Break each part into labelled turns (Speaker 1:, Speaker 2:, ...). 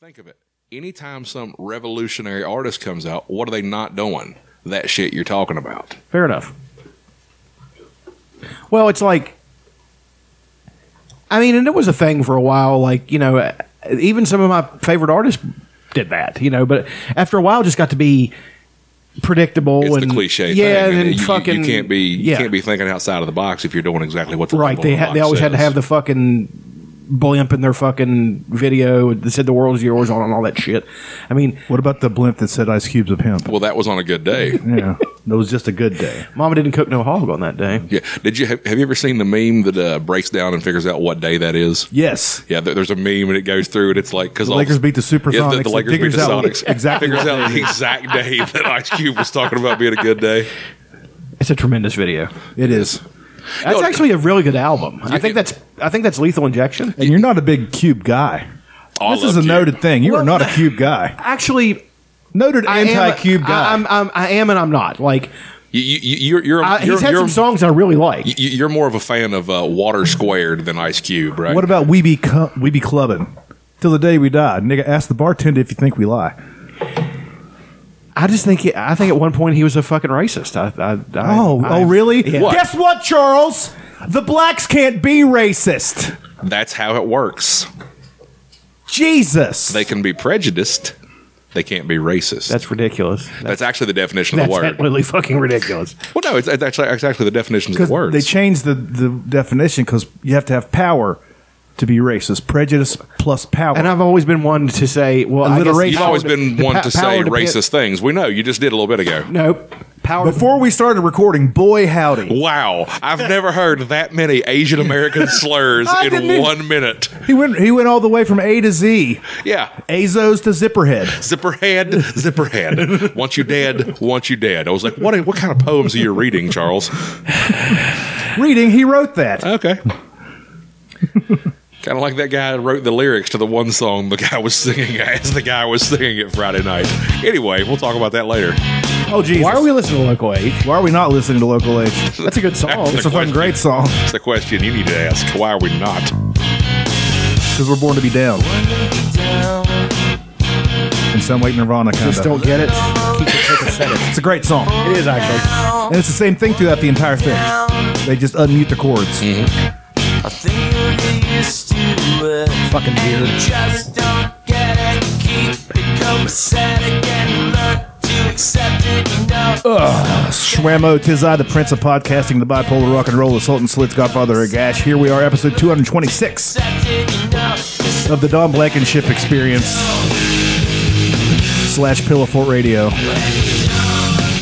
Speaker 1: Think of it. Anytime some revolutionary artist comes out, what are they not doing? That shit you're talking about.
Speaker 2: Fair enough. Well, it's like, I mean, and it was a thing for a while. Like you know, even some of my favorite artists did that. You know, but after a while, it just got to be predictable.
Speaker 1: It's
Speaker 2: and,
Speaker 1: the cliche
Speaker 2: yeah,
Speaker 1: thing.
Speaker 2: and
Speaker 1: you, you-
Speaker 2: fucking
Speaker 1: you can't be you
Speaker 2: yeah,
Speaker 1: can't be thinking outside of the box if you're doing exactly what the
Speaker 2: right.
Speaker 1: label on
Speaker 2: They
Speaker 1: the
Speaker 2: had, they
Speaker 1: box
Speaker 2: always had to
Speaker 1: says.
Speaker 2: have the fucking blimp in their fucking video that said the world's yours on and all that shit. I mean,
Speaker 3: What about the blimp that said ice cubes of hemp?
Speaker 1: Well, that was on a good day.
Speaker 3: Yeah, that was just a good day.
Speaker 2: Mama didn't cook no hog on that day.
Speaker 1: yeah. Did you have, have you ever seen the meme that uh, breaks down and figures out what day that is?
Speaker 3: Yes.
Speaker 1: Yeah, there- there's a meme and it goes through and it's like because
Speaker 3: The Lakers beat the Supersonics.
Speaker 1: Yeah, the, the
Speaker 3: It
Speaker 1: Lakers beat
Speaker 3: figures
Speaker 1: the
Speaker 3: out
Speaker 1: Sonics.
Speaker 3: Exactly.
Speaker 1: Figures out the exact day that Ice Cube was talking about being a good day.
Speaker 2: It's a tremendous video.
Speaker 3: It is.
Speaker 2: That's
Speaker 1: No,
Speaker 2: actually a really good album. I think
Speaker 1: it-
Speaker 2: that's I think that's Lethal Injection.
Speaker 3: And you're not a big cube guy.
Speaker 1: I
Speaker 3: this is a
Speaker 1: love Cube.
Speaker 3: noted thing. You
Speaker 2: Well,
Speaker 3: are not a cube guy.
Speaker 2: Actually,
Speaker 3: Noted
Speaker 2: I am-
Speaker 3: anti-cube guy.
Speaker 2: I, am I'm, I am and I'm not. Like
Speaker 1: You, you, you're you're,
Speaker 2: I,
Speaker 1: you're,
Speaker 2: he's had
Speaker 1: you're,
Speaker 2: some songs I really like.
Speaker 1: you- you're more of a fan of uh, Water Squared than Ice Cube, right?
Speaker 3: what about we be cu- we be clubbing till the day we die? Nigga, ask the bartender if you think we lie.
Speaker 2: I just think he, I think at one point he was a fucking racist. I, I, I,
Speaker 3: Oh,
Speaker 2: I-
Speaker 3: oh, really?
Speaker 2: Yeah.
Speaker 3: Guess what, Charles? The blacks can't be racist.
Speaker 1: That's how it works.
Speaker 3: Jesus.
Speaker 1: They can be prejudiced. They can't be racist. That's,
Speaker 2: That's ridiculous. That's,
Speaker 1: actually the definition of
Speaker 2: that's
Speaker 1: the word.
Speaker 2: absolutely fucking ridiculous.
Speaker 1: well, no, it's, it's actually it's actually the definition of the
Speaker 3: Because
Speaker 1: word.
Speaker 3: they changed the, the definition because you have to have power to be racist. Prejudice plus power.
Speaker 2: And I've always been one to say, well, I guess
Speaker 3: Alliteration.
Speaker 1: You've
Speaker 2: power-
Speaker 1: always been
Speaker 2: the
Speaker 1: one
Speaker 2: pa-
Speaker 1: to
Speaker 2: power
Speaker 1: say
Speaker 2: depends-
Speaker 1: racist things. We know you just did a little bit ago.
Speaker 2: Nope. Power
Speaker 3: Before we started recording, boy howdy,
Speaker 1: Wow, I've never heard that many Asian American slurs
Speaker 3: I didn't
Speaker 1: in
Speaker 3: even-
Speaker 1: one minute.
Speaker 3: he went he went all the way from A to Z,
Speaker 1: Yeah.
Speaker 3: Azos to Zipperhead.
Speaker 1: Zipper head, zipper head. Once you dead, once you dead. I was like, what, what kind of poems are you reading, Charles?
Speaker 3: Reading, he wrote that.
Speaker 1: Okay. kind of like that guy that wrote the lyrics to the one song the guy was singing as the guy was singing it Friday night. Anyway, we'll talk about that later.
Speaker 3: oh Jesus!
Speaker 2: Why are we listening to Local Eight?
Speaker 3: Why are we not listening to Local H?
Speaker 2: That's a good song.
Speaker 3: It's a fun, great song
Speaker 1: That's the question you need to ask. Why are we not?
Speaker 3: because we're born to be down. And sound like Nirvana kind
Speaker 2: Just don't
Speaker 3: of.
Speaker 2: get it. Keep it take a second.
Speaker 3: It's a great song,
Speaker 2: It is actually.
Speaker 3: and it's the same thing throughout the entire thing. They just unmute the chords.
Speaker 4: I think you'll get used to it.
Speaker 2: Fucking
Speaker 4: and
Speaker 2: weird.
Speaker 4: you just don't get it. Keep become pathetic and learn to accept it. You know,
Speaker 3: Schwammo, tis I, the prince of podcasting, the bipolar rock and roll, the Sultan Slits, Godfather of Gash. Here we are, episode 226
Speaker 4: accept it. You know, it's
Speaker 3: of the Don Blankenship Experience slash Pillow Fort Radio.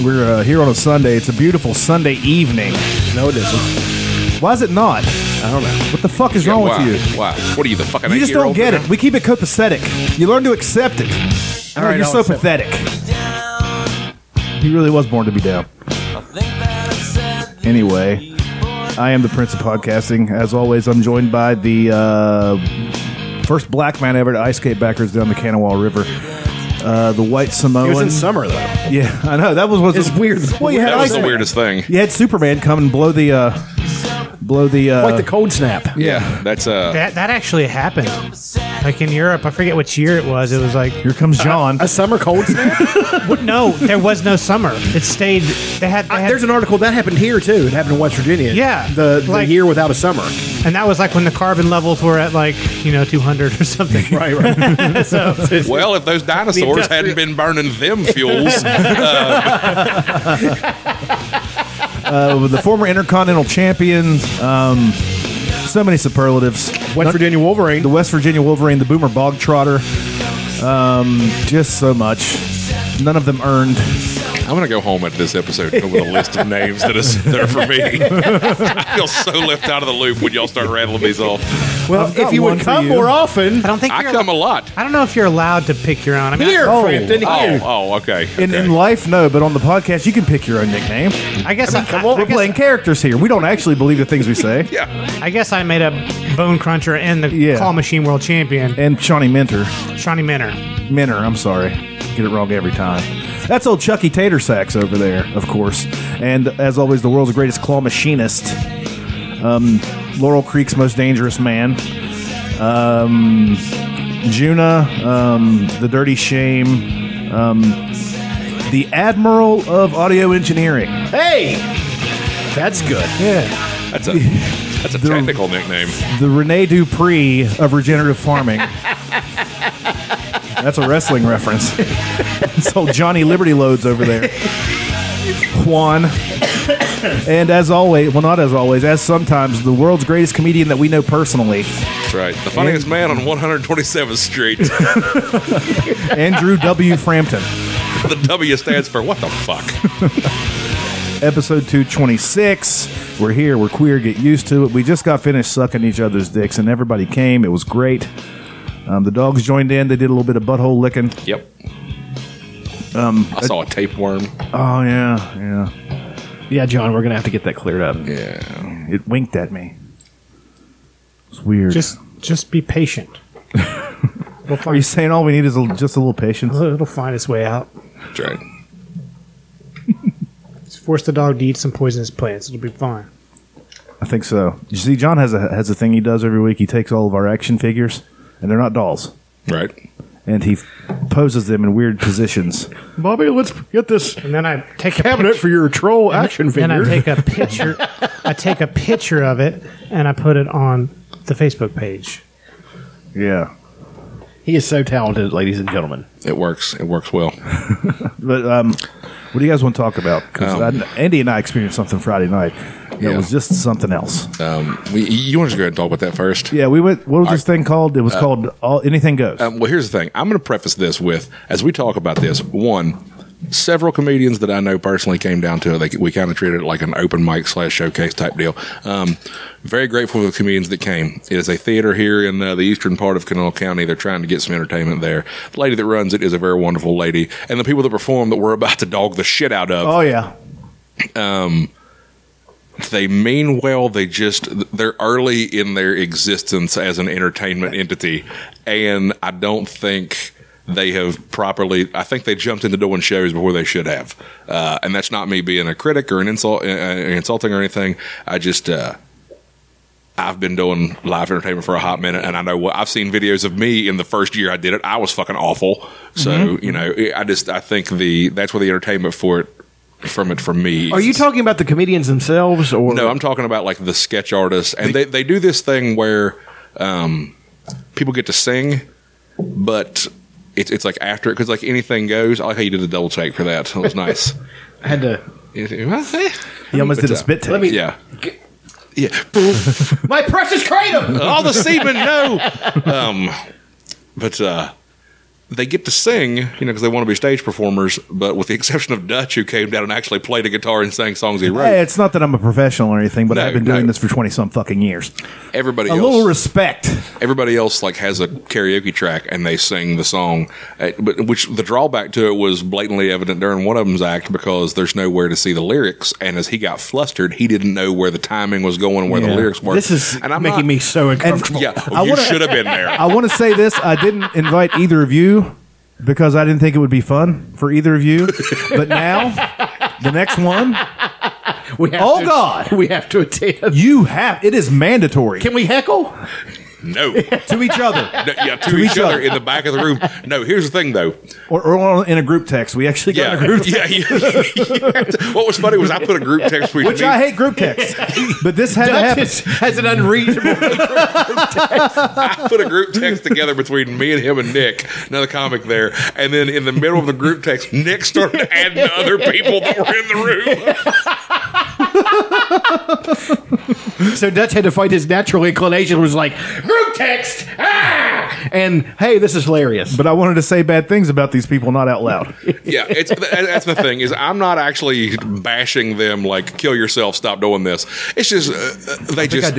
Speaker 3: We're uh, here on a Sunday. It's a beautiful Sunday evening.
Speaker 2: No, it isn't.
Speaker 3: Why is it not?
Speaker 2: I don't know.
Speaker 3: What the fuck is wrong
Speaker 1: why?
Speaker 3: with you?
Speaker 1: Why? What are you, the fucking
Speaker 3: You just don't
Speaker 1: eight-year-old
Speaker 3: get
Speaker 1: now?
Speaker 3: it. We keep it copacetic. You learn to accept it.
Speaker 2: All
Speaker 3: Oh,
Speaker 2: right,
Speaker 3: you're
Speaker 2: I'll
Speaker 3: so
Speaker 2: accept
Speaker 3: pathetic.
Speaker 4: down.
Speaker 3: He really was born to be down.
Speaker 4: I think that I've said this
Speaker 3: Anyway,
Speaker 4: before.
Speaker 3: I am the Prince of Podcasting. As always, I'm joined by the uh, first black man ever to ice skate backwards down the Kanawha River. Uh, the White Samoan.
Speaker 2: It was in summer though.
Speaker 3: Yeah, I know. That was was
Speaker 2: It's weird.
Speaker 3: Well, you had
Speaker 1: That was
Speaker 3: ice.
Speaker 1: the weirdest thing.
Speaker 3: You had Superman come and blow the uh, blow the uh,
Speaker 2: Like the cold snap.
Speaker 3: yeah.
Speaker 1: That's uh,
Speaker 5: That that actually happened. Like in Europe, I forget which year it was. It was like
Speaker 3: Here comes John.
Speaker 2: A summer cold snap?
Speaker 5: no, there was no summer. It stayed. They had. They
Speaker 2: I-
Speaker 5: had
Speaker 2: there's an article that happened here too. It happened in West Virginia.
Speaker 5: Yeah,
Speaker 2: the, the
Speaker 5: like-
Speaker 2: year without a summer.
Speaker 5: and that was like when the carbon levels were at like you know 200 or something.
Speaker 2: Right, right.
Speaker 1: well, if those dinosaurs hadn't been burning them fuels,
Speaker 3: Uh, the former Intercontinental Champion. Um, so many superlatives.
Speaker 2: West Virginia Wolverine.
Speaker 3: The West Virginia Wolverine, the Boomer Bog Trotter. Um, just so much. None of them earned.
Speaker 1: I'm gonna go home after this episode and come with a list of names that is that are for me. I feel so left out of the loop when y'all start rattling these off.
Speaker 2: well,
Speaker 3: I've got
Speaker 2: if you
Speaker 3: one
Speaker 2: would
Speaker 3: for
Speaker 2: come
Speaker 3: you.
Speaker 2: more often,
Speaker 5: I don't think
Speaker 1: I
Speaker 5: you're,
Speaker 1: come a lot.
Speaker 5: I don't know if you're allowed to pick your own. I mean, I-
Speaker 2: here,
Speaker 3: Oh.
Speaker 2: Frampton,
Speaker 1: Oh,
Speaker 2: here.
Speaker 1: oh, okay.
Speaker 3: In,
Speaker 1: okay.
Speaker 3: in life, no, but on the podcast, you can pick your own nickname.
Speaker 5: I, guess I, I,
Speaker 3: We're
Speaker 5: guess-
Speaker 3: playing characters here. We don't actually believe the things we say.
Speaker 1: yeah,
Speaker 5: I guess I made a bone cruncher and the
Speaker 3: Yeah.
Speaker 5: claw machine world champion,
Speaker 3: And Shawnee Minter.
Speaker 5: Shawnee Minner.
Speaker 3: Minner, I'm sorry. Get it wrong every time. That's old Chucky Tater Sacks over there, of course. And as always, the world's greatest claw machinist. Um, Laurel Creek's most dangerous man. Um, Juna, um, The Dirty Shame, um, the Admiral of Audio Engineering.
Speaker 2: Hey, that's good.
Speaker 3: Yeah.
Speaker 1: That's a that's a technical nickname.
Speaker 3: The Rene Dupree of regenerative farming. That's a wrestling reference. This old Johnny Liberty loads over there. Juan. And as always, well, not as always, as sometimes, the world's greatest comedian that we know personally,
Speaker 1: That's right. The funniest man on 127th Street. the
Speaker 3: Andrew W. Frampton.
Speaker 1: W stands for what the fuck?
Speaker 3: episode 226. We're here. We're queer. Get used to it. We just got finished sucking each other's dicks, and everybody came. It was great. Um, the dogs joined in. They did a little bit of butthole licking.
Speaker 1: Yep. Um, I saw a tapeworm.
Speaker 3: Oh yeah, yeah.
Speaker 2: Yeah, John, we're gonna have to get that cleared up.
Speaker 1: Yeah.
Speaker 3: It winked at me. It's weird.
Speaker 5: Just just be patient. we'll
Speaker 3: Are you
Speaker 5: find,
Speaker 3: saying all we need is a, just a little patience?
Speaker 5: it'll find its way out.
Speaker 1: That's right.
Speaker 5: Just force the dog to eat some poisonous plants. It'll be fine.
Speaker 3: I think so. You see, John has a has a thing he does every week. He takes all of our action figures, and they're not dolls,
Speaker 1: Right.
Speaker 3: and he poses them in weird positions.
Speaker 2: Bobby, let's get this
Speaker 5: And then I take a
Speaker 2: cabinet
Speaker 5: picture,
Speaker 2: for your troll action
Speaker 5: Then I
Speaker 2: figure.
Speaker 5: take a picture. I take a picture of it and I put it on the Facebook page.
Speaker 3: Yeah.
Speaker 2: he is so talented, ladies and gentlemen.
Speaker 1: It works. It works well.
Speaker 3: But um, what do you guys want to talk about? 'Cause
Speaker 1: Um,
Speaker 3: I- Andy and I experienced something Friday night that
Speaker 1: Yeah.
Speaker 3: was just something else.
Speaker 1: Um, we, you want to just go ahead and talk about that first?
Speaker 3: Yeah, we went. What was this thing called? It was called all, Anything Goes.
Speaker 1: uh, Um, well, here's the thing. I'm going to preface this with as we talk about this, one, several comedians that I know personally came down to it. They, we kind of treated it like an open mic slash showcase type deal. Um, very grateful for the comedians that came. It is a theater here in uh, the eastern part of Kanawha County. They're trying to get some entertainment there. The lady that runs it is a very wonderful lady. And the people that perform that we're about to dog the shit out of
Speaker 3: oh yeah,
Speaker 1: they mean well they just they're early in their existence as an entertainment entity and i don't think they have properly i think they jumped into doing shows before they should have uh, and that's not me being a critic or an insult uh, insulting or anything i just uh, I've been doing live entertainment for a hot minute, and I know what I've seen videos of me in the first year I did it. I was fucking awful, so
Speaker 2: Mm-hmm.
Speaker 1: you know, I just I think the that's where the entertainment for it from it for me.
Speaker 2: Are you
Speaker 1: is-
Speaker 2: talking about the comedians themselves, or
Speaker 1: no, I'm talking about like the sketch artists, and they, they do this thing where um, people get to sing, but it's it's like after it because like anything goes. I like how you did a double take for that. That was nice.
Speaker 2: I had to.
Speaker 3: he almost did a
Speaker 1: It's, uh,
Speaker 3: spit take.
Speaker 2: Let me.
Speaker 1: yeah. Yeah.
Speaker 2: My precious kratom.
Speaker 1: All the seamen know. Um, but uh, they get to sing, you know, because they want to be stage performers. But with the exception of Dutch, who came down and actually played a guitar and sang songs he wrote,
Speaker 3: Hey, Eh, it's not that I'm a professional or anything, but
Speaker 1: No,
Speaker 3: I've been doing
Speaker 1: no.
Speaker 3: this for twenty some fucking years.
Speaker 1: everybody
Speaker 3: A
Speaker 1: else,
Speaker 3: little respect.
Speaker 1: everybody else like has a karaoke track and they sing the song Uh, but which the drawback to it was blatantly evident during one of them's act because there's nowhere to see the lyrics and as he got flustered he didn't know where the timing was going where
Speaker 3: Yeah.
Speaker 1: the lyrics were
Speaker 2: This is
Speaker 1: and I'm
Speaker 2: making
Speaker 1: not-
Speaker 2: me so uncomfortable.
Speaker 1: yeah oh,
Speaker 3: I
Speaker 1: you
Speaker 3: wanna-
Speaker 1: should have been there
Speaker 3: I want to say this. I didn't invite either of you because I didn't think it would be fun for either of you. But now, the next one,
Speaker 2: We have
Speaker 3: Oh,
Speaker 2: to-
Speaker 3: God.
Speaker 2: we have to attend.
Speaker 3: you have. It is mandatory
Speaker 2: Can we heckle?
Speaker 1: no No,
Speaker 3: to each other.
Speaker 1: yeah to, each, other in the back of the room no here's the thing though
Speaker 3: or, or in a group text. We actually got
Speaker 1: yeah
Speaker 3: a group.
Speaker 1: yeah, yeah. what was funny was I put a group text between
Speaker 3: Which
Speaker 1: me-
Speaker 3: I hate group texts, but this had to
Speaker 2: That
Speaker 3: happen.
Speaker 2: is, has an unreasonable.
Speaker 1: I put a group text together between me and him and Nick, another comic there, and then in the middle of the group text, Nick started adding the other people that were in the room.
Speaker 2: so Dutch had to fight his natural inclination. Was like group text. Ah! And hey, this is hilarious.
Speaker 3: But I wanted to say bad things about these people, not out loud.
Speaker 1: Yeah, it's that's the thing is I'm not actually bashing them like kill yourself, stop doing this. It's just uh, they just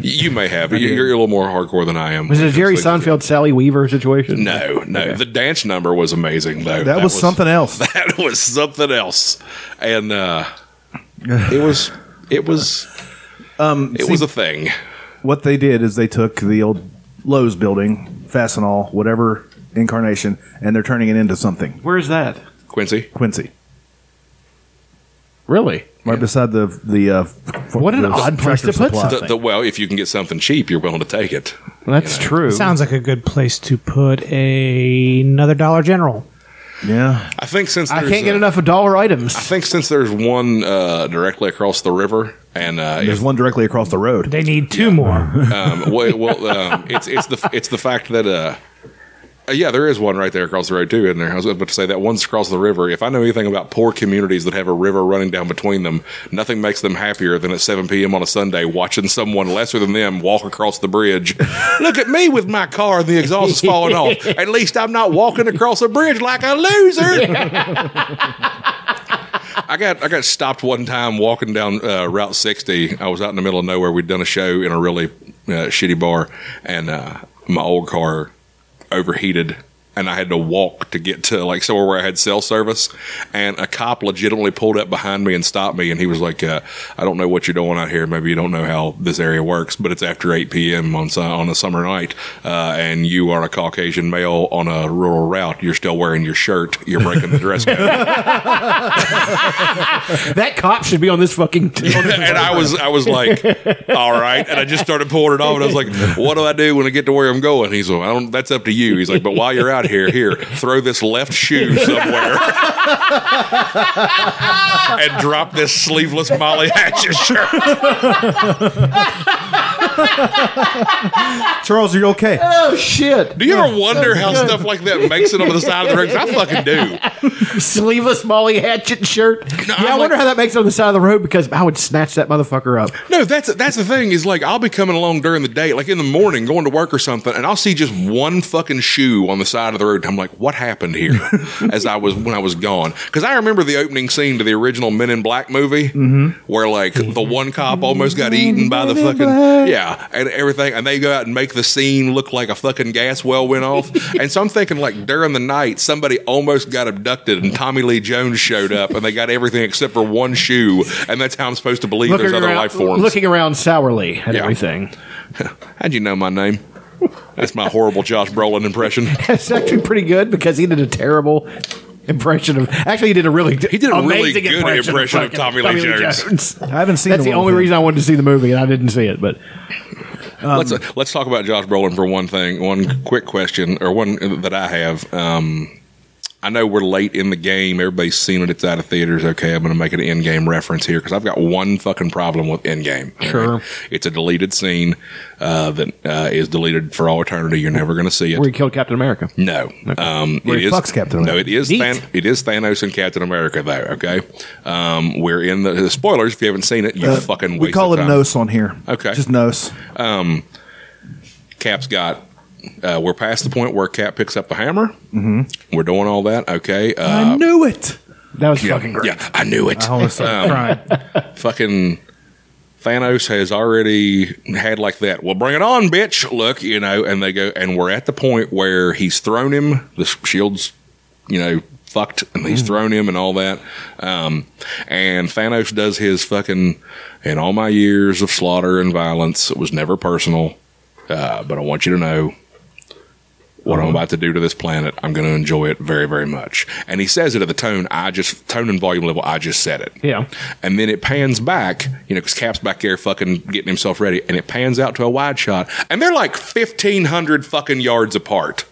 Speaker 1: You may have. You- You're a little more hardcore than I am.
Speaker 2: Was it a Jerry Seinfeld, Sally Weaver situation?
Speaker 1: No, no. The dance number was amazing though.
Speaker 3: That, was, something else.
Speaker 1: that was something else, and uh, it was it was it was a thing.
Speaker 3: What they did is they took the old Lowe's building, Fastenal, whatever incarnation, and they're turning it into something.
Speaker 2: Where is that?
Speaker 1: Quincy,
Speaker 3: Quincy.
Speaker 2: Really?
Speaker 3: right beside the the. Uh, f-
Speaker 2: What an
Speaker 3: the
Speaker 2: odd place
Speaker 3: Tractor
Speaker 2: to put
Speaker 3: Supply.
Speaker 1: The, the, well, if you can get something cheap, you're willing to take it.
Speaker 2: That's true.
Speaker 5: Sounds like a good place to put a, another Dollar General.
Speaker 3: Yeah,
Speaker 1: I think since
Speaker 2: I
Speaker 1: there's
Speaker 2: can't get
Speaker 1: a-
Speaker 2: enough of dollar items.
Speaker 1: I think since there's one uh, directly across the river, and uh,
Speaker 3: there's
Speaker 1: if,
Speaker 3: one directly across the road.
Speaker 5: They need two more.
Speaker 1: um, well, well um, it's it's the it's the fact that uh, uh, yeah, there is one right there across the road too, isn't there? I was about to say that one's across the river. If I know anything about poor communities that have a river running down between them, nothing makes them happier than at 7 p.m. on a Sunday watching someone lesser than them walk across the bridge. Look at me with my car and the exhaust is falling off. At least I'm not walking across a bridge like a loser. I got I got stopped one time walking down uh, Route 60. I was out in the middle of nowhere. We'd done a show in a really uh, shitty bar, and uh, my old car overheated, and I had to walk to get to like somewhere where I had cell service. And a cop legitimately pulled up behind me and stopped me, and he was like, uh, "I don't know what you're doing out here. Maybe you don't know how this area works, but it's after 8 p.m. on su- on a summer night, uh, and you are a Caucasian male on a rural route. You're still wearing your shirt. You're breaking the dress code."
Speaker 2: that cop should be on this fucking.
Speaker 1: and I was I was like, all right. And I just started pouring it off, and I was like, what do I do when I get to where I'm going? He's like, I don't. That's up to you. He's like, but while you're out here, here, throw this left shoe somewhere, and drop this sleeveless Molly Hatchet shirt.
Speaker 3: Charles, are you okay?
Speaker 2: oh shit!
Speaker 1: Do you ever wonder how stuff like that makes it onto the side of the road? 'Cause I fucking do.
Speaker 2: Sleeveless Molly Hatchet shirt. yeah,
Speaker 1: I'm
Speaker 2: I wonder
Speaker 1: like-
Speaker 2: how that makes it on the side of the road because I would snatch that motherfucker up.
Speaker 1: No, that's that's the thing is like I'll be coming along during the day, like in the morning, going to work or something, and I'll see just one fucking shoe on the side of the road. and I'm like, what happened here? As I was when I was gone, because I remember the opening scene to the original Men in Black movie, where like the one cop almost got eaten by the fucking yeah, and everything, and they go out and make the scene look like a fucking gas well went off. and so I'm thinking like during the night, somebody almost got abducted, and Tommy Lee Jones showed up, and they got everything except for one shoe, and that's how I'm supposed to believe there's other
Speaker 2: around,
Speaker 1: life forms.
Speaker 2: looking around sourly at
Speaker 1: Yeah.
Speaker 2: everything.
Speaker 1: How'd you know my name? That's my horrible Josh Brolin impression.
Speaker 2: That's actually pretty good because he did a terrible impression of. Actually, he did a really he
Speaker 1: did a really good impression of Tommy Lee Jones.
Speaker 3: I haven't seen.
Speaker 2: That's
Speaker 3: the,
Speaker 2: the
Speaker 3: one
Speaker 2: only
Speaker 3: with him.
Speaker 2: reason I wanted to see the movie, and I didn't see it. But
Speaker 1: let's uh, let's talk about Josh Brolin for one thing. One quick question, or one that I have. Um, I know we're late in the game. Everybody's seen it. It's out of theaters. Okay, I'm going to make an end game reference here because I've got one fucking problem with end game. Sure, it's a deleted scene uh, that uh, is deleted for all eternity. You're never going to see it.
Speaker 2: where he killed Captain America.
Speaker 1: No, um,
Speaker 3: Where he fucks Captain
Speaker 1: No, it is
Speaker 2: Neat.
Speaker 1: Than- it is Thanos and Captain America though. Okay, um, we're in the, the spoilers. If you haven't seen it, you
Speaker 3: Uh,
Speaker 1: fucking
Speaker 3: we
Speaker 1: waste
Speaker 3: call
Speaker 1: of
Speaker 3: it
Speaker 1: time.
Speaker 3: Nose on here.
Speaker 1: Okay.
Speaker 3: just Nose.
Speaker 1: Cap's got. Uh, we're past the point where Cap picks up the hammer. Mm-hmm. We're doing all that. Okay, uh,
Speaker 3: I knew it.
Speaker 2: That was
Speaker 1: yeah,
Speaker 2: fucking great.
Speaker 1: Yeah, I knew it.
Speaker 3: I almost
Speaker 1: um,
Speaker 3: started crying.
Speaker 1: fucking Thanos has already had like that. Well, bring it on, bitch. Look, you know, and they go, and we're at the point where he's thrown him. The shield's, you know, fucked, and he's thrown him and all that. Um, and Thanos does his fucking. In all my years of slaughter and violence, it was never personal. Uh, but I want you to know what I'm about to do to this planet. I'm going to enjoy it very, very much. And he says it at the tone I just tone and volume level. I just said it.
Speaker 2: Yeah.
Speaker 1: And then it pans back, you know, because Cap's back there fucking getting himself ready, and it pans out to a wide shot, and they're like 1,500 fucking yards apart.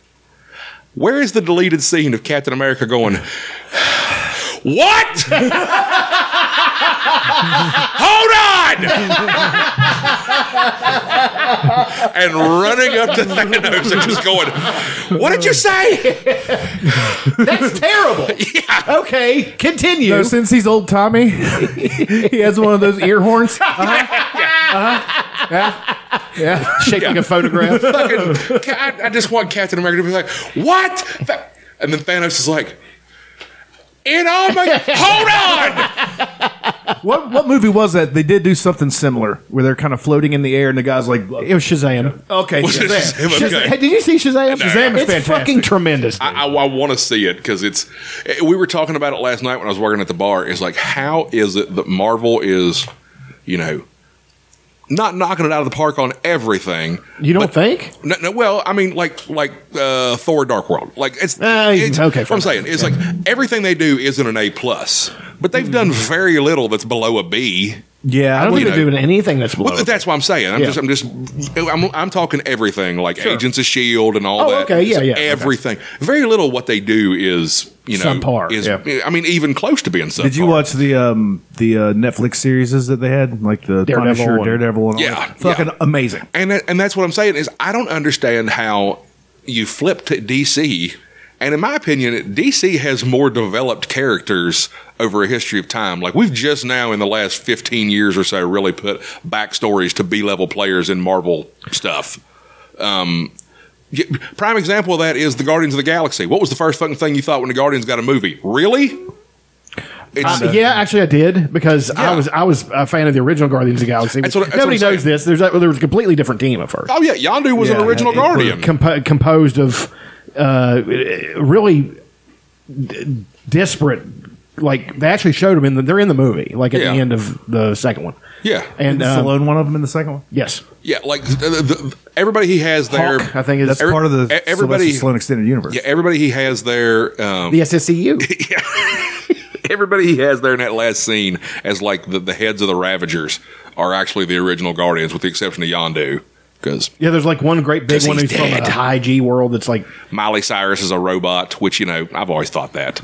Speaker 1: Where is the deleted scene of Captain America going, What? Hold on! and running up to Thanos and just going, What did you say?
Speaker 2: That's terrible. Okay, continue.
Speaker 3: So since he's old Tommy, he has one of those ear horns.
Speaker 2: Shaking a photograph.
Speaker 1: fucking, Ca- I, I just want Captain America to be like, what? Tha- And then Thanos is like, in all my, hold on!
Speaker 3: What what movie was that? They did do something similar where they're kind of floating in the air and the guy's like,
Speaker 2: it was Shazam.
Speaker 3: okay,
Speaker 1: Was it
Speaker 3: Shazam.
Speaker 1: Shazam?
Speaker 2: Shaz-
Speaker 1: Okay.
Speaker 2: Hey, did you see Shazam?
Speaker 1: No.
Speaker 2: Shazam is
Speaker 1: It's
Speaker 2: fantastic. fucking tremendous.
Speaker 1: I, I, want to see it because it's. eh, We were talking about it last night when I was working at the bar. It's like, how is it that Marvel is, you know, not knocking it out of the park on everything?
Speaker 2: you don't think?
Speaker 1: No, no, well, I mean, like like uh, Thor: Dark World, like it's,
Speaker 2: Uh,
Speaker 1: it's
Speaker 2: okay,
Speaker 1: What I'm
Speaker 2: fine.
Speaker 1: saying it's like everything they do isn't an A plus. But they've done
Speaker 2: Mm-hmm.
Speaker 1: very little that's below a B.
Speaker 3: Yeah,
Speaker 2: I
Speaker 1: Well,
Speaker 2: don't think
Speaker 1: you
Speaker 2: they're
Speaker 1: know.
Speaker 2: doing anything that's below.
Speaker 1: Well,
Speaker 2: it.
Speaker 1: that's what I'm saying. I'm
Speaker 2: Yeah.
Speaker 1: just, I'm just, I'm, I'm talking everything like Agents of Shield E and all
Speaker 2: Oh,
Speaker 1: that.
Speaker 2: okay, yeah, yeah, okay.
Speaker 1: Everything. Very little what they do is, you know,
Speaker 2: Subpar,
Speaker 1: Is
Speaker 2: yeah.
Speaker 1: I mean, even close to being subpar.
Speaker 3: Did you watch the um the uh, Netflix series that they had, like the
Speaker 2: Daredevil
Speaker 3: Punisher,
Speaker 2: and-
Speaker 3: Daredevil, and all
Speaker 1: Yeah,
Speaker 3: that? fucking
Speaker 1: yeah.
Speaker 3: amazing.
Speaker 1: And that, and that's what I'm saying is I don't understand how you flip to DC. And in my opinion, DC has more developed characters over a history of time. Like we've just now in the last 15 years or so really put backstories to B level players in Marvel stuff. Um, y- prime example of that is the Guardians of the Galaxy. What was the first fucking thing you thought when the Guardians got a movie? Really? It's,
Speaker 2: Uh, yeah, actually, I did because
Speaker 1: Yeah.
Speaker 2: I was I was a fan of the original Guardians of the Galaxy.
Speaker 1: That's what- that's
Speaker 2: Nobody
Speaker 1: what I'm
Speaker 2: knows
Speaker 1: saying.
Speaker 2: this. There's a, there was a completely different team at first,
Speaker 1: oh yeah, Yondu was
Speaker 3: Yeah,
Speaker 1: an original
Speaker 3: it- it-
Speaker 1: Guardian.
Speaker 2: Compo- composed of uh, really d- disparate. Like they actually showed them in the they're in the movie, like at
Speaker 1: Yeah.
Speaker 2: the end of the second one.
Speaker 1: Yeah.
Speaker 2: and
Speaker 3: Is
Speaker 2: um,
Speaker 3: Stallone one of them in the second one?
Speaker 2: yes,
Speaker 1: Yeah, like the, the, everybody he has there.
Speaker 2: Hawk, I think is
Speaker 3: That's
Speaker 1: every-
Speaker 3: part of the
Speaker 1: e- everybody-
Speaker 3: Sylvester Stallone extended universe.
Speaker 1: Yeah, everybody he has there. Um,
Speaker 2: the SSCU.
Speaker 1: Everybody he has there in that last scene as like the, the heads of the Ravagers are actually the original Guardians, with the exception of Yondu, because
Speaker 2: yeah, there's like one great big
Speaker 1: 'Cause
Speaker 2: one
Speaker 1: he's
Speaker 2: who's from
Speaker 1: dead.
Speaker 2: the high G world. That's like
Speaker 1: Miley Cyrus is a robot, which you know I've always thought that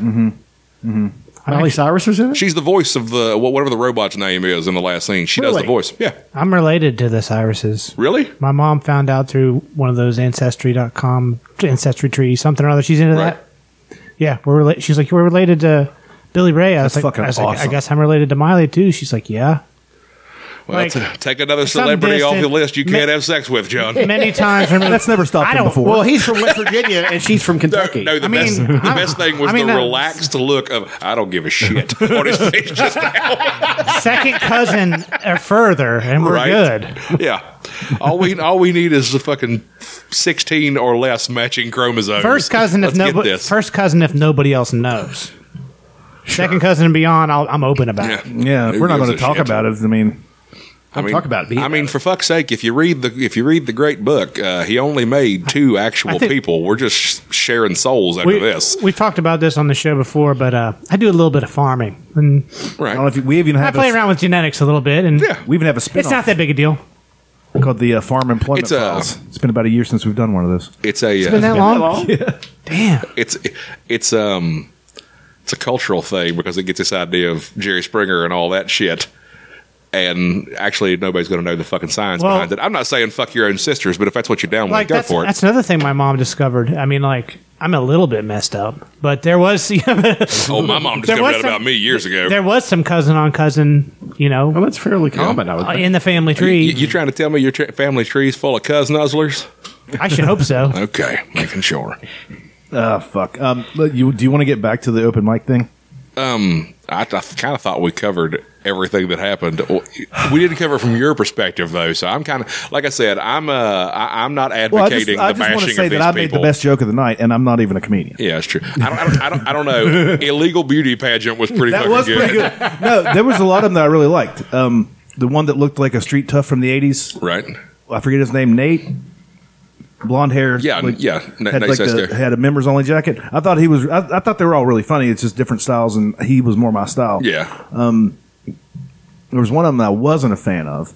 Speaker 2: Miley Cyrus was in it.
Speaker 1: she's the voice of the wha- whatever the robot's name is in the last scene. She does
Speaker 2: Really?
Speaker 1: the voice. Yeah,
Speaker 5: I'm related to the Cyruses.
Speaker 1: really.
Speaker 5: My mom found out through one of those ancestry.com, ancestry tree, something or other. She's into
Speaker 1: Right.
Speaker 5: that. Yeah, we're rela- she's like, we're related to Billy Ray. I was,
Speaker 3: That's
Speaker 5: like,
Speaker 3: fucking
Speaker 5: I, was like, I
Speaker 3: awesome.
Speaker 5: guess I'm related to Miley too. She's like, yeah.
Speaker 1: Well,
Speaker 5: Like,
Speaker 1: t- take another
Speaker 5: some
Speaker 1: celebrity off the
Speaker 5: distant-
Speaker 1: list you
Speaker 5: ma-
Speaker 1: can't have sex with, John.
Speaker 5: Many times. her-
Speaker 3: That's never stopped
Speaker 5: I
Speaker 3: him
Speaker 5: don't-
Speaker 3: before.
Speaker 2: Well, he's from West Virginia and she's from
Speaker 1: No,
Speaker 2: Kentucky.
Speaker 1: no, the
Speaker 5: I
Speaker 1: best,
Speaker 5: mean,
Speaker 1: the
Speaker 5: I-
Speaker 1: best thing was
Speaker 5: I mean,
Speaker 1: the
Speaker 5: that's-
Speaker 1: relaxed look of I don't give a shit on his face just now.
Speaker 5: second cousin or further, and we're
Speaker 1: Right.
Speaker 5: good.
Speaker 1: Yeah. All we all we need is the fucking sixteen or less matching chromosomes.
Speaker 5: First cousin if
Speaker 1: Let's get
Speaker 5: nobody.
Speaker 1: this.
Speaker 5: First cousin if nobody else knows. Second cousin and beyond, I'll, I'm open about.
Speaker 1: yeah,
Speaker 5: it.
Speaker 3: yeah, if
Speaker 1: Who
Speaker 3: we're not
Speaker 1: gives a
Speaker 3: going to talk
Speaker 1: shit?
Speaker 3: about it. I mean,
Speaker 1: I mean,
Speaker 2: talk about it, be
Speaker 1: I
Speaker 2: about
Speaker 1: mean, for fuck's sake, if you read the if you read the great book, uh, he only made two actual
Speaker 5: I think-
Speaker 1: people. We're just sh- sharing souls after
Speaker 5: We,
Speaker 1: this,
Speaker 5: we talked about this on the show before, but uh, I do a little bit of farming, and
Speaker 3: I don't know
Speaker 1: right?
Speaker 3: if you, we even
Speaker 5: I
Speaker 3: have
Speaker 5: play
Speaker 3: a,
Speaker 5: around with genetics a little bit, and
Speaker 1: Yeah,
Speaker 3: We even have a spin
Speaker 5: it's not that big a deal.
Speaker 3: called the uh, Farm Employment
Speaker 1: It's a-
Speaker 3: Files. It's been about a year since we've done one of those.
Speaker 1: It's a
Speaker 5: Been
Speaker 1: uh,
Speaker 5: that long? Damn.
Speaker 1: it's it's um it's a cultural thing because it gets this idea of Jerry Springer and all that shit. And actually, nobody's going to know the fucking science
Speaker 5: Well-
Speaker 1: behind it. I'm not saying fuck your own sisters, but if that's what you're down with,
Speaker 5: Like
Speaker 1: go
Speaker 5: that's,
Speaker 1: for it.
Speaker 5: that's another thing my mom discovered. I mean, like I'm a little bit messed up, but there was
Speaker 1: Oh, my mom
Speaker 5: There
Speaker 1: discovered
Speaker 5: was
Speaker 1: that
Speaker 5: some-
Speaker 1: about me years ago.
Speaker 5: there was some cousin on cousin, you
Speaker 2: well,
Speaker 5: know,
Speaker 2: that's fairly common. I would think.
Speaker 5: in the family
Speaker 1: You,
Speaker 5: tree.
Speaker 1: you trying to tell me your tr family tree's full of cuz nuzzlers?
Speaker 5: I should hope so.
Speaker 1: Okay, making sure.
Speaker 3: Oh fuck. Um, look, you do you want to get back to the open mic thing?
Speaker 1: I, kind of thought we covered everything that happened. We didn't cover it from your perspective though, so I'm kind of like I said, I'm uh, I, I'm not
Speaker 3: Well, I just,
Speaker 1: advocating
Speaker 3: I
Speaker 1: the
Speaker 3: just want to
Speaker 1: bashing
Speaker 3: say
Speaker 1: of these
Speaker 3: that I made
Speaker 1: people.
Speaker 3: the best joke of the night, and I'm not even a comedian.
Speaker 1: yeah, it's true. I don't, I don't, I don't, I don't know. Illegal beauty pageant was pretty
Speaker 3: That
Speaker 1: fucking
Speaker 3: was
Speaker 1: good.
Speaker 3: pretty good. No, there was a lot of them that I really liked. Um, the one that looked like a street tough from the '80s.
Speaker 1: right?
Speaker 3: I forget his name. Nate, blonde hair.
Speaker 1: Yeah,
Speaker 3: like,
Speaker 1: yeah. N-
Speaker 3: had,
Speaker 1: Nate
Speaker 3: like the-
Speaker 1: Sesko.
Speaker 3: had a members only jacket. I thought he was. I, I thought they were all really funny. It's just different styles, and he was more my style.
Speaker 1: Yeah,
Speaker 3: There was one of them that I wasn't a fan of,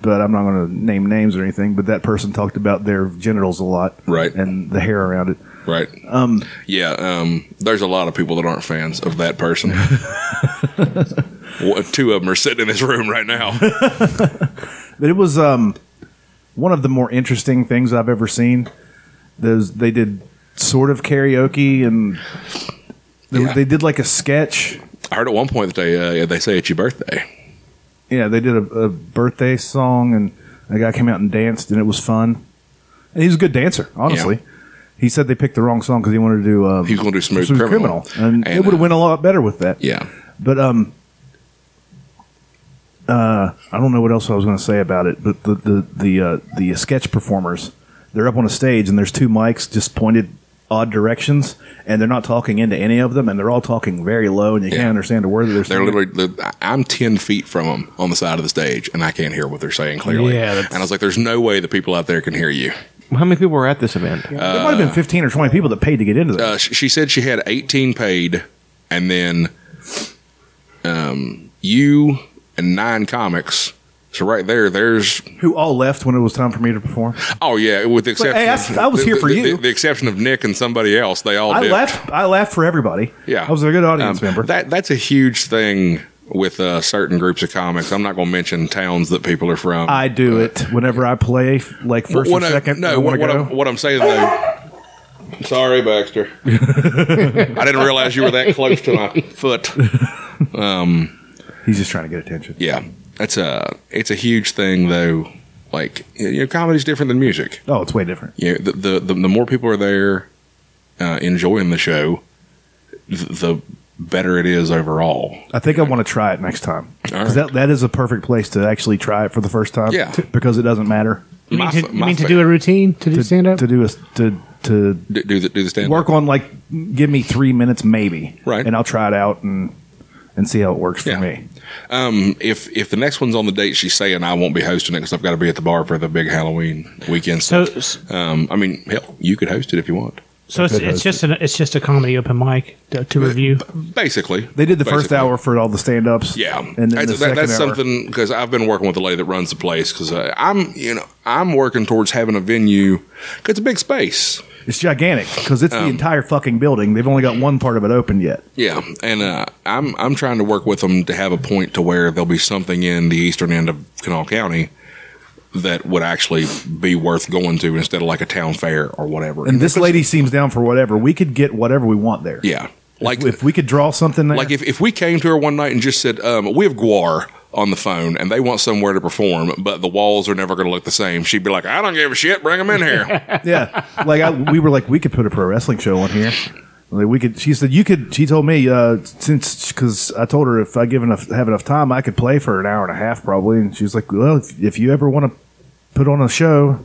Speaker 3: but I'm not going to name names or anything. But that person talked about their genitals a lot,
Speaker 1: Right.
Speaker 3: and the hair around it.
Speaker 1: right. Um, yeah. Um, there's a lot of people that aren't fans of that person. One- Two of them are sitting in this room right now.
Speaker 3: But it was um, one of the more interesting things I've ever seen. Those they did sort of karaoke, and they,
Speaker 1: Yeah.
Speaker 3: they did like a sketch.
Speaker 1: I heard at one point that they uh, they say it's your birthday.
Speaker 3: Yeah, they did a, a birthday song, and a guy came out and danced, and it was fun. And he was a good dancer, honestly.
Speaker 1: Yeah.
Speaker 3: He said they picked the wrong song because he wanted to do. Um,
Speaker 1: He was gonna do Smooth Criminal. And,
Speaker 3: and, it would have
Speaker 1: uh,
Speaker 3: went a lot better with that.
Speaker 1: Yeah.
Speaker 3: But um, uh, I don't know what else I was going to say about it. But the the the uh, the sketch performers, they're up on a stage and there's two mics just pointed odd directions, and they're not talking into any of them, and they're all talking very low, and you
Speaker 1: Yeah.
Speaker 3: can't understand a word that they're
Speaker 1: They're
Speaker 3: saying.
Speaker 1: literally. they're- I'm ten feet from them on the side of the stage, and I can't hear what they're saying clearly.
Speaker 2: Yeah, that's-
Speaker 1: and I was like, "There's no way the people out there can hear you."
Speaker 2: How many people were at this event?
Speaker 3: there might have been fifteen or twenty people that paid to get into that.
Speaker 1: Uh, sh- she said she had 18 paid, and then um, you and nine comics. So right there, there's
Speaker 3: Who all left when it was time for me to perform?
Speaker 1: oh yeah, with the exception
Speaker 3: hey,
Speaker 1: of-
Speaker 3: I- I was here
Speaker 1: the-
Speaker 3: for
Speaker 1: the-
Speaker 3: you.
Speaker 1: The, the exception of Nick and somebody else, they all
Speaker 3: I
Speaker 1: did.
Speaker 3: left. I left for everybody.
Speaker 1: Yeah,
Speaker 3: I was a good audience
Speaker 1: Um,
Speaker 3: member.
Speaker 1: That that's a huge thing with uh, certain groups of comics. I'm not going to mention towns that people are from.
Speaker 3: I do
Speaker 1: uh,
Speaker 3: it whenever I play, like first
Speaker 1: What
Speaker 3: or
Speaker 1: I-
Speaker 3: second.
Speaker 1: No,
Speaker 3: I wanna
Speaker 1: what, what
Speaker 3: go.
Speaker 1: I'm, what I'm saying though. Sorry, Baxter. I didn't realize you were that close to my foot.
Speaker 3: He's just trying to get attention.
Speaker 1: Yeah, that's a it's a huge thing though. Like you know, comedy's different than music.
Speaker 3: Oh, it's way different.
Speaker 1: You know, the, the the the more people are there uh, enjoying the show, th- the better it is overall.
Speaker 3: I think I want to try it next time
Speaker 1: All
Speaker 3: because
Speaker 1: right.
Speaker 3: that, that is a perfect place to actually try it for the first time.
Speaker 1: Yeah.
Speaker 3: because it doesn't matter
Speaker 5: You mean,
Speaker 1: My
Speaker 5: to,
Speaker 1: fa-
Speaker 5: you
Speaker 1: my
Speaker 5: mean to
Speaker 1: fa-
Speaker 5: do a routine? To do
Speaker 3: to,
Speaker 5: stand up?
Speaker 3: to do a to to
Speaker 1: do, do the do the stand
Speaker 3: work on like give me three minutes maybe
Speaker 1: Right.
Speaker 3: and I'll try it out and and see how it works for
Speaker 1: Yeah.
Speaker 3: me.
Speaker 1: Um, if if the next one's on the date she's saying, I won't be hosting it because I've got to be at the bar for the big Halloween weekend.
Speaker 5: So-
Speaker 1: stuff. um, I mean, hell, you could host it if you want.
Speaker 5: so it's,
Speaker 3: Good
Speaker 5: it's just an, it's just a comedy open mic to, to review.
Speaker 1: Basically,
Speaker 3: They did the first
Speaker 1: Basically.
Speaker 3: hour for all the stand ups.
Speaker 1: Yeah,
Speaker 3: and then
Speaker 1: that's,
Speaker 3: the
Speaker 1: that-
Speaker 3: second
Speaker 1: that's
Speaker 3: hour,
Speaker 1: something because I've been working with the lady that runs the place because I'm you know I'm working towards having a venue 'cause it's a big space.
Speaker 3: It's gigantic because
Speaker 1: Um,
Speaker 3: it's the entire fucking building. They've only got one part of it open yet.
Speaker 1: Yeah, and uh, I'm I'm trying to work with them to have a point to where there'll be something in the eastern end of Canal County that would actually be worth going to instead of like a town fair or whatever.
Speaker 3: And this lady seems down for whatever. We could get whatever we want there.
Speaker 1: yeah, like
Speaker 3: If, if we could draw something there,
Speaker 1: Like if, if we came to her one night and just said, um, "We have Guar on the phone, and they want somewhere to perform, but the walls are never going to look the same," she'd be like, "I don't give a shit. Bring them in here."
Speaker 3: yeah, like I, we were like we could put a pro wrestling show on here. Like we could. She said you could. She told me uh, since because I told her if I give enough have enough time, I could play for an hour and a half probably. And she's like, well, if, if you ever want to put on a show,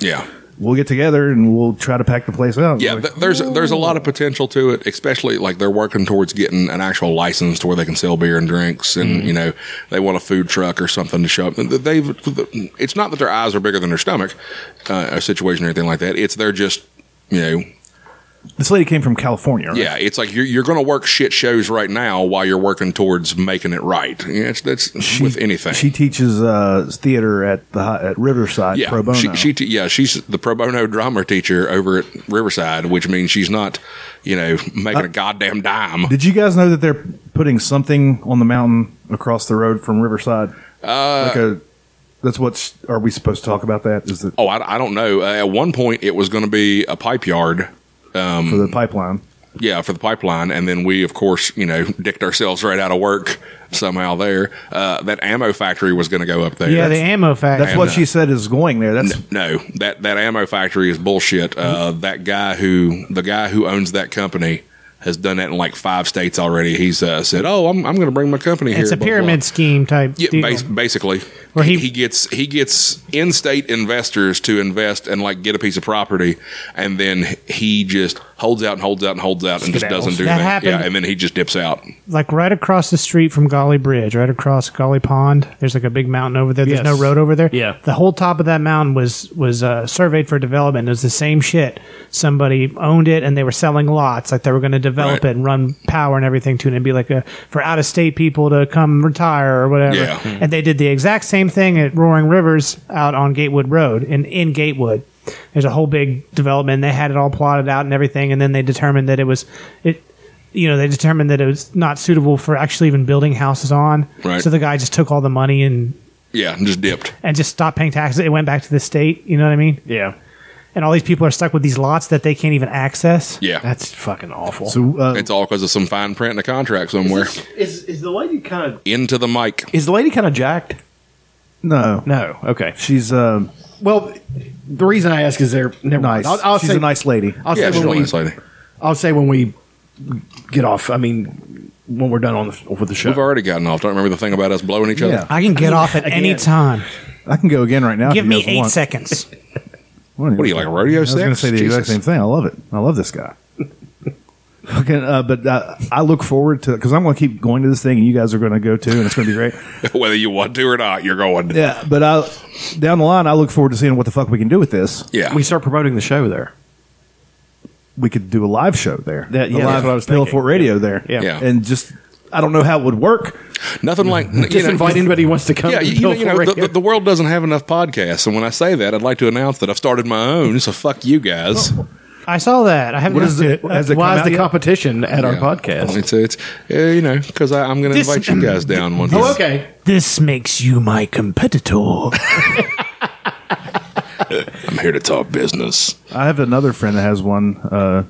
Speaker 1: yeah,
Speaker 3: we'll get together and we'll try to pack the place out.
Speaker 1: yeah.
Speaker 3: Like, "Oh."
Speaker 1: th- there's there's a lot of potential to it, especially like they're working towards getting an actual license to where they can sell beer and drinks, and
Speaker 3: Mm-hmm.
Speaker 1: you know they want a food truck or something to show up. Th- They've it's not that their eyes are bigger than their stomach, uh, a situation or anything like that. It's they're just you know
Speaker 3: this lady came from California. Right?
Speaker 1: Yeah, it's like you're, you're going to work shit shows right now while you're working towards making it right. Yeah, it's, that's with anything.
Speaker 3: She teaches uh, theater at the hi- at Riverside
Speaker 1: yeah,
Speaker 3: pro bono.
Speaker 1: She, she te- yeah, she's the pro bono drama teacher over at Riverside, which means she's not, you know, making
Speaker 3: Uh,
Speaker 1: a goddamn dime.
Speaker 3: Did you guys know that they're putting something on the mountain across the road from Riverside? Uh, like a, that's what's. Are we supposed to talk about that? Is it
Speaker 1: Oh, I, I don't know. Uh, at one point, it was going to be a pipe yard.
Speaker 3: for
Speaker 1: Mm.
Speaker 3: the pipeline?
Speaker 1: Yeah, for the pipeline, and then we, of course, you know, dicked ourselves right out of work somehow. There, uh, that ammo factory was going to go up there.
Speaker 5: yeah, the ammo factor.
Speaker 3: That's what she said is going there. That's
Speaker 1: No, that that ammo factory is bullshit. Uh, that guy who the guy who owns that company has done that in like five states already. He's uh, said, "Oh, I'm I'm going to bring my company here."
Speaker 5: it's a
Speaker 1: blah,
Speaker 5: pyramid
Speaker 1: blah.
Speaker 5: scheme type.
Speaker 1: Yeah,
Speaker 5: deal.
Speaker 1: bas- basically,
Speaker 5: Where
Speaker 1: he,
Speaker 5: he-
Speaker 1: he gets he gets in-state investors to invest and like get a piece of property, and then he just holds out and holds out and holds out and just
Speaker 3: Skedaddles.
Speaker 1: doesn't do
Speaker 5: That
Speaker 1: that. Yeah,
Speaker 5: happened-
Speaker 1: and then he just dips out.
Speaker 5: like right across the street from Golly Bridge, right across Golly Pond. There's like a big mountain over there. There's
Speaker 2: Yes.
Speaker 5: no road over there.
Speaker 2: Yeah.
Speaker 5: the whole top of that mountain was was uh, surveyed for development. It was the same shit. Somebody owned it and they were selling lots, like they were going to develop
Speaker 1: Right.
Speaker 5: it and run power and everything to it, and be like a for out of state people to come retire or whatever.
Speaker 1: Yeah.
Speaker 5: And they did the exact same thing at Roaring Rivers out on Gatewood Road in in Gatewood. There's a whole big development. They had it all plotted out and everything, and then they determined that it was it you know, they determined that it was not suitable for actually even building houses on.
Speaker 1: Right.
Speaker 5: So the guy just took all the money and
Speaker 1: Yeah, and just dipped.
Speaker 5: and just stopped paying taxes. It went back to the state. You know what I mean?
Speaker 2: Yeah,
Speaker 5: And all these people are stuck with these lots that they can't even access.
Speaker 1: Yeah,
Speaker 2: that's fucking awful.
Speaker 3: so. Uh,
Speaker 1: it's all because of some fine print in a contract somewhere.
Speaker 2: is is the lady kind of
Speaker 1: Into the mic.
Speaker 2: is the lady kind of jacked?
Speaker 3: no,
Speaker 2: No. Oh, Okay.
Speaker 3: she's uh,
Speaker 2: Well, the reason I ask is they're never
Speaker 3: nice.
Speaker 2: mind. I'll, I'll
Speaker 3: she's
Speaker 2: say,
Speaker 3: a nice lady.
Speaker 2: I'll
Speaker 1: Yeah,
Speaker 2: say
Speaker 1: she's
Speaker 2: when
Speaker 1: a
Speaker 2: we.
Speaker 1: nice lady.
Speaker 2: I'll say when we get off. I mean, when we're done on the, with the show.
Speaker 1: We've already gotten off. Don't remember the thing about us blowing each other.
Speaker 3: Yeah.
Speaker 5: I can get off at any
Speaker 2: Again.
Speaker 5: time.
Speaker 3: I can go again right now.
Speaker 5: Give
Speaker 3: if you
Speaker 5: me
Speaker 3: guys
Speaker 5: eight
Speaker 3: want.
Speaker 5: seconds.
Speaker 1: What are you, like a rodeo
Speaker 3: I was going to
Speaker 1: sex?
Speaker 3: say the exact
Speaker 1: Jesus.
Speaker 3: same thing. I love it. I love this guy. Okay, uh, but uh, I look forward to because I'm going to keep going to this thing, and you guys are going to go too, and it's going to be great.
Speaker 1: whether you want to or not, you're going.
Speaker 3: Yeah, but I down the line, I look forward to seeing what the fuck we can do with this.
Speaker 1: Yeah.
Speaker 2: We start promoting the show there.
Speaker 3: We could do a live show there,
Speaker 2: That- yeah,
Speaker 3: a
Speaker 2: that's
Speaker 3: live
Speaker 2: what I was
Speaker 3: Pillow
Speaker 2: thinking.
Speaker 3: Fort Radio there,
Speaker 2: Yeah.
Speaker 1: Yeah.
Speaker 3: and just I don't know how it would work.
Speaker 1: Nothing like you
Speaker 2: Just
Speaker 1: know,
Speaker 2: invite anybody who wants to come.
Speaker 1: Yeah,
Speaker 2: to
Speaker 1: you, you know,
Speaker 2: Bill
Speaker 1: you know,
Speaker 2: Forrest.
Speaker 1: the, the- the world doesn't have enough podcasts, and when I say that, I'd like to announce that I've started my own. So fuck you guys.
Speaker 5: I saw that. I haven't.
Speaker 3: What is
Speaker 5: listened
Speaker 3: it?
Speaker 5: to
Speaker 3: Has it
Speaker 2: Why
Speaker 3: come
Speaker 2: is
Speaker 3: out
Speaker 2: the Oh,
Speaker 3: yet?
Speaker 2: competition at our podcast?
Speaker 1: It's it's uh, you know because I'm going to
Speaker 5: This-
Speaker 1: invite you guys down one.
Speaker 2: Oh,
Speaker 1: time.
Speaker 2: okay.
Speaker 5: This makes you my competitor.
Speaker 1: I'm here to talk business.
Speaker 3: I have another friend that has one uh,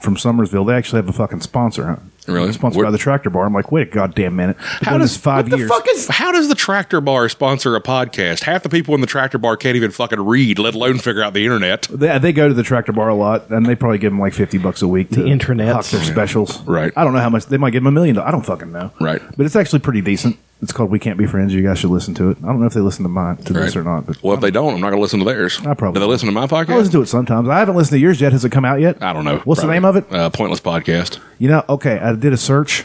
Speaker 3: from Somersville. They actually have a fucking sponsor. Huh?
Speaker 1: Really?
Speaker 3: Sponsored
Speaker 1: Where-
Speaker 3: by the Tractor Bar. I'm like, wait a goddamn minute. How does this five
Speaker 1: what the
Speaker 3: years?
Speaker 1: fuck is- how does the tractor bar sponsor a podcast? Half the people in the tractor bar can't even fucking read, let alone figure out the internet.
Speaker 3: They, they go to the Tractor Bar a lot, and they probably give them like fifty bucks a week to
Speaker 2: The internets.
Speaker 3: hawk their specials.
Speaker 1: Right.
Speaker 3: I don't know how much they might give them a million. dollars. I don't fucking know.
Speaker 1: Right.
Speaker 3: But it's actually pretty decent. It's called We Can't Be Friends. You guys should listen to it. I don't know if they listen to mine to this or not, but
Speaker 1: Well, if they don't, I'm not going to listen to theirs.
Speaker 3: I probably
Speaker 1: do they listen to my podcast.
Speaker 3: I listen to it sometimes. I haven't listened to yours yet. Has it come out yet?
Speaker 1: I don't know.
Speaker 3: What's the
Speaker 1: Probably.
Speaker 3: name of it?
Speaker 1: Uh, pointless podcast.
Speaker 3: You know, okay, I did a search.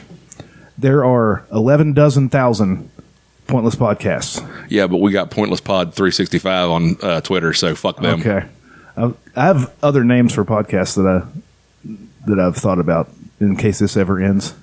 Speaker 3: There are eleven dozen thousand pointless podcasts.
Speaker 1: Yeah, but we got pointless pod 365 on uh, Twitter, so fuck them.
Speaker 3: Okay, I, I have other names for podcasts that I that I've thought about in case this ever ends.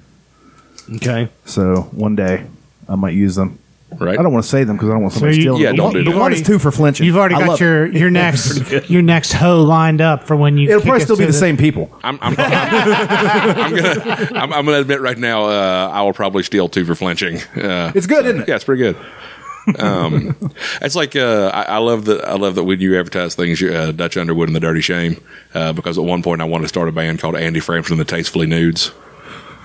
Speaker 2: Okay.
Speaker 3: So one day I might use them.
Speaker 1: Right.
Speaker 3: I don't want to say them because I don't want somebody
Speaker 5: you-
Speaker 3: stealing.
Speaker 1: yeah,
Speaker 3: them.
Speaker 1: don't do
Speaker 3: The
Speaker 1: that.
Speaker 3: one is two for flinching.
Speaker 5: You've already
Speaker 3: I
Speaker 5: got
Speaker 3: love
Speaker 5: your your next your next hoe lined up for when you.
Speaker 3: It. will
Speaker 5: kick
Speaker 3: probably
Speaker 5: us
Speaker 3: still be
Speaker 5: to
Speaker 3: the same people.
Speaker 1: I'm, I'm, I'm gonna I'm, I'm gonna admit right now uh, I will probably steal two for flinching. Uh,
Speaker 3: It's good, isn't it?
Speaker 1: yeah, it's pretty good. Um, it's like uh, I, I love that I love that when you advertise things, you, uh, Dutch Underwood and the Dirty Shame, uh, because at one point I wanted to start a band called Andy Frampton and the Tastefully Nudes.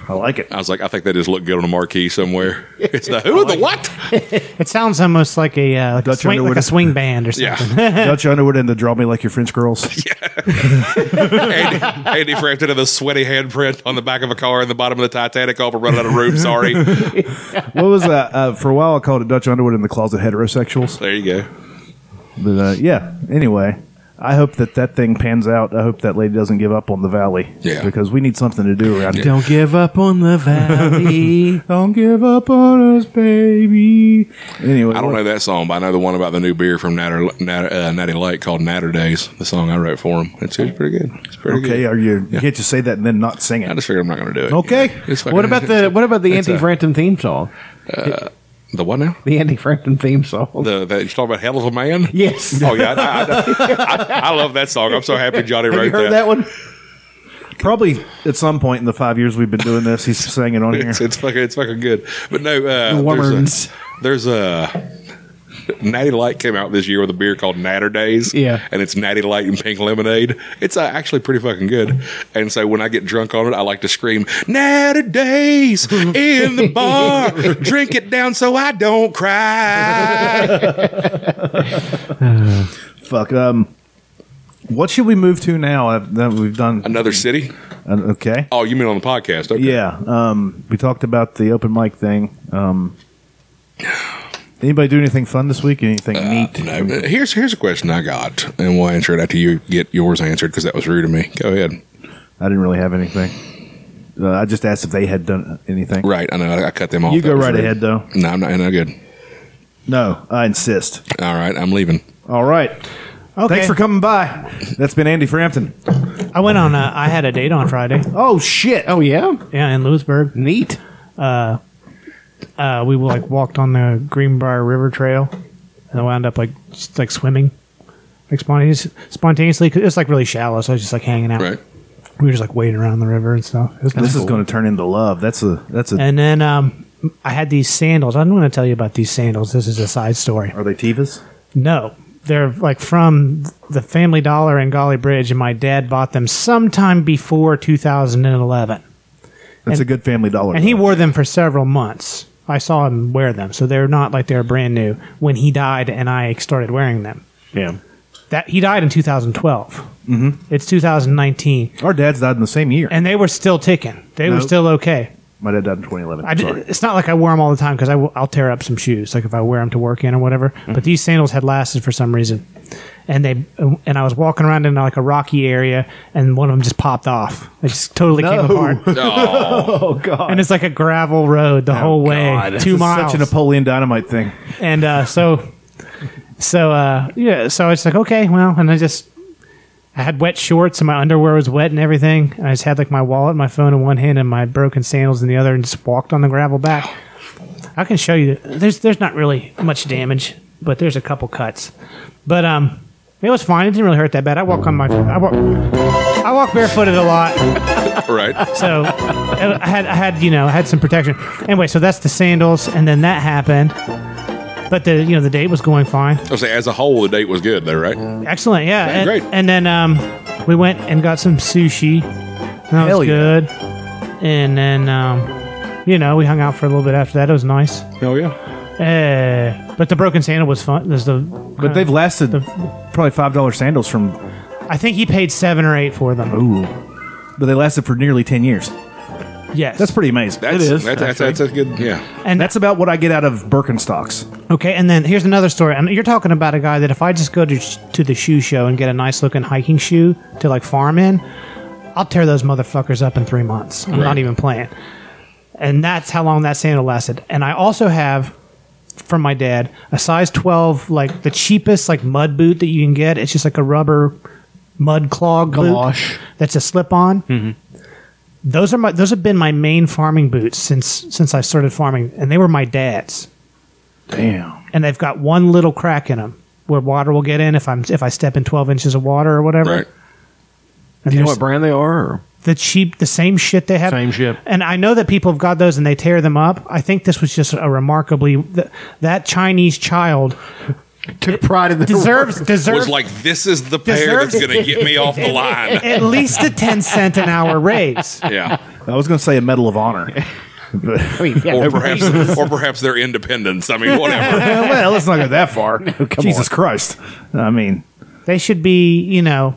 Speaker 3: I like it.
Speaker 1: I was like, I think they just look good on a marquee somewhere. It's the who, the what?
Speaker 5: It sounds almost like a uh, like a
Speaker 3: Dutch
Speaker 5: swing, like
Speaker 3: Underwood.
Speaker 5: a swing band or
Speaker 1: Yeah,
Speaker 5: something.
Speaker 3: Dutch Underwood and the Draw Me Like Your French Girls.
Speaker 1: Andy, Andy Frampton and the sweaty handprint on the back of a car in the bottom of the Titanic. Oh, we're running out of room. Sorry.
Speaker 3: what was that? Uh, for a while, I called it Dutch Underwood and the Closet Heterosexuals.
Speaker 1: There you go.
Speaker 3: But uh, yeah, anyway, I hope that that thing pans out. I hope that lady doesn't give up on the valley.
Speaker 1: Yeah.
Speaker 3: Because we need something to do around here.
Speaker 2: Don't give up on the valley.
Speaker 3: Don't give up on us, baby. Anyway,
Speaker 1: I don't know that song, but I know the one about the new beer from Natter, Natter, uh, Natty Light called Natter Days. The song I wrote for him. It's, it's pretty good. It's pretty
Speaker 3: Okay,
Speaker 1: good.
Speaker 3: are you? You can't just say that and then not sing
Speaker 1: I
Speaker 3: it.
Speaker 1: just figured I'm not going to do it.
Speaker 3: Okay.
Speaker 1: It's fucking-
Speaker 2: What about the what about the
Speaker 1: It's
Speaker 2: Andy
Speaker 1: a-
Speaker 2: Frampton theme song?
Speaker 1: the what now?
Speaker 2: The Andy Frampton theme song.
Speaker 1: The that you talking about Hell of a Man?
Speaker 2: yes.
Speaker 1: Oh yeah, I, I, I, I love that song. I'm so happy Johnny
Speaker 2: Have
Speaker 1: wrote
Speaker 2: you heard that one?
Speaker 3: Probably at some point in the five years we've been doing this, he's sang it on here.
Speaker 1: It's, it's fucking it's fucking good. But no, uh,
Speaker 2: Worms.
Speaker 1: There's a, there's a Natty Light came out this year with a beer called Natter Days.
Speaker 2: Yeah.
Speaker 1: and it's Natty Light and pink lemonade. It's uh, actually pretty fucking good. And so when I get drunk on it, I like to scream Natter Days in the bar. Drink it down so I don't cry.
Speaker 3: Fuck. Um, what should we move to now uh, that we've done?
Speaker 1: Another city.
Speaker 3: uh, okay.
Speaker 1: Oh, you mean on the podcast? Okay.
Speaker 3: Yeah. Um, we talked about the open mic thing. Um, anybody do anything fun this week? Anything neat?
Speaker 1: Uh, No, but here's here's a question I got, and we'll answer it after you get yours answered because that was rude of me. Go ahead.
Speaker 3: I didn't really have anything. Uh, I just asked if they had done anything.
Speaker 1: Right, I know I, I cut them off.
Speaker 3: You
Speaker 1: That
Speaker 3: go
Speaker 1: was
Speaker 3: right
Speaker 1: rude.
Speaker 3: ahead, though.
Speaker 1: No, I'm not. No good.
Speaker 3: No, I insist.
Speaker 1: All right, I'm leaving.
Speaker 3: All right.
Speaker 5: Okay.
Speaker 3: Thanks for coming by. That's been Andy Frampton.
Speaker 5: I went on. A, I had a date on Friday.
Speaker 3: Oh shit.
Speaker 2: Oh yeah,
Speaker 5: Yeah, in Lewisburg.
Speaker 2: neat.
Speaker 5: Uh, we like walked on the Greenbrier River Trail, and I wound up like just, like swimming, like spontaneous, spontaneously. 'cause It was like really shallow, so I was just like hanging out.
Speaker 1: Right.
Speaker 5: We were just like wading around the river and stuff. It was kinda
Speaker 3: This is
Speaker 5: cool.
Speaker 3: going to turn into love. That's a that's a.
Speaker 5: And then um, I had these sandals. I'm going to tell you about these sandals. This is a side story.
Speaker 3: Are they Tevas?
Speaker 5: No, they're like from the Family Dollar in Golly Bridge, and my dad bought them sometime before 2011,
Speaker 3: That's a
Speaker 5: And-
Speaker 3: good family dollar.
Speaker 5: and he wore them for several months. I saw him wear them, so they're not like they're brand new. When he died, and I started wearing them,
Speaker 3: yeah.
Speaker 5: that he died in 2012. Mm-hmm. It's 2019,
Speaker 3: Our dads died in the same year.
Speaker 5: and they were still ticking. They were
Speaker 3: Nope.
Speaker 5: still okay.
Speaker 3: My dad died in 2011.
Speaker 5: I d-
Speaker 3: Sorry.
Speaker 5: it's not like I wear them all the time because I will, I'll tear up some shoes, like if I wear them to work in or whatever.
Speaker 3: Mm-hmm.
Speaker 5: But these sandals had lasted for some reason, and they and I was walking around in like a rocky area, and one of them just popped off. It just totally came apart,
Speaker 1: Oh,
Speaker 3: Oh god.
Speaker 5: and it's like a gravel road the whole way,
Speaker 3: This
Speaker 5: two
Speaker 3: is
Speaker 5: miles.
Speaker 3: Such a Napoleon Dynamite thing.
Speaker 5: and uh, so, so uh, yeah, so it's like okay, well, and I just I had wet shorts and my underwear was wet and everything. And I just had like my wallet, my phone in one hand, and my broken sandals in the other, and just walked on the gravel back. I can show you. There's there's not really much damage, but there's a couple cuts. But um, it was fine. It didn't really hurt that bad. I walk on my I walk I walk barefooted a lot.
Speaker 1: right?
Speaker 5: So uh, I had, I had, you know, I had some protection. Anyway, so that's the sandals, and then that happened. But the, you know, the date was going fine.
Speaker 1: I say, as a whole, the date was good, though, right?
Speaker 5: Excellent, yeah.
Speaker 1: Yeah,
Speaker 5: and,
Speaker 1: great.
Speaker 5: And then um, we went and got some sushi. That
Speaker 3: Hell
Speaker 5: was
Speaker 3: yeah.
Speaker 5: good. And then, um, you know, we hung out for a little bit after that. It was nice.
Speaker 1: Oh yeah.
Speaker 5: Uh, but the broken sandal was fun. Was the,
Speaker 3: But they've lasted probably five dollar sandals from.
Speaker 5: I think he paid seven or eight for them.
Speaker 3: Ooh. But they lasted for nearly ten years.
Speaker 5: Yes,
Speaker 3: That's pretty amazing.
Speaker 1: That's,
Speaker 3: it is.
Speaker 1: That's, that's, that's, a good. Yeah.
Speaker 5: And
Speaker 3: That's about what I get out of Birkenstocks.
Speaker 5: Okay, and then here's another story. And you're talking about a guy that if I just go to to the shoe show and get a nice looking hiking shoe to like farm in, I'll tear those motherfuckers up in three months. I'm not
Speaker 1: Right.
Speaker 5: even playing. And that's how long that sandal lasted. And I also have from my dad a size 12, like the cheapest like mud boot that you can get. It's just like a rubber mud clog boot
Speaker 2: Galosh.
Speaker 5: that's a slip on. Those are my those have been my main farming boots since since I started farming, and they were my dad's
Speaker 3: Damn.
Speaker 5: and they've got one little crack in them where water will get in if I'm if I step in 12 inches of water or whatever.
Speaker 1: Right.
Speaker 5: And
Speaker 2: Do you know
Speaker 5: there's
Speaker 2: what brand they are? Or?
Speaker 5: the cheap the same shit they have.
Speaker 2: Same shit.
Speaker 5: And I know that people have got those and they tear them up. I think this was just a remarkably th- that Chinese child
Speaker 2: Took pride in the
Speaker 5: deserves
Speaker 1: Was
Speaker 5: deserves
Speaker 1: like, this is the pair
Speaker 5: Deserves-
Speaker 1: that's going to get me off the line.
Speaker 5: at least a 10 cent an hour raise.
Speaker 1: Yeah.
Speaker 3: I was going to say a Medal of Honor. but,
Speaker 2: I mean, yeah,
Speaker 1: Or
Speaker 2: no
Speaker 1: perhaps, or perhaps their independence. I mean, whatever.
Speaker 3: well, let's not go that far. Jesus Christ. I mean,
Speaker 5: They should be, you know,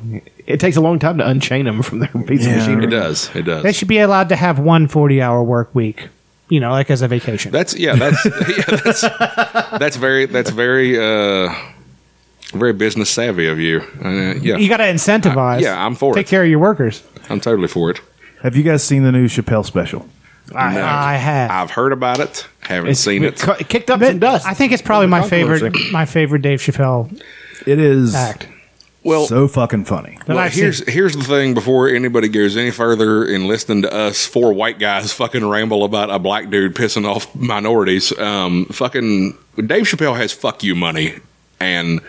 Speaker 2: it takes a long time to unchain them from their piece
Speaker 3: Yeah.
Speaker 2: of machinery.
Speaker 1: It does. It
Speaker 5: they
Speaker 1: does.
Speaker 5: should be allowed to have one 40-hour work week, you know, like as a vacation.
Speaker 1: That's yeah. That's yeah, that's that's very that's very uh very business savvy of you. Uh, yeah.
Speaker 5: you got to incentivize.
Speaker 1: yeah, I'm for
Speaker 5: Take
Speaker 1: it.
Speaker 5: care of your workers.
Speaker 1: I'm totally for it.
Speaker 3: have you guys seen the new Chappelle special?
Speaker 5: I,
Speaker 1: No.
Speaker 5: I have.
Speaker 1: I've heard about it. Haven't seen it.
Speaker 2: Cu- Kicked up some dust.
Speaker 5: I think it's probably my favorite,
Speaker 2: Controversy.
Speaker 5: my favorite Dave Chappelle
Speaker 3: It is
Speaker 5: act.
Speaker 1: Well,
Speaker 3: so fucking funny.
Speaker 5: that
Speaker 1: well,
Speaker 5: I've
Speaker 1: here's here's the thing. Before anybody goes any further in listening to us four white guys fucking ramble about a black dude pissing off minorities, um, fucking Dave Chappelle has fuck you money and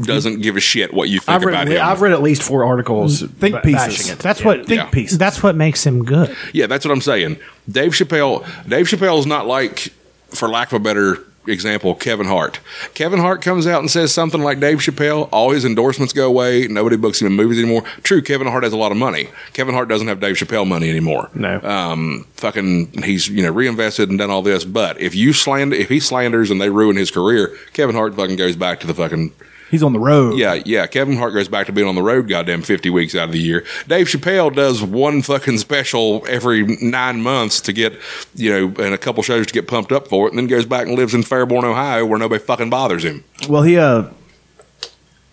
Speaker 1: doesn't give a shit what you think
Speaker 2: I've
Speaker 1: about
Speaker 2: read,
Speaker 1: him.
Speaker 2: I've read at least four articles.
Speaker 3: Think
Speaker 2: ba-
Speaker 3: pieces.
Speaker 2: bashing it.
Speaker 5: That's what
Speaker 1: Think piece.
Speaker 5: That's what makes him good.
Speaker 1: Yeah, that's what I'm saying. Dave Chappelle. Dave Chappelle's not like, for lack of a better example, Kevin Hart. Kevin Hart comes out and says something like Dave Chappelle. All his endorsements go away. Nobody books him in movies anymore. True, Kevin Hart has a lot of money. Kevin Hart doesn't have Dave Chappelle money anymore.
Speaker 2: No.
Speaker 1: Um, fucking, he's you know reinvested and done all this. But if you slander, if he slanders and they ruin his career, Kevin Hart fucking goes back to the fucking
Speaker 3: He's on the road.
Speaker 1: yeah, yeah. Kevin Hart goes back to being on the road goddamn 50 weeks out of the year. Dave Chappelle does one fucking special every nine months to get, you know, and a couple shows to get pumped up for it, and then goes back and lives in Fairborn, Ohio, where nobody fucking bothers him.
Speaker 3: Well, he uh,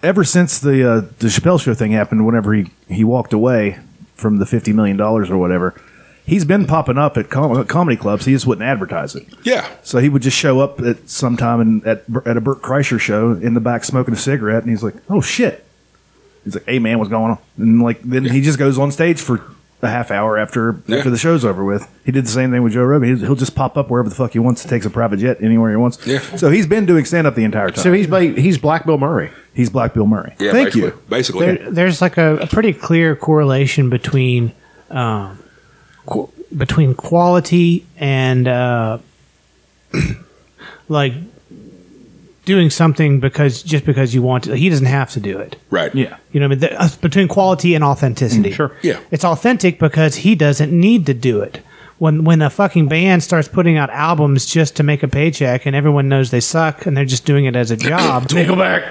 Speaker 3: ever since the uh, the Chappelle show thing happened, whenever he he walked away from the fifty million dollars or whatever, he's been popping up at com- uh, comedy clubs. He just wouldn't advertise it.
Speaker 1: Yeah.
Speaker 3: So he would just show up at some time and at at a Burt Kreischer show in the back smoking a cigarette, and he's like, "Oh shit." He's like, "Hey man, what's going on?" And like then he just goes on stage for a half hour after
Speaker 1: Yeah.
Speaker 3: after the show's over with. He did the same thing with Joe Rogan. He'll, he'll just pop up wherever the fuck he wants. Takes a private jet anywhere he wants.
Speaker 1: Yeah.
Speaker 3: So he's been doing stand up the entire time.
Speaker 2: So he's ba- he's Black Bill Murray.
Speaker 3: He's Black Bill Murray.
Speaker 1: Yeah,
Speaker 3: Thank
Speaker 1: basically,
Speaker 3: you.
Speaker 1: Basically.
Speaker 5: There, there's like a, a pretty clear correlation between, um, qu- between quality and uh, like doing something because just because you want to. He doesn't have to do it.
Speaker 1: right.
Speaker 3: Yeah.
Speaker 5: You know, what I mean, The- uh, between quality and authenticity. Sure.
Speaker 1: Yeah.
Speaker 5: It's authentic because he doesn't need to do it. When when a fucking band starts putting out albums just to make a paycheck and everyone knows they suck and they're just doing it as a job.
Speaker 2: Nickelback.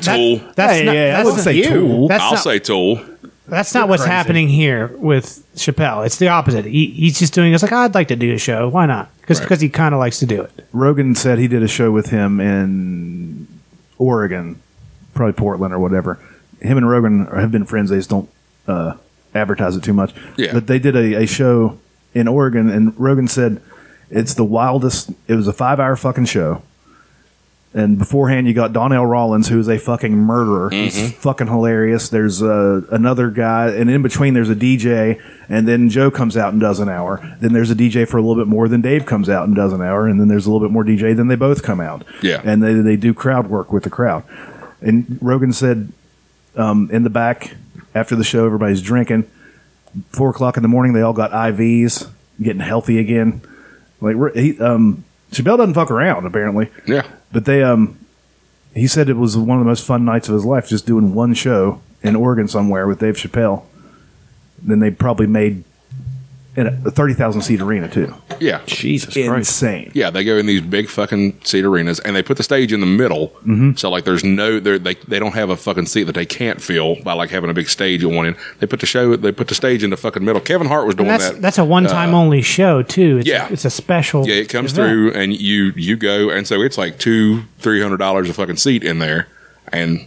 Speaker 1: Tool.
Speaker 5: That's
Speaker 3: Hey,
Speaker 5: not,
Speaker 3: yeah, I
Speaker 5: that's,
Speaker 3: wouldn't
Speaker 5: not,
Speaker 3: say
Speaker 2: you.
Speaker 3: tool.
Speaker 5: that's
Speaker 1: I'll
Speaker 5: not-
Speaker 1: say Tool.
Speaker 5: that's not what's
Speaker 3: crazy.
Speaker 5: happening here with Chappelle. It's the opposite. He, he's just doing. It's like I'd like to do a show. Why not? Because
Speaker 1: Right.
Speaker 5: because he kind of likes to do it.
Speaker 3: Rogan said he did a show with him in Oregon, probably Portland or whatever. Him and Rogan have been friends. They just don't uh, advertise it too much.
Speaker 1: Yeah.
Speaker 3: But they did a, a show in Oregon, and Rogan said it's the wildest. It was a five hour fucking show. And beforehand, you got Donnell Rollins, who is a fucking murderer. He's fucking hilarious. There's uh, another guy, and in between, there's a DJ, and then Joe comes out and does an hour. Then there's a DJ for a little bit more, then Dave comes out and does an hour, and then there's a little bit more DJ, then they both come out.
Speaker 1: Yeah.
Speaker 3: And they, they do crowd work with the crowd. And Rogan said um, in the back after the show, everybody's drinking four o'clock in the morning. They all got IVs, getting healthy again. Like we're- he, um, Chappelle doesn't fuck around apparently.
Speaker 1: Yeah.
Speaker 3: But they, um, he said it was one of the most fun nights of his life, just doing one show in Oregon somewhere with Dave Chappelle. Then they probably made in a thirty thousand seat arena too.
Speaker 1: Yeah.
Speaker 2: Jesus Christ.
Speaker 3: Insane.
Speaker 1: Yeah, they go in these big fucking seat arenas, and they put the stage in the middle.
Speaker 5: Mm-hmm.
Speaker 1: So like, there's no they're- they they don't have a fucking seat that they can't fill by like having a big stage on one end. They put the show they put the stage in the fucking middle. Kevin Hart was doing
Speaker 5: And that's
Speaker 1: that. uh,
Speaker 5: that's a one time only show too. It's,
Speaker 1: yeah.
Speaker 5: it's a special.
Speaker 1: yeah, it comes
Speaker 5: event.
Speaker 1: through, and you you go, and so it's like two three hundred dollars a fucking seat in there, and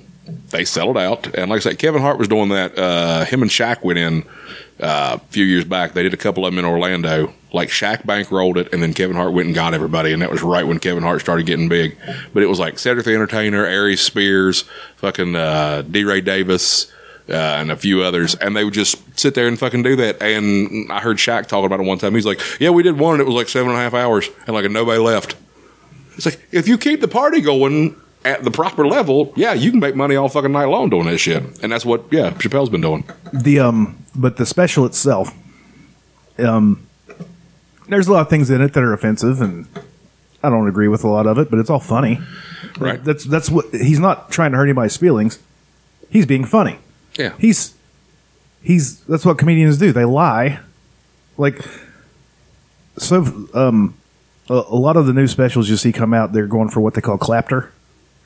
Speaker 1: they sell it out. And like I said, Kevin Hart was doing that. Uh, him and Shaq went in uh, a few years back. They did a couple of them in Orlando. Like Shaq bankrolled it, and then Kevin Hart went and got everybody, and that was right when Kevin Hart started getting big. But it was like Cedric the Entertainer, Aries Spears, fucking uh, D. Ray Davis. Uh, and a few others, and they would just sit there and fucking do that. And I heard Shaq talking about it one time. He's like, "Yeah, we did one, and it was like seven and a half hours, and like nobody left." It's like if you keep the party going at the proper level, yeah, you can make money all fucking night long doing that shit, and that's what yeah Chappelle's been doing.
Speaker 3: the um but the special itself um there's a lot of things in it that are offensive and I don't agree with a lot of it, but it's all funny.
Speaker 1: Right.
Speaker 3: That's that's what he's not trying to hurt anybody's feelings. He's being funny.
Speaker 1: Yeah,
Speaker 3: He's he's that's what comedians do. They lie. Like so um a, a lot of the new specials you see come out, they're going for what they call clapter,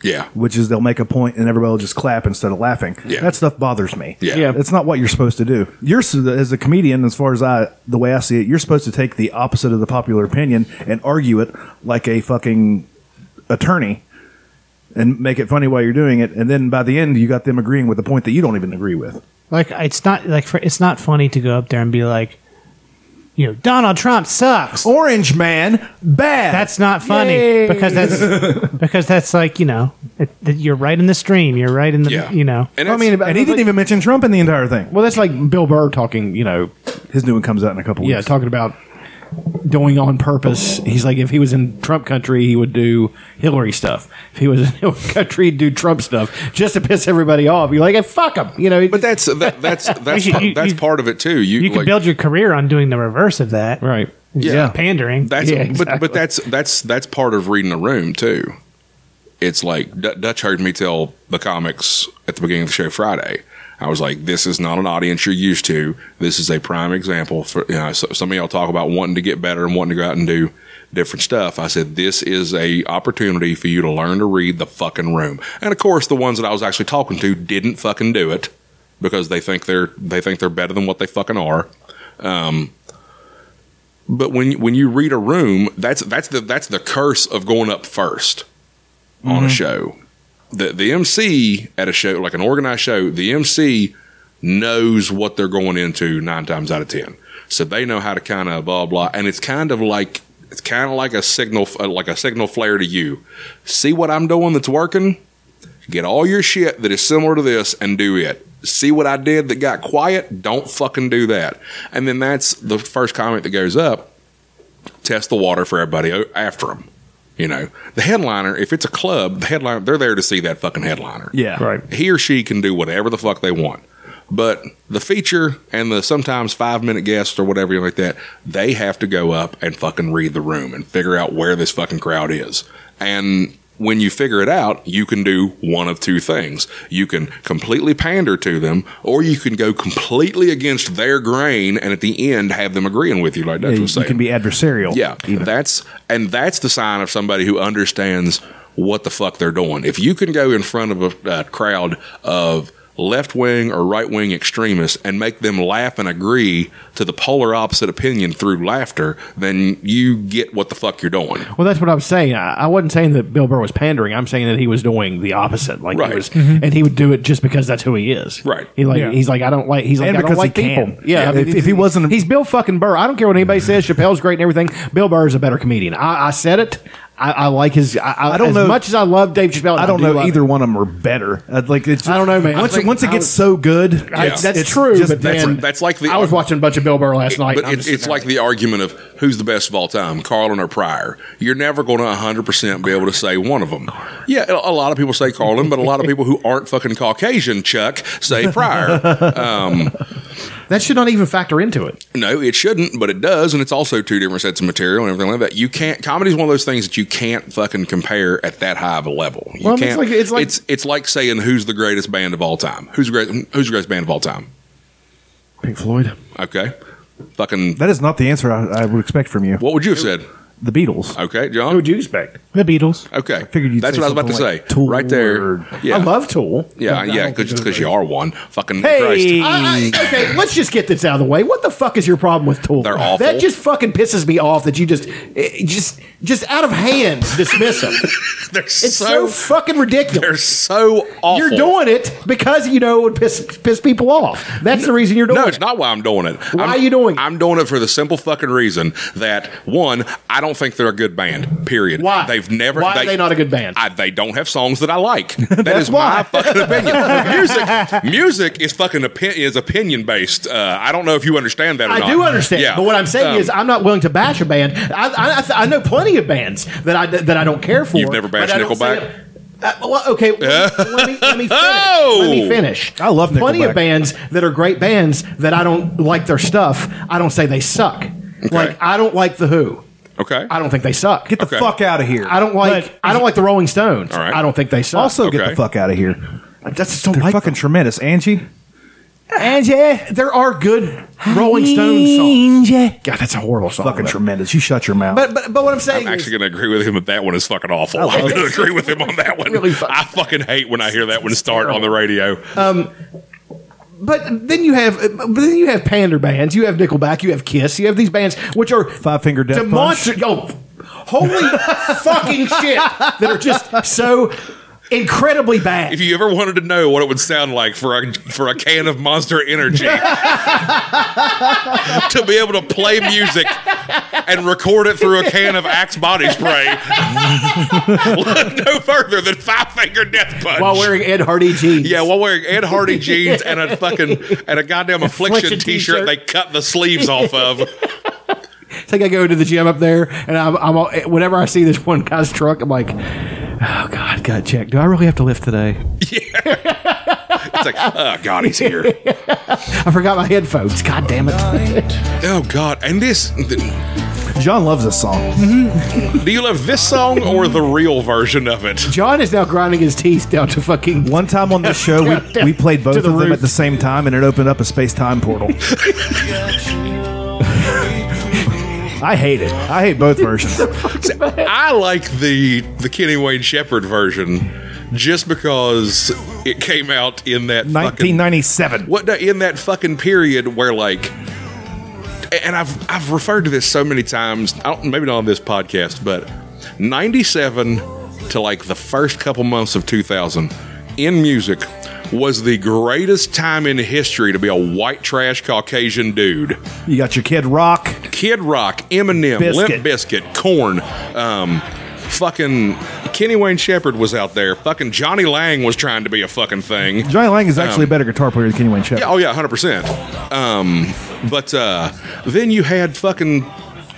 Speaker 1: yeah,
Speaker 3: which is they'll make a point and everybody will just clap instead of laughing.
Speaker 1: Yeah.
Speaker 3: That stuff bothers me.
Speaker 1: yeah,
Speaker 2: Yeah.
Speaker 3: It's not what you're supposed to do. You're s- as a comedian, as far as I, the way I see it, you're supposed to take the opposite of the popular opinion and argue it like a fucking attorney, and make it funny while you're doing it. And then by the end, you got them agreeing with the point that you don't even agree with.
Speaker 5: Like it's not like for, it's not funny to go up there and be like, you know, Donald Trump sucks.
Speaker 2: Oh,
Speaker 3: Orange man, bad.
Speaker 5: That's not funny because that's because that's like you know it, that you're right in the stream. You're right in the
Speaker 1: yeah.
Speaker 5: you know.
Speaker 1: and
Speaker 2: I mean,
Speaker 3: and he didn't even mention Trump in the entire thing.
Speaker 2: well, that's like Bill Burr talking, you know,
Speaker 3: His new one comes out in a couple
Speaker 2: yeah,
Speaker 3: weeks.
Speaker 2: talking about doing on purpose. He's like, if he was in Trump country, he would do Hillary stuff. If he was in Hillary country, he'd do Trump stuff just to piss everybody off. You're like, hey, fuck him, you know.
Speaker 1: but that's that, that's that's
Speaker 5: should- you-
Speaker 1: that's
Speaker 5: you-
Speaker 1: part of it too. You,
Speaker 5: You can
Speaker 1: like-
Speaker 5: build your career on doing the reverse of that.
Speaker 2: right.
Speaker 1: yeah.
Speaker 5: Pandering.
Speaker 1: That's
Speaker 2: Yeah,
Speaker 1: but but that's that's that's part of reading the room too. It's like D- Dutch heard me tell the comics at the beginning of the show Friday. I was like, "This is not an audience you're used to. This is a prime example for you know." So, some of y'all talk about wanting to get better and wanting to go out and do different stuff. I said, "This is a opportunity for you to learn to read the fucking room." And of course, the ones that I was actually talking to didn't fucking do it because they think they're they think they're better than what they fucking are. But when when you read a room, that's that's the that's the curse of going up 1st on a show. The the MC at a show like an organized show, the MC knows what they're going into nine times out of ten, so they know how to kind of blah blah. And it's kind of like it's kind of like a signal uh, like a signal flare to you. See what I'm doing that's working. Get all your shit that is similar to this and do it. See what I did that got quiet? Don't fucking do that. And then that's the first comment that goes up. Test the water for everybody o- after them. You know, the headliner, if it's a club, the headliner, they're there to see that fucking headliner.
Speaker 3: yeah,
Speaker 2: Right.
Speaker 1: He or she can do whatever the fuck they want. But the feature and the sometimes five minute guests or whatever like that, they have to go up and fucking read the room and figure out where this fucking crowd is. And when you figure it out, you can do one of two things. You can completely pander to them, or you can go completely against their grain and at the end have them agreeing with you, like Dutch
Speaker 3: You,
Speaker 1: was saying.
Speaker 3: you can be adversarial.
Speaker 1: Yeah,
Speaker 3: even.
Speaker 1: that's and that's the sign of somebody who understands what the fuck they're doing. If you can go in front of a uh, crowd of left wing or right wing extremists and make them laugh and agree to the polar opposite opinion through laughter, then you get what the fuck you're doing.
Speaker 2: Well, that's what I'm saying. I, I wasn't saying that Bill Burr was pandering. I'm saying that he was doing the opposite. Like
Speaker 1: Right.
Speaker 2: he was,
Speaker 3: Mm-hmm.
Speaker 2: and he would do it just because that's who he is.
Speaker 1: Right.
Speaker 2: He like
Speaker 5: Yeah.
Speaker 2: he's like I don't like he's like
Speaker 3: And
Speaker 2: I don't
Speaker 3: because he
Speaker 2: like people.
Speaker 3: can.
Speaker 2: Yeah.
Speaker 3: Yeah,
Speaker 2: I mean,
Speaker 3: if- if he wasn't-
Speaker 2: he's Bill fucking Burr. I don't care what anybody says. Chappelle's great and everything. Bill Burr is a better comedian. I, I said it. I, I like his. I, I,
Speaker 3: I don't
Speaker 2: as
Speaker 3: know-
Speaker 2: much as I love Dave Chappelle.
Speaker 3: I don't
Speaker 2: Oh, do
Speaker 3: know
Speaker 2: love
Speaker 3: either
Speaker 2: it.
Speaker 3: one of them are better. Uh, Like it's
Speaker 2: I don't know, man. I
Speaker 3: Once,
Speaker 2: think
Speaker 3: once it
Speaker 2: I
Speaker 3: gets
Speaker 2: was-
Speaker 3: so good,
Speaker 2: I-
Speaker 3: it's-
Speaker 2: that's
Speaker 3: it's
Speaker 2: true,
Speaker 3: just
Speaker 2: but
Speaker 1: that's-
Speaker 2: then
Speaker 1: that's like the-
Speaker 2: I was watching a bunch of Bill Burr last night.
Speaker 1: But
Speaker 2: and I'm
Speaker 1: it,
Speaker 2: just
Speaker 1: it's like the argument of who's the best of all time, Carlin or Pryor. You're never going to 100% be able to say one of them. Yeah, a a lot of people say Carlin, but a lot of people who aren't fucking Caucasian, Chuck, say Pryor. Um,
Speaker 2: that should not even factor into it.
Speaker 1: no, it shouldn't, but it does, and it's also two different sets of material and everything like that. You can't. Comedy's one of those things that you can't fucking compare at that high of a level. You
Speaker 2: Well, it's
Speaker 1: can't,
Speaker 2: like- it's like-
Speaker 1: it's it's like saying who's the greatest band of all time. Who's the great? Who's the greatest band of all time?
Speaker 2: Pink Floyd.
Speaker 1: Okay, fucking.
Speaker 3: That is not the answer I, I would expect from you.
Speaker 1: What would you have said?
Speaker 3: The Beatles.
Speaker 1: Okay,
Speaker 2: Who would
Speaker 1: John.
Speaker 2: you expect?
Speaker 5: The Beatles.
Speaker 1: Okay,
Speaker 3: figured you'd
Speaker 1: that's
Speaker 3: say
Speaker 1: what I was about to
Speaker 3: something
Speaker 1: say.
Speaker 3: like Tool
Speaker 1: right there.
Speaker 3: or-
Speaker 1: Yeah,
Speaker 2: I love Tool.
Speaker 1: yeah,
Speaker 2: But I
Speaker 1: yeah.
Speaker 2: don't think
Speaker 1: Because
Speaker 2: they're
Speaker 1: you
Speaker 2: great.
Speaker 1: are one. Fucking
Speaker 3: Hey!
Speaker 1: Christ. Ah,
Speaker 2: I- I- okay, let's just get this out of the way. What the fuck is your problem with Tool?
Speaker 1: They're awful.
Speaker 2: That just fucking pisses me off. That you just, eh, just, just out of hand dismiss them.
Speaker 1: They're
Speaker 2: It's
Speaker 1: so.
Speaker 2: so, fucking
Speaker 1: they're
Speaker 2: ridiculous.
Speaker 1: so awful.
Speaker 2: You're doing it because you know it would piss piss people off. That's the reason you're doing
Speaker 1: No,
Speaker 2: it.
Speaker 1: it's not why I'm doing it.
Speaker 2: Why
Speaker 1: I'm-
Speaker 2: are you doing it?
Speaker 1: I'm doing it for the simple fucking reason that one, I don't think they're a good band. Period.
Speaker 2: Why?
Speaker 1: They've never.
Speaker 2: Why are they not a good band?
Speaker 1: I, they don't have songs that I like. That is my fucking opinion. music, music is fucking opinion is opinion based. Uh, I don't know if you understand that. or
Speaker 2: I
Speaker 1: not.
Speaker 2: do understand,
Speaker 1: Yeah.
Speaker 2: but what I'm saying
Speaker 1: Um,
Speaker 2: is, I'm not willing to bash a band. I, I, I, th- I know plenty of bands that I that I don't care for.
Speaker 1: You've never
Speaker 2: but
Speaker 1: bashed
Speaker 2: I don't
Speaker 1: Nickelback?
Speaker 2: say it- Uh, well, okay. Let me, let me, let me finish. Let
Speaker 1: Oh!
Speaker 2: me finish.
Speaker 3: I love
Speaker 2: plenty
Speaker 3: Nickelback.
Speaker 2: of bands that are great bands that I don't like their stuff. I don't say they suck. Like I don't like the Who.
Speaker 1: okay.
Speaker 2: I don't think they suck.
Speaker 3: Get the
Speaker 1: Okay.
Speaker 3: fuck out of here.
Speaker 2: I don't like
Speaker 5: But-
Speaker 2: I don't like the Rolling Stones.
Speaker 1: All right.
Speaker 2: I don't think they suck.
Speaker 3: also get
Speaker 1: Okay.
Speaker 3: the fuck out of here.
Speaker 2: I just don't
Speaker 3: They're
Speaker 2: like
Speaker 3: fucking
Speaker 2: them.
Speaker 3: tremendous, Angie. Angie,
Speaker 2: There are good Rolling Stones songs. God, that's a horrible song.
Speaker 3: fucking
Speaker 2: though.
Speaker 3: tremendous. You shut your mouth.
Speaker 2: But, but but what I'm saying
Speaker 1: I'm
Speaker 2: is,
Speaker 1: actually going to agree with him that that one is fucking awful. I'm going to agree with him on that one.
Speaker 2: Oh, Really Oh. fucking-
Speaker 1: I fucking hate when I hear that one start on the radio.
Speaker 2: But then you have, but then you have pander bands. You have Nickelback. You have Kiss. You have these bands which are
Speaker 3: Five Finger Death
Speaker 2: demonstra- Oh, holy fucking shit! That are just so incredibly bad.
Speaker 1: if you ever wanted to know what it would sound like for a for a can of Monster Energy to be able to play music and record it through a can of Axe body spray, look no further than Five Finger Death Punch.
Speaker 2: while wearing Ed Hardy jeans.
Speaker 1: yeah, while wearing Ed Hardy jeans and a fucking and a goddamn affliction
Speaker 2: Affliction
Speaker 1: T-shirt,
Speaker 2: t-shirt.
Speaker 1: they cut the sleeves off of.
Speaker 2: it's like I go to the gym up there, and I'm, I'm all, whenever I see this one guy's truck, I'm like, oh god, gut check. Do I really have to lift today?
Speaker 1: It's like, oh god, he's here.
Speaker 2: I forgot my headphones. God damn it!
Speaker 1: Oh god, and this.
Speaker 3: John loves this song.
Speaker 1: Do you love this song or the real version of it?
Speaker 2: John is now grinding his teeth down to fucking.
Speaker 3: One time on this show, we, we played both
Speaker 2: To
Speaker 3: of
Speaker 2: the
Speaker 3: them
Speaker 2: roof.
Speaker 3: at the same time, and it opened up a space time portal. I hate it. I hate both versions.
Speaker 1: I like the the Kenny Wayne Shepherd version just because it came out in that fucking
Speaker 3: 1997.
Speaker 1: what the- in that fucking period where like and I've I've referred to this so many times, I don't, maybe not on this podcast, but 97 to like the first couple months of 2000 in music was the greatest time in history to be a white trash Caucasian dude.
Speaker 3: You got your Kid Rock.
Speaker 1: Kid Rock, Eminem,
Speaker 3: Biscuit.
Speaker 1: Limp Biscuit, Corn, um, fucking Kenny Wayne Shepherd was out there. Fucking Johnny Lang was trying to be a fucking thing.
Speaker 3: Johnny Lang is actually a better guitar player than Kenny Wayne Shepherd.
Speaker 1: Yeah, oh yeah, hundred percent. Um, but uh, then you had fucking.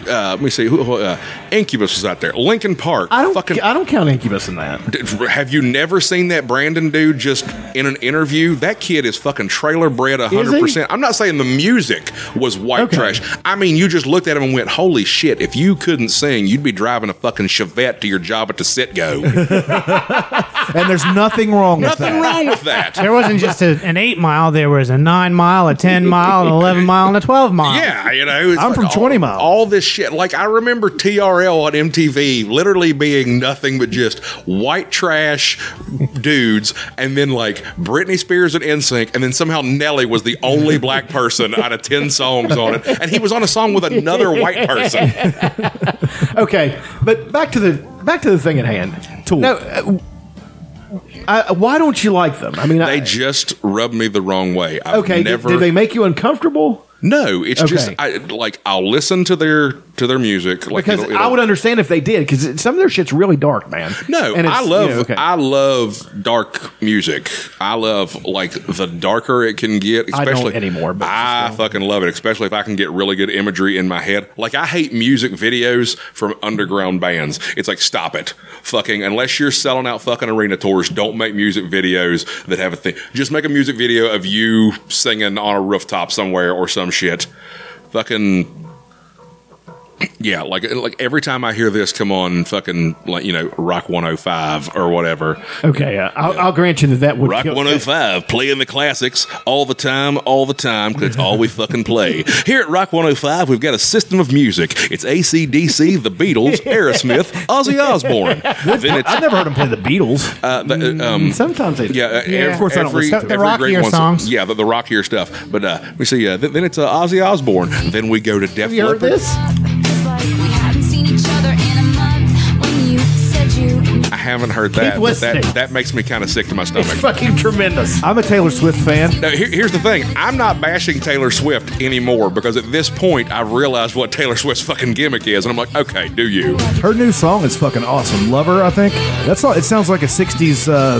Speaker 1: Uh, let me see. Who, who- uh, Incubus was out there. Lincoln Park.
Speaker 2: I don't.
Speaker 1: Fucking,
Speaker 2: I don't count Incubus in that.
Speaker 1: D- have you never seen that Brandon dude just in an interview? That kid is fucking trailer bred
Speaker 2: Is he?
Speaker 1: 100%. I'm not saying the music was white
Speaker 2: Okay.
Speaker 1: trash. I mean, you just looked at him and went, holy shit, if you couldn't sing, you'd be driving a fucking Chevette to your job at the sit go.
Speaker 3: And there's nothing wrong with
Speaker 1: Nothing
Speaker 3: that.
Speaker 1: wrong with that.
Speaker 5: There wasn't just a, an eight mile. There was a nine mile, a ten mile, an eleven mile, and a twelve mile.
Speaker 1: Yeah, you know, it's
Speaker 3: I'm from
Speaker 1: all-
Speaker 3: 20 Mile.
Speaker 1: All this shit. Like I remember TRL on MTV literally being nothing but just white trash dudes, and then like Britney Spears and NSYNC, and then somehow Nelly was the only black person out of ten songs on it, and he was on a song with another white person.
Speaker 2: Okay, but back to the back to the thing at hand.
Speaker 3: Tool.
Speaker 2: No, uh, I, why don't you like them? I mean,
Speaker 1: They
Speaker 2: I,
Speaker 1: just rubbed me the wrong way. I've
Speaker 2: okay, did-
Speaker 1: never.
Speaker 2: did they make you uncomfortable?
Speaker 1: No, it's just
Speaker 2: Okay.
Speaker 1: I like I'll listen to their to their music like
Speaker 2: Because
Speaker 1: it'll- it'll-
Speaker 2: I would understand if they did, because some of their shit's really dark, man.
Speaker 1: No,
Speaker 2: And it's,
Speaker 1: I love
Speaker 2: you know, okay.
Speaker 1: I love dark music. I love like the darker it can get.
Speaker 2: I don't
Speaker 1: Especially
Speaker 2: anymore, but
Speaker 1: I fucking love it, especially if I can get really good imagery in my head. Like I hate music videos from underground bands. It's like stop it, fucking. Unless you're selling out fucking arena tours, don't make music videos that have a thing. Just make a music video of you singing on a rooftop somewhere or some shit. Fucking yeah, like like every time I hear this come on, fucking like you know, Rock 105 or whatever.
Speaker 2: okay, uh, I'll, I'll grant you that that would
Speaker 1: Rock
Speaker 2: kill-
Speaker 1: 105 playing the classics all the time, all the time because it's all we fucking play. Here at Rock 105, we've got a system of music. It's ACDC, The Beatles, Aerosmith, Ozzy Osbourne. then it's
Speaker 3: I've never heard him play the Beatles.
Speaker 1: uh, the, uh, um,
Speaker 2: Sometimes they
Speaker 1: yeah, uh,
Speaker 5: Yeah.
Speaker 1: of
Speaker 5: Of
Speaker 1: course.
Speaker 3: course I don't
Speaker 1: Every,
Speaker 3: listen to
Speaker 1: every
Speaker 5: it. The
Speaker 1: great
Speaker 5: rockier
Speaker 1: one's-
Speaker 5: songs.
Speaker 1: yeah, the, the rockier stuff. But uh, we see, uh, th- then it's uh, Ozzy Osbourne. Then we go to Def
Speaker 2: Have you heard
Speaker 1: Leppard.
Speaker 2: this?
Speaker 6: It's like we haven't seen each other in a month when you said you
Speaker 1: I haven't heard that. but that
Speaker 2: listening.
Speaker 1: that makes me kind of sick to my stomach.
Speaker 2: Fucking tremendous.
Speaker 3: I'm a Taylor Swift fan.
Speaker 1: Now, here, here's the thing. I'm not bashing Taylor Swift anymore because at this point, I've realized what Taylor Swift's fucking gimmick is, and I'm like, okay, do you?
Speaker 3: Her new song is fucking awesome. Lover, I think. That's all, it sounds like a 60s uh,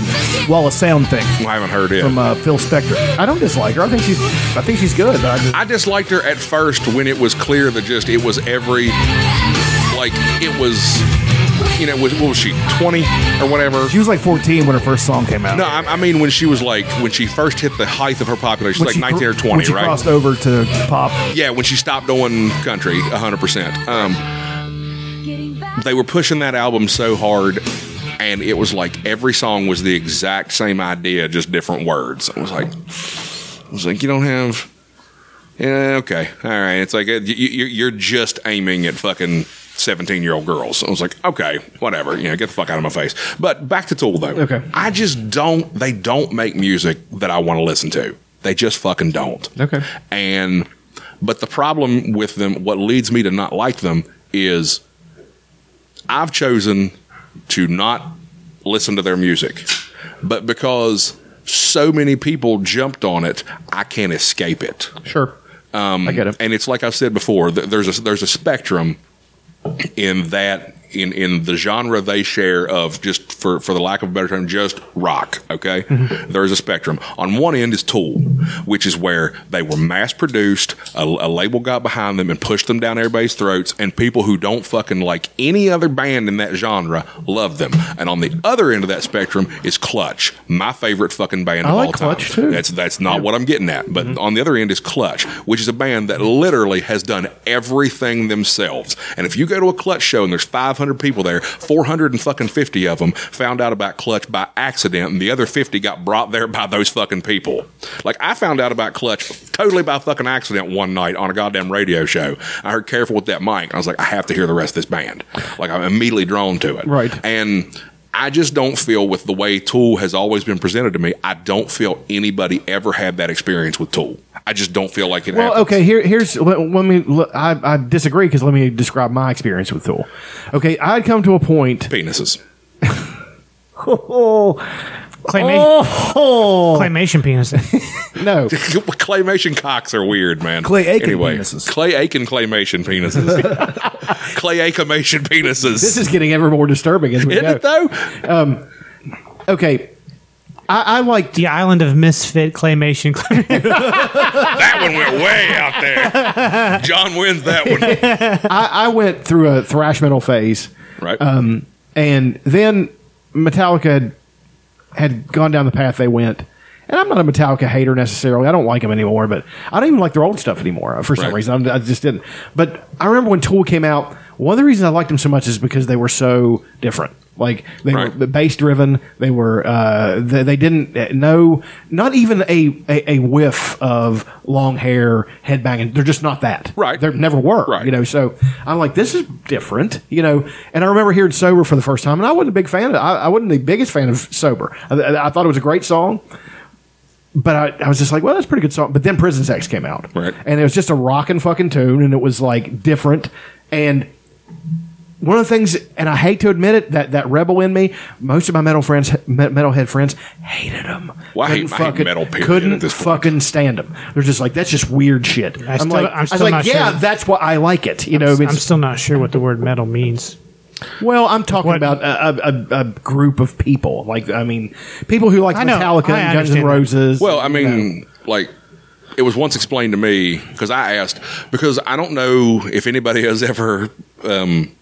Speaker 3: Wall of Sound thing
Speaker 1: I haven't heard it.
Speaker 3: from uh, Phil Spector. I don't dislike her. I think she's I think she's good. I just-
Speaker 1: I disliked her at first when it was clear that just it was every, like it was, you know, was, what was she 20 or whatever?
Speaker 3: she was like 14 when her first song came out.
Speaker 1: No, I, I mean when she was like when she first hit the height of her popularity, she's
Speaker 3: When
Speaker 1: like
Speaker 3: she-
Speaker 1: 19 or
Speaker 3: when
Speaker 1: 20,
Speaker 3: she
Speaker 1: right?
Speaker 3: crossed over to pop.
Speaker 1: Yeah, when she stopped doing country, 100%. Um,
Speaker 6: getting back.
Speaker 1: they were pushing that album so hard and it was like every song was the exact same idea just different words i was like i was like you don't have yeah okay all right it's like uh, you, you- you're just aiming at fucking 17 year old girls i was like okay whatever you know get the fuck out of my face but back to tool though
Speaker 2: Okay.
Speaker 1: i just don't they don't make music that i want to listen to they just fucking don't
Speaker 2: Okay.
Speaker 1: and but the problem with them what leads me to not like them is I've chosen to not listen to their music, but because so many people jumped on it, I can't escape it.
Speaker 2: Sure. Um, I get it.
Speaker 1: And it's like I've said before, th- there's a there's a spectrum in that in in the genre they share of just for for the lack of a better term, just rock. Okay,
Speaker 2: Mm-hmm.
Speaker 1: there's a spectrum. On one end is Tool, which is where they were mass produced. A, a label got behind them and pushed them down everybody's throats, and people who don't fucking like any other band in that genre love them. And on the other end of that spectrum is Clutch, my favorite fucking band
Speaker 2: I
Speaker 1: of
Speaker 2: like
Speaker 1: all
Speaker 2: Clutch,
Speaker 1: time.
Speaker 2: too.
Speaker 1: That's that's not what I'm getting at. But on the other end is Clutch, which is a band that literally has done everything themselves. And if you go to a Clutch show and there's 500 people there, 400 and fucking 50 of them found out about Clutch by accident, and the other 50 got brought there by those fucking people. Like I found out about Clutch totally by fucking accident one night on a goddamn radio show. I heard "Careful with That Mic," and I was like, I have to hear the rest of this band. Like I'm immediately drawn to it.
Speaker 2: Right.
Speaker 1: And I just don't feel with the way Tool has always been presented to me, I don't feel anybody ever had that experience with Tool. I just don't feel like it
Speaker 2: Well,
Speaker 1: happened.
Speaker 2: okay. Here, here's let, let me. Let, I, I disagree because let me describe my experience with Tool. Okay, I'd come to a point.
Speaker 1: Penises.
Speaker 5: Oh. Claymation,
Speaker 2: oh.
Speaker 5: claymation penis.
Speaker 2: no.
Speaker 1: claymation cocks are weird, man.
Speaker 3: Clay Aiken penises.
Speaker 1: Clay Aiken claymation penises. clay Aikenmation penises.
Speaker 2: This is getting ever more disturbing as we
Speaker 1: Isn't
Speaker 2: go.
Speaker 1: it though?
Speaker 2: Okay, I, I like
Speaker 5: the Island of Misfit Claymation. Clay-
Speaker 1: That one went way out there. John wins that one.
Speaker 2: I, I went through a thrash metal phase,
Speaker 1: Right.
Speaker 2: Um, and then Metallica had, had gone down the path they went. And I'm not a Metallica hater necessarily. I don't like them anymore, but I don't even like their old stuff anymore uh, for some
Speaker 1: Right.
Speaker 2: reason. I'm- I just didn't. But I remember when Tool came out. One of the reasons I liked them so much is because they were so different. Like they
Speaker 1: Right.
Speaker 2: were bass driven. They were uh, they, they didn't know not even a, a a whiff of long hair headbanging. They're just not that.
Speaker 1: Right.
Speaker 2: They're never were.
Speaker 1: Right.
Speaker 2: You know, so I'm like, this is different, you know. And I remember hearing Sober for the first time, and I wasn't a big fan of I, I wasn't the biggest fan of Sober. I, I- I thought it was a great song, but I, I was just like, well, that's a pretty good song. But then Prison Sex came out.
Speaker 1: Right.
Speaker 2: And it was just a rockin' fucking tune, and it was like different. And one of the things, and I hate to admit it, that that rebel in me, most of my metal friends, me- metalhead friends, hated them.
Speaker 1: Well, I hate- I hate metal, period,
Speaker 2: Couldn't
Speaker 1: at this point.
Speaker 2: fucking stand them. They're just like that's just weird shit. I am
Speaker 5: still-
Speaker 2: like,
Speaker 5: I'm
Speaker 2: i was
Speaker 5: still
Speaker 2: like,
Speaker 5: not
Speaker 2: yeah,
Speaker 5: sure.
Speaker 2: that's why I like it. You know,
Speaker 5: I'm
Speaker 2: it's-
Speaker 5: still not sure what the word metal means.
Speaker 2: well, I'm talking
Speaker 5: What-
Speaker 2: about a, a, a, a group of people. Like, I mean, people who like
Speaker 5: I know.
Speaker 2: Metallica
Speaker 5: I
Speaker 2: and Guns
Speaker 5: understand
Speaker 2: N'
Speaker 5: that.
Speaker 2: Roses.
Speaker 1: Well, I mean, like it was once explained to me because I asked because I don't know if anybody has ever um,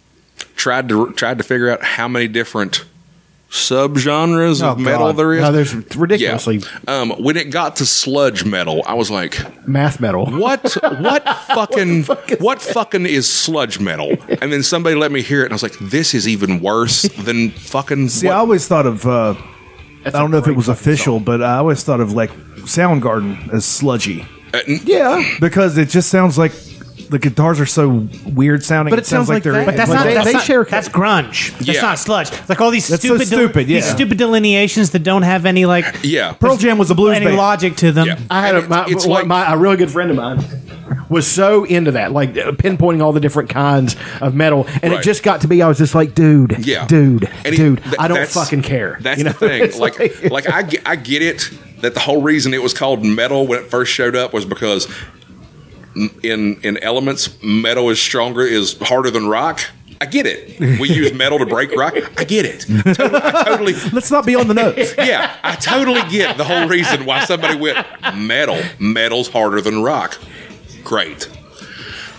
Speaker 1: tried to tried to figure out how many different subgenres
Speaker 2: Oh,
Speaker 1: of metal
Speaker 2: God.
Speaker 1: there is.
Speaker 2: No, there's ridiculously
Speaker 1: Um, when it got to sludge metal, I was like,
Speaker 2: math metal.
Speaker 1: "What? What fucking? what fucking is sludge metal?" And then somebody let me hear it, and I was like, "This is even worse than fucking."
Speaker 3: See, I
Speaker 1: what-
Speaker 3: always thought of. Uh, I
Speaker 2: a
Speaker 3: don't know if it
Speaker 2: great
Speaker 3: was
Speaker 2: fucking
Speaker 3: official, but I always thought of like Soundgarden as sludgy
Speaker 1: uh, n-
Speaker 2: Yeah,
Speaker 3: because it just sounds like the guitars are so weird sounding.
Speaker 2: But it sounds like that-
Speaker 5: But that's
Speaker 2: But
Speaker 5: not.
Speaker 2: they-
Speaker 5: that's
Speaker 2: they
Speaker 5: not-
Speaker 2: share-
Speaker 5: That's grunge. That's
Speaker 1: Yeah.
Speaker 5: not sludge. It's like all these
Speaker 3: That's so
Speaker 5: stupid, del-
Speaker 3: stupid, yeah.
Speaker 5: these stupid delineations that don't have any like
Speaker 1: yeah.
Speaker 3: Pearl Jam was a blues
Speaker 5: any
Speaker 3: band.
Speaker 5: logic to them.
Speaker 1: Yeah.
Speaker 2: I had a,
Speaker 1: And
Speaker 2: my,
Speaker 1: it's- it's
Speaker 2: one-
Speaker 1: like-
Speaker 2: my a really good friend of mine was so into that, like uh, pinpointing all the different kinds of metal, and it
Speaker 1: Right.
Speaker 2: just got to be. I was just like, dude,
Speaker 1: yeah,
Speaker 2: dude,
Speaker 1: And it-
Speaker 2: dude,
Speaker 1: th-
Speaker 2: I don't
Speaker 1: that's-
Speaker 2: fucking care.
Speaker 1: That's
Speaker 2: You know?
Speaker 1: the thing.
Speaker 2: It's
Speaker 1: Like, like, I, get, I get it that the whole reason it was called metal when it first showed up was because m- in in elements, metal is stronger, is harder than rock. I get it. We use metal to break rock. I get it. Totally, I totally.
Speaker 3: Let's not be on the notes.
Speaker 1: Yeah, I totally get the whole reason why somebody went metal. Metal's harder than rock. Great.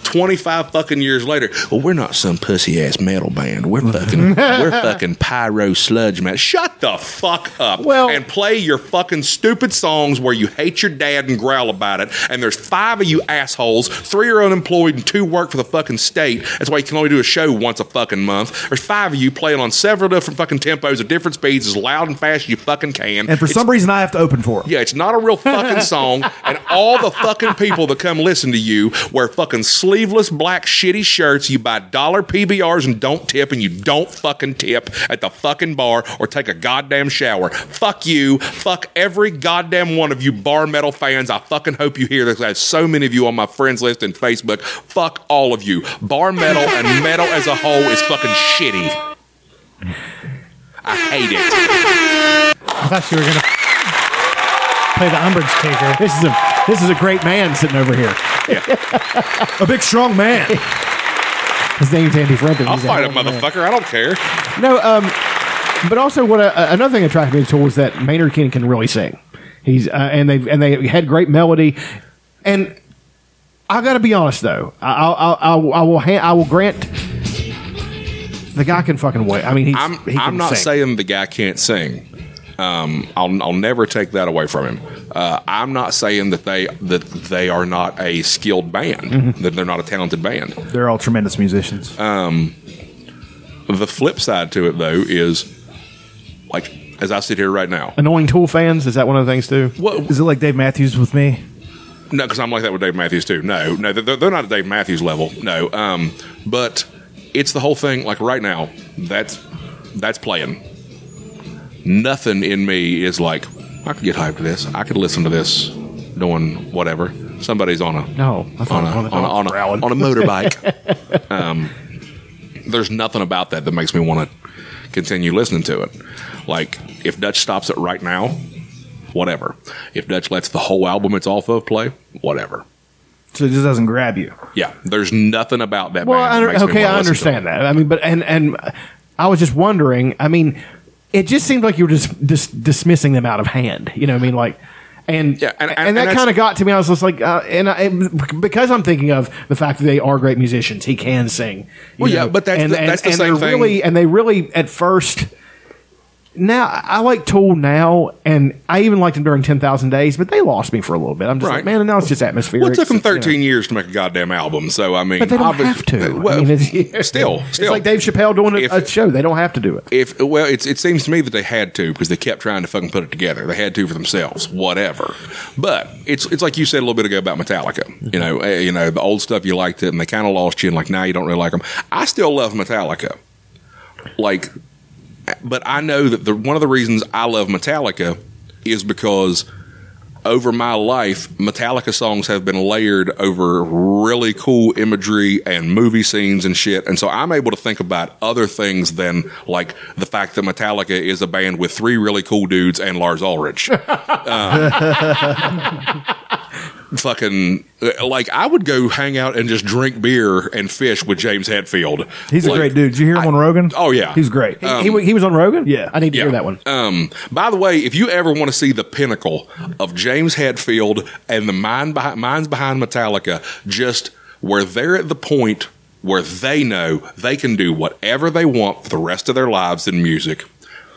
Speaker 1: 25 fucking years later, well, we're not some pussy ass metal band. We're fucking, we're fucking pyro sludge man. Shut the fuck up.
Speaker 2: Well-
Speaker 1: and play your fucking stupid songs where you hate your dad and growl about it. And there's five of you assholes. Three are unemployed and two work for the fucking state. That's why you can only do a show once a fucking month. There's five of you playing on several different fucking tempos at different speeds as loud and fast as you fucking can.
Speaker 3: And for
Speaker 1: It's
Speaker 3: some reason, I have to open for it.
Speaker 1: yeah, it's not a real fucking song. And all the fucking people that come listen to you wear fucking sleeveless black shitty shirts. You buy dollar PBRs and don't tip, and you don't fucking tip at the fucking bar or take a goddamn shower. Fuck you. Fuck every goddamn one of you bar metal fans. I fucking hope you hear this. I have so many of you on my friends list and Facebook. Fuck all of you. Bar metal and metal as a whole is fucking shitty. I hate it.
Speaker 5: I thought you were gonna play the umbrage taker.
Speaker 2: this is a this is a great man sitting over here.
Speaker 3: A big strong man.
Speaker 2: His name's Andy Frampton.
Speaker 1: I'll
Speaker 2: He's
Speaker 1: fight a
Speaker 2: hell of man.
Speaker 1: motherfucker. I don't care.
Speaker 2: No, um, but also what uh, another thing attracted me to was that Maynard Keenan can really sing. He's uh, and they and they had great melody, and I got to be honest though, I I'll, I'll, I will ha- I will grant the guy can fucking wait. I mean, he's,
Speaker 1: I'm
Speaker 2: he can
Speaker 1: I'm not
Speaker 2: sing.
Speaker 1: saying the guy can't sing. Um, I'll I'll never take that away from him. Uh, I'm not saying that they that they are not a skilled band,
Speaker 2: Mm-hmm.
Speaker 1: that they're not a talented band.
Speaker 3: They're all tremendous musicians.
Speaker 1: Uh, The flip side to it though is like as I sit here right now.
Speaker 2: annoying Tool fans. Is that one of the things too?
Speaker 1: What?
Speaker 3: Is it like Dave Matthews with me?
Speaker 1: No, because I'm like that with Dave Matthews too. No, no, they're, they're not at Dave Matthews level. No, um, but it's the whole thing. Like right now, that's that's playing. Nothing in me is like I could get hyped to this. I could listen to this doing whatever. Somebody's on a
Speaker 2: No, I
Speaker 1: on
Speaker 2: thought
Speaker 1: a on
Speaker 2: one
Speaker 1: a,
Speaker 2: of the dogs
Speaker 1: on a,
Speaker 2: growling.
Speaker 1: on a motorbike. um, there's nothing about that that makes me want to continue listening to it. Like if Dutch stops it right now, whatever. If Dutch lets the whole album it's off of play, whatever.
Speaker 3: So it just doesn't grab you.
Speaker 1: Yeah, there's nothing about that.
Speaker 2: Well,
Speaker 1: band
Speaker 2: I
Speaker 1: that makes
Speaker 2: don't,
Speaker 1: me
Speaker 2: okay,
Speaker 1: wanna
Speaker 2: I
Speaker 1: listen to
Speaker 2: understand that. I mean, but and and I was just wondering. I mean, it just seemed like you were just dis- dismissing them out of hand. You know, what I mean, like. And,
Speaker 1: Yeah, and-
Speaker 2: and,
Speaker 1: and- and
Speaker 2: that
Speaker 1: that's-
Speaker 2: kind of got to me. I was just like, uh, and I, and because I'm thinking of the fact that they are great musicians, he can sing. you
Speaker 1: Well, yeah, but that's the- that's the
Speaker 2: and
Speaker 1: same
Speaker 2: they're
Speaker 1: thing.
Speaker 2: Really, and they really at first. Now I like Tool now, and I even liked them during Ten Thousand Days, but they lost me for a little bit. I'm just
Speaker 1: Right.
Speaker 2: like, man, and now it's just atmosphere.
Speaker 1: Well, it took them 13 years to make a goddamn album, so I mean,
Speaker 2: But they don't
Speaker 1: obvi-
Speaker 2: have to. I
Speaker 1: Well,
Speaker 2: mean, it's-
Speaker 1: still,
Speaker 2: It's
Speaker 1: still,
Speaker 2: like Dave Chappelle doing a,
Speaker 1: If-
Speaker 2: a show. They don't have to do it.
Speaker 1: if well, it's, it seems to me that they had to because they kept trying to fucking put it together. They had to for themselves, whatever. But it's it's like you said a little bit ago about Metallica. You know, eh, you know the old stuff you liked it, and they kind of lost you, and like now you don't really like them. I still love Metallica, like, but I know that the one of the reasons I love Metallica is because over my life, Metallica songs have been layered over really cool imagery and movie scenes and shit. And so I'm able to think about other things than like the fact that Metallica is a band with three really cool dudes and Lars Ulrich. Um, fucking like I would go hang out and just drink beer and fish with James Hetfield.
Speaker 3: He's a
Speaker 1: Like,
Speaker 3: great dude. Did you hear him on Rogan?
Speaker 1: Oh, yeah.
Speaker 3: he's great.
Speaker 2: He- he, wa- he was on Rogan.
Speaker 3: Yeah.
Speaker 2: I need to
Speaker 1: Yeah.
Speaker 2: hear that one.
Speaker 1: Um, by the way, if you ever want to see the pinnacle of James Hetfield and the mind behind, minds behind Metallica, just where they're at the point where they know they can do whatever they want for the rest of their lives in music.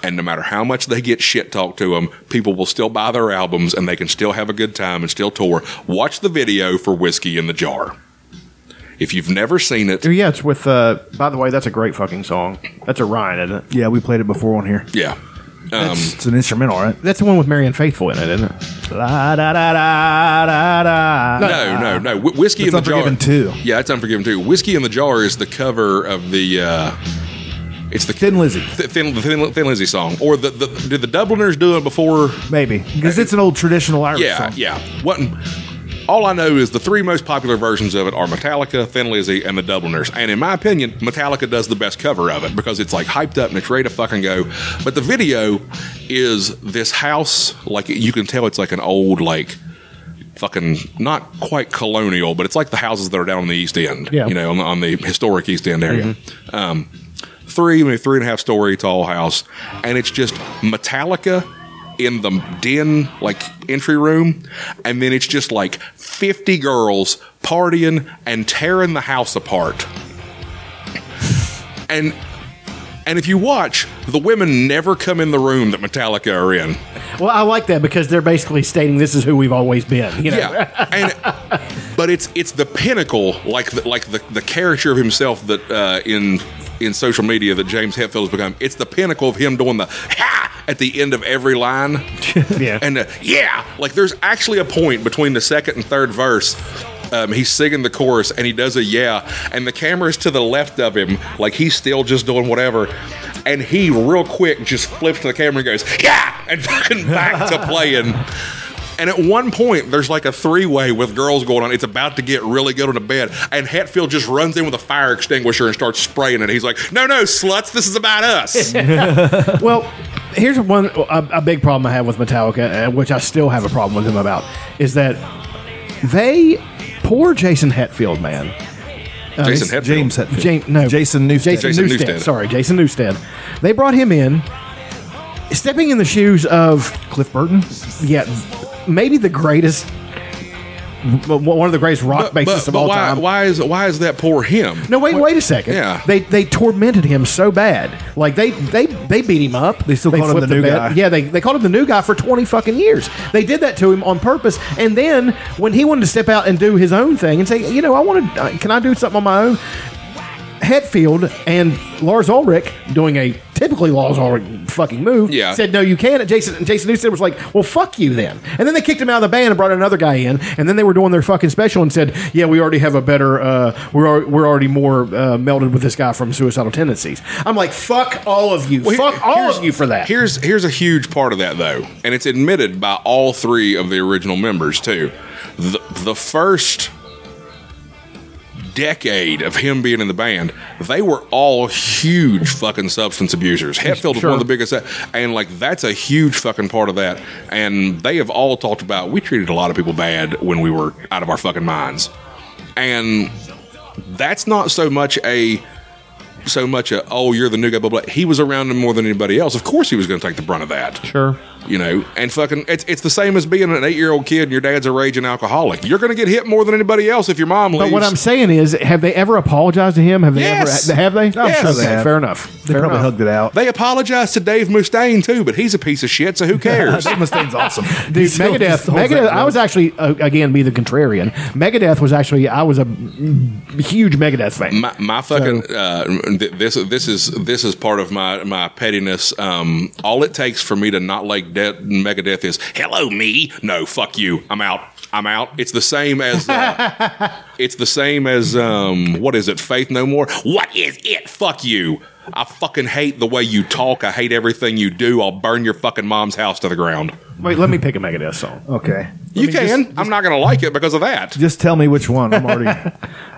Speaker 1: And no matter how much they get shit talked to them, people will still buy their albums and they can still have a good time and still tour. Watch the video for Whiskey in the Jar. If you've never seen it,
Speaker 2: Yeah, it's with. Uh, by the way, that's a great fucking song. That's a Ryan, isn't it?
Speaker 3: yeah, we played it before on here.
Speaker 1: yeah.
Speaker 3: It's, it's an instrumental, right?
Speaker 2: That's the one with Marianne Faithful in it, isn't it?
Speaker 3: La, da, da, da, da, da.
Speaker 1: No, no, no. Wh- Whiskey
Speaker 3: It's
Speaker 1: in the jar.
Speaker 3: Unforgiven too.
Speaker 1: Yeah, it's Unforgiven too. Whiskey in the jar is the cover of the. Uh, it's the
Speaker 3: Thin Lizzy.
Speaker 1: Th- Thin, the Thin, Thin Lizzy song, or the, the did the Dubliners do it before?
Speaker 3: Maybe because it's an old traditional Irish
Speaker 1: Yeah,
Speaker 3: song.
Speaker 1: yeah. What? All I know is the three most popular versions of it are Metallica, Thin Lizzy, and the Dubliners. And in my opinion, Metallica does the best cover of it because it's like hyped up and it's ready to fucking go. But the video is this house, like you can tell it's like an old like fucking not quite colonial, but it's like the houses that are down on the East End,
Speaker 2: Yeah.
Speaker 1: you know, on the, on the historic East End area. Um, three, maybe three and a half story tall house, and it's just Metallica in the den, like entry room, and then it's just like fifty girls partying and tearing the house apart, and. And if you watch, the women never come in the room that Metallica are in.
Speaker 2: Well, I like that because they're basically stating this is who we've always been. You know?
Speaker 1: Yeah, and but it's it's the pinnacle, like the, like the the character of himself that uh, in in social media that James Hetfield has become. It's the pinnacle of him doing the ha at the end of every line.
Speaker 2: Yeah.
Speaker 1: and uh, yeah, like there's actually a point between the second and third verse. Um, he's singing the chorus and he does a yeah, and the camera's to the left of him, like he's still just doing whatever. And he, real quick, just flips to the camera and goes, yeah, and fucking back to playing. And at one point, there's like a three way with girls going on. It's about to get really good on the bed. And Hetfield just runs in with a fire extinguisher and starts spraying it. He's like, no, no, sluts, this is about us.
Speaker 2: Uh, Well, here's one a, a big problem I have with Metallica, uh, which I still have a problem with them about, is that they poor Jason Hetfield, man.
Speaker 1: Jason Hetfield.
Speaker 3: James Hetfield.
Speaker 2: Jane, no,
Speaker 3: Jason Newsted.
Speaker 2: Jason,
Speaker 1: Jason
Speaker 2: Newsted.
Speaker 1: Newsted.
Speaker 2: Sorry, Jason Newstead. They brought him in, stepping in the shoes of
Speaker 3: Cliff Burton.
Speaker 2: yeah, maybe the greatest, w- one of the greatest rock
Speaker 1: But, but,
Speaker 2: bassists
Speaker 1: but
Speaker 2: of all
Speaker 1: why,
Speaker 2: time.
Speaker 1: why is why is that poor him?
Speaker 2: No, wait, wait a second.
Speaker 1: Yeah.
Speaker 2: they they tormented him so bad. Like they they they beat him up. They
Speaker 3: still called him
Speaker 2: flipped
Speaker 3: the new
Speaker 2: bed.
Speaker 3: guy.
Speaker 2: Yeah, they they called him the new guy for twenty fucking years. They did that to him on purpose. And then when he wanted to step out and do his own thing and say, you know, I want to, can I do something on my own? Hetfield and Lars Ulrich doing a typically Lars Ulrich fucking move.
Speaker 1: Yeah.
Speaker 2: said no, you can't. And Jason and Jason Newsted was like, well, fuck you then. And then they kicked him out of the band and brought another guy in. And then they were doing their fucking special and said, yeah, we already have a better, uh, we're al- we're already more uh, melded with this guy from Suicidal Tendencies. I'm like, fuck all of you,
Speaker 1: Well,
Speaker 2: fuck
Speaker 1: here-
Speaker 2: all
Speaker 1: here's-
Speaker 2: of you for that.
Speaker 1: Here's here's a huge part of that though, and it's admitted by all three of the original members too. The the first decade of him being in the band, they were all huge fucking substance abusers. Hetfield was one of the biggest, and like that's a huge fucking part of that. And they have all talked about we treated a lot of people bad when we were out of our fucking minds, and that's not so much a so much a oh you're the new guy blah blah. He was around him more than anybody else. Of course he was going to take the brunt of that.
Speaker 2: Sure.
Speaker 1: You know, and fucking it's it's the same as being an eight year old kid and your dad's a raging alcoholic. You're going to get hit more than anybody else if your mom leaves.
Speaker 2: But what I'm saying is, have they ever apologized to him? Have they
Speaker 1: Yes.
Speaker 2: ever? Have they?
Speaker 1: I'm sure
Speaker 2: Okay,
Speaker 1: they
Speaker 3: have.
Speaker 2: Fair enough.
Speaker 3: They
Speaker 2: fair
Speaker 3: probably
Speaker 2: enough.
Speaker 3: hugged it out.
Speaker 1: they apologized to Dave Mustaine too, but he's a piece of shit, so who cares?
Speaker 3: Dave Mustaine's awesome,
Speaker 2: Dude, Megadeth. Megadeth. I was actually uh, again be the contrarian. Megadeth was actually I was a mm, huge Megadeth fan.
Speaker 1: my, my fucking uh, th- this this is this is part of my my pettiness. Um, all it takes for me to not like De- Megadeth is hello me. No, fuck you. I'm out. I'm out. It's the same as uh, it's the same as um what is it? Faith no more. What is it? Fuck you. I fucking hate the way you talk. I hate everything you do. I'll burn your fucking mom's house to the ground.
Speaker 2: Wait, let me pick a Megadeth song.
Speaker 3: Okay.
Speaker 1: you can. I'm not gonna like it because of that.
Speaker 3: Just tell me which one. I'm already.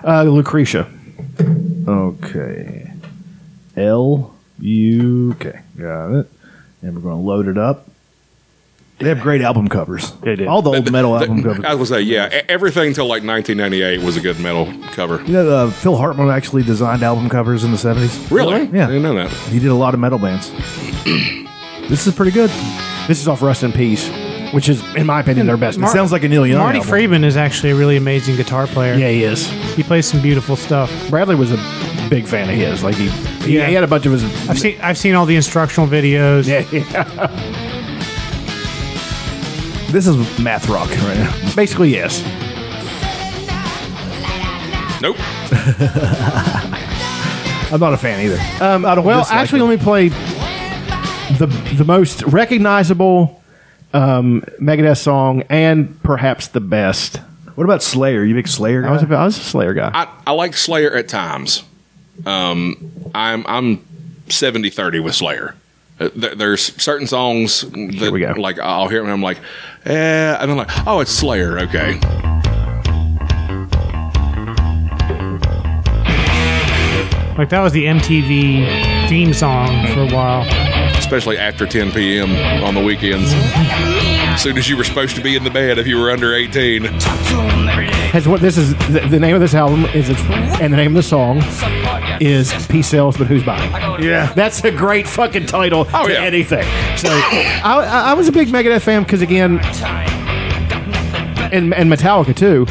Speaker 2: Uh, Lucretia.
Speaker 3: Okay. L U. Okay, got it. And we're going to load it up. They have great album covers.
Speaker 2: They do.
Speaker 3: All the old metal
Speaker 1: The-
Speaker 3: album
Speaker 1: I
Speaker 3: covers.
Speaker 1: was gonna say yeah. e- Everything till like 1998 was a good metal cover.
Speaker 3: You know, uh, Phil Hartman actually designed album covers in the 70s.
Speaker 1: Really?
Speaker 3: Yeah.
Speaker 1: I didn't know that.
Speaker 3: He did a lot of metal bands. this is pretty good.
Speaker 2: This is off Rest in Peace, which is, in my opinion, their best.
Speaker 3: It
Speaker 2: Mar-
Speaker 3: sounds like a Neil Young
Speaker 5: Marty
Speaker 3: album.
Speaker 5: Friedman is actually a really amazing guitar player.
Speaker 2: yeah, he is.
Speaker 5: He plays some beautiful stuff.
Speaker 2: Bradley was a big fan of his. Like he, he,
Speaker 5: Yeah.
Speaker 2: he had a bunch of his.
Speaker 5: I've seen I've seen all the instructional videos.
Speaker 2: Yeah, yeah.
Speaker 3: This is math rock right now.
Speaker 2: basically yes.
Speaker 1: Nope.
Speaker 3: I'm not a fan either.
Speaker 2: Um, I don't well,
Speaker 3: dislike
Speaker 2: actually,
Speaker 3: it.
Speaker 2: let me play the the most recognizable um, Megadeth song and perhaps the best.
Speaker 3: What about Slayer? You big Slayer?
Speaker 2: I was
Speaker 3: guy?
Speaker 2: a, I was a Slayer guy.
Speaker 1: I, I like Slayer at times. Um, I'm I'm 70 30 with Slayer. Uh, there- there's certain songs that
Speaker 2: we go.
Speaker 1: like I'll hear them and I'm like, eh, and I'm like, oh, it's Slayer, okay.
Speaker 5: Like that was the MTV theme song for a while.
Speaker 1: Especially after 10 p.m. on the weekends. As soon as you were supposed to be in the bed if you were under 18.
Speaker 2: Has what this is the, the name of this album is it's, and the name of the song is "Peace Sells," but who's buying?
Speaker 3: yeah.
Speaker 2: That's a great fucking title
Speaker 1: Oh,
Speaker 2: to
Speaker 1: yeah.
Speaker 2: anything. So I, I- I was a big Megadeth fan because again, and and Metallica too,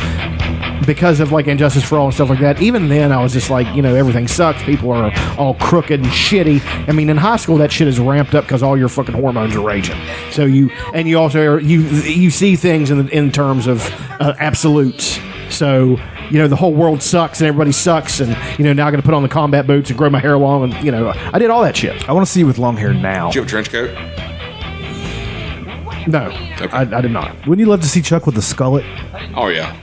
Speaker 2: because of like Injustice for All and stuff like that. Even then, I was just like, you know, everything sucks. People are all crooked and shitty. I mean, in high school, that shit is ramped up because all your fucking hormones are raging. So you and you also are, you you see things in in terms of uh, absolutes. So. You know the whole world sucks and everybody sucks and you know now I'm gonna put on the combat boots and grow my hair long and you know I did all that shit.
Speaker 3: I want to see you with long hair now.
Speaker 1: Did you have a trench coat?
Speaker 2: No,
Speaker 1: Okay.
Speaker 2: I, I did not.
Speaker 3: Wouldn't you love to see Chuck with the skullet?
Speaker 1: Oh, yeah.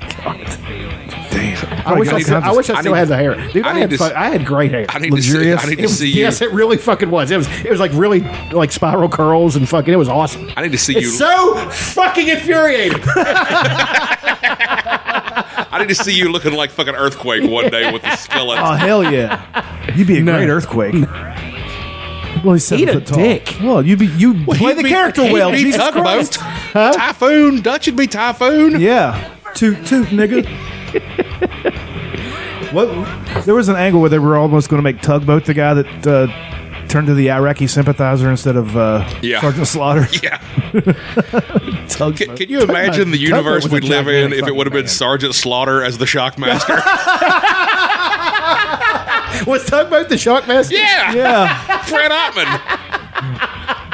Speaker 2: I wish I,
Speaker 3: God,
Speaker 2: still,
Speaker 3: I'm
Speaker 2: I
Speaker 3: just-
Speaker 2: wish I
Speaker 1: I
Speaker 2: still
Speaker 1: need-
Speaker 2: had the hair, dude. I,
Speaker 1: I need
Speaker 2: had
Speaker 1: to
Speaker 2: fu-
Speaker 1: s-
Speaker 2: I had great hair.
Speaker 1: I need to see,
Speaker 3: Luxurious?
Speaker 1: I need
Speaker 3: It
Speaker 1: to see you.
Speaker 2: yes, it really fucking was. It was it was like really like spiral curls and fucking. It was awesome.
Speaker 1: I need to see you.
Speaker 2: It's so fucking infuriating.
Speaker 1: I need to see you looking like fucking earthquake one day with the skillet.
Speaker 3: Oh hell yeah! You'd be a great earthquake. Well, he's seven
Speaker 2: Eat a
Speaker 3: foot tall.
Speaker 2: dick.
Speaker 3: Well, you'd be you play
Speaker 1: He'd
Speaker 3: the
Speaker 1: be-
Speaker 3: character
Speaker 1: he'd
Speaker 3: well.
Speaker 1: be
Speaker 3: Jesus
Speaker 1: tugboat.
Speaker 3: Christ.
Speaker 1: Typhoon. Dutch would be typhoon.
Speaker 3: Yeah, toot toot, nigga. what? There was an angle where they were almost going to make tugboat the guy that uh, turned to the Iraqi sympathizer instead of uh,
Speaker 1: Yeah.
Speaker 3: Sergeant Slaughter.
Speaker 1: Yeah.
Speaker 3: Tugboat.
Speaker 1: Can, can you imagine the
Speaker 3: Tugboat
Speaker 1: universe
Speaker 3: was a
Speaker 1: we'd live in
Speaker 3: gigantic
Speaker 1: if it would have
Speaker 3: fucking
Speaker 1: been Sergeant Slaughter as the Shockmaster?
Speaker 2: was Tugboat the Shockmaster?
Speaker 1: yeah,
Speaker 3: yeah,
Speaker 1: Fred Ottman.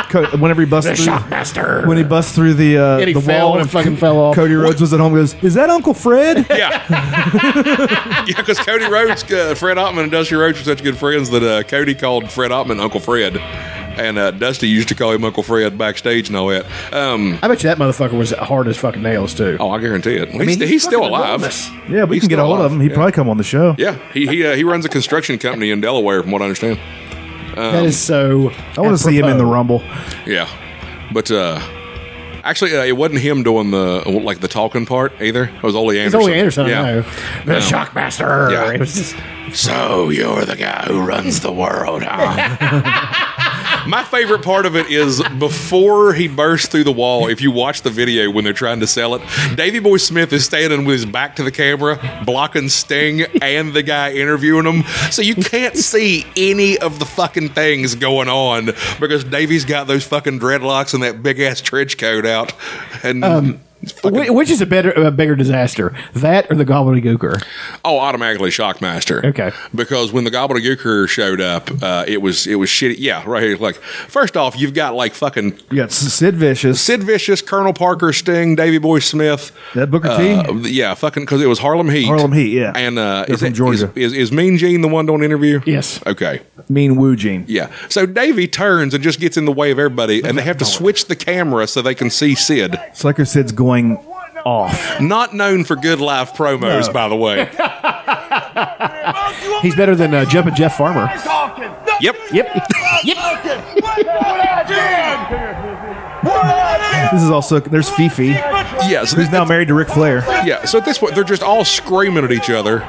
Speaker 3: Co- whenever he busts through,
Speaker 2: Shockmaster.
Speaker 3: when he busts through the uh,
Speaker 2: and he
Speaker 3: the
Speaker 2: fell
Speaker 3: wall,
Speaker 2: and fucking fell off.
Speaker 3: Cody Rhodes was at home. and Goes, is that Uncle Fred?
Speaker 1: Yeah, yeah, because Cody Rhodes, uh, Fred Ottman, and Dusty Rhodes were such good friends that uh, Cody called Fred Ottman Uncle Fred, and uh, Dusty used to call him Uncle Fred backstage and all that. Um,
Speaker 2: I bet you that motherfucker was hard as fucking nails too.
Speaker 1: oh, I guarantee it. He's, he's, still
Speaker 2: fucking
Speaker 1: alive.
Speaker 2: enormous.
Speaker 3: Yeah, we
Speaker 1: He's
Speaker 3: can get a
Speaker 1: still
Speaker 3: hold of
Speaker 1: alive,
Speaker 3: him. He'd
Speaker 1: yeah.
Speaker 3: probably come on the show.
Speaker 1: Yeah, he he, uh, he runs a construction company in Delaware, from what I understand. Um,
Speaker 2: that is so.
Speaker 3: I want to see him in the Rumble.
Speaker 1: Yeah, but uh, actually, uh, it wasn't him doing the like the talking part either. It was Ole Anderson.
Speaker 2: It's only Anderson.
Speaker 1: Yeah.
Speaker 2: I know. The Shockmaster.
Speaker 1: Yeah.
Speaker 2: It was just,
Speaker 1: So you're the guy who runs the world, huh? My favorite part of it is before he bursts through the wall. If you watch the video when they're trying to sell it, Davy Boy Smith is standing with his back to the camera, blocking Sting and the guy interviewing him. So you can't see any of the fucking things going on because Davy's got those fucking dreadlocks and that big ass trench coat out. And
Speaker 2: Wh- which is a better, a bigger disaster, that or the gobbledygooker?
Speaker 1: Oh, automatically Shockmaster.
Speaker 2: Okay.
Speaker 1: Because when the Gobbledygooker showed up, uh, it was it was shitty. Yeah, right here. Like, first off, you've got like fucking
Speaker 3: You got S- Sid Vicious.
Speaker 1: Sid Vicious, Colonel Parker, Sting, Davy Boy Smith.
Speaker 3: That Booker
Speaker 1: Uh,
Speaker 3: T.
Speaker 1: yeah, fucking because it was Harlem Heat.
Speaker 3: Harlem Heat, yeah.
Speaker 1: And uh,
Speaker 3: They're
Speaker 1: is,
Speaker 3: from
Speaker 1: it-
Speaker 3: Georgia.
Speaker 1: is, is is Mean Gene the one doing interview?
Speaker 2: Yes.
Speaker 1: Okay.
Speaker 3: Mean Woo Gene.
Speaker 1: Yeah. So Davy turns and just gets in the way of everybody, and they have to switch the camera so they can see Sid.
Speaker 3: It's like her Sid's going off.
Speaker 1: Not known for good live promos, by the way.
Speaker 2: He's better than uh, Jeff and Jeff Farmer.
Speaker 1: yep.
Speaker 2: Yep.
Speaker 3: This is also there's Fifi,
Speaker 1: Yeah. So
Speaker 3: who's now married to Ric Flair.
Speaker 1: yeah. So at this point, they're just all screaming at each other.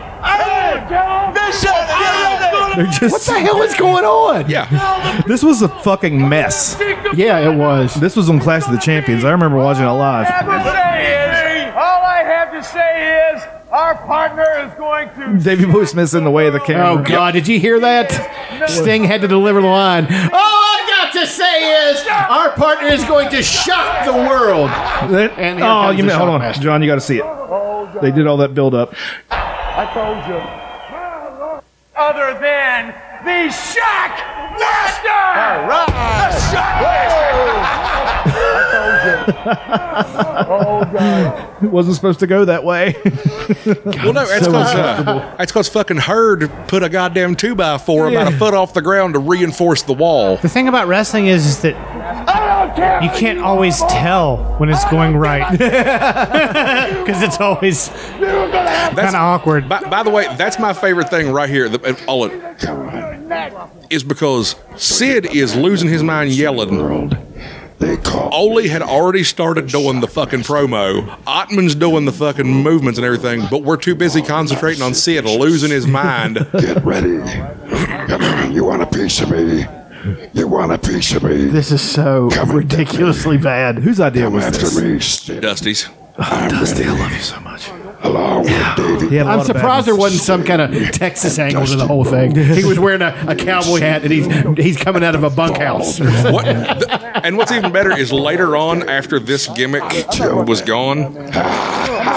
Speaker 3: They're just
Speaker 2: What the hell is going on?
Speaker 1: Yeah.
Speaker 3: This was a fucking mess.
Speaker 2: Yeah, it was.
Speaker 3: This was on Clash of the Champions. I remember watching it live.
Speaker 7: All I have to say is our partner is going to.
Speaker 3: Davey Boy Smith's in the way of the camera.
Speaker 2: Oh God! Did you hear that? Sting had to deliver the line. All I got to say is our partner is going to shock the world.
Speaker 3: That-
Speaker 2: And here
Speaker 3: oh,
Speaker 2: comes
Speaker 3: you
Speaker 2: the
Speaker 3: mean, hold on,
Speaker 2: Shockmaster.
Speaker 3: John, you got to see it. They did all that build up.
Speaker 7: I told you. Other than the Shock Master. All right. The Shock
Speaker 3: It wasn't supposed to go that way.
Speaker 1: Well, no, that's because fucking Herd put a goddamn two by four about a foot off the ground to reinforce the wall.
Speaker 5: The thing about wrestling is, is that you can't always tell when it's going right because it's always kind of awkward.
Speaker 1: By, by the way, that's my favorite thing right here. The, and all it is because Sid is losing his mind yelling. Oli had already started doing the fucking promo. Ottman's doing the fucking movements and everything, but we're too busy concentrating on Sid losing his mind.
Speaker 8: Get ready. Come on, you want a piece of me? You want a piece of me?
Speaker 2: This is so ridiculously bad.
Speaker 3: Whose idea
Speaker 8: Come
Speaker 3: was
Speaker 8: after
Speaker 3: this?
Speaker 8: me, Sid.
Speaker 1: Dusty's.
Speaker 3: Dusty, I love you so much.
Speaker 8: Along with Davy.
Speaker 3: He had a lot
Speaker 2: I'm
Speaker 3: of bad
Speaker 2: surprised there
Speaker 3: ones.
Speaker 2: wasn't some kind of Texas angle to the whole thing. He was wearing a, a cowboy hat and he's he's coming out of a bunkhouse.
Speaker 1: What? th- and what's even better is later on, after this gimmick was gone,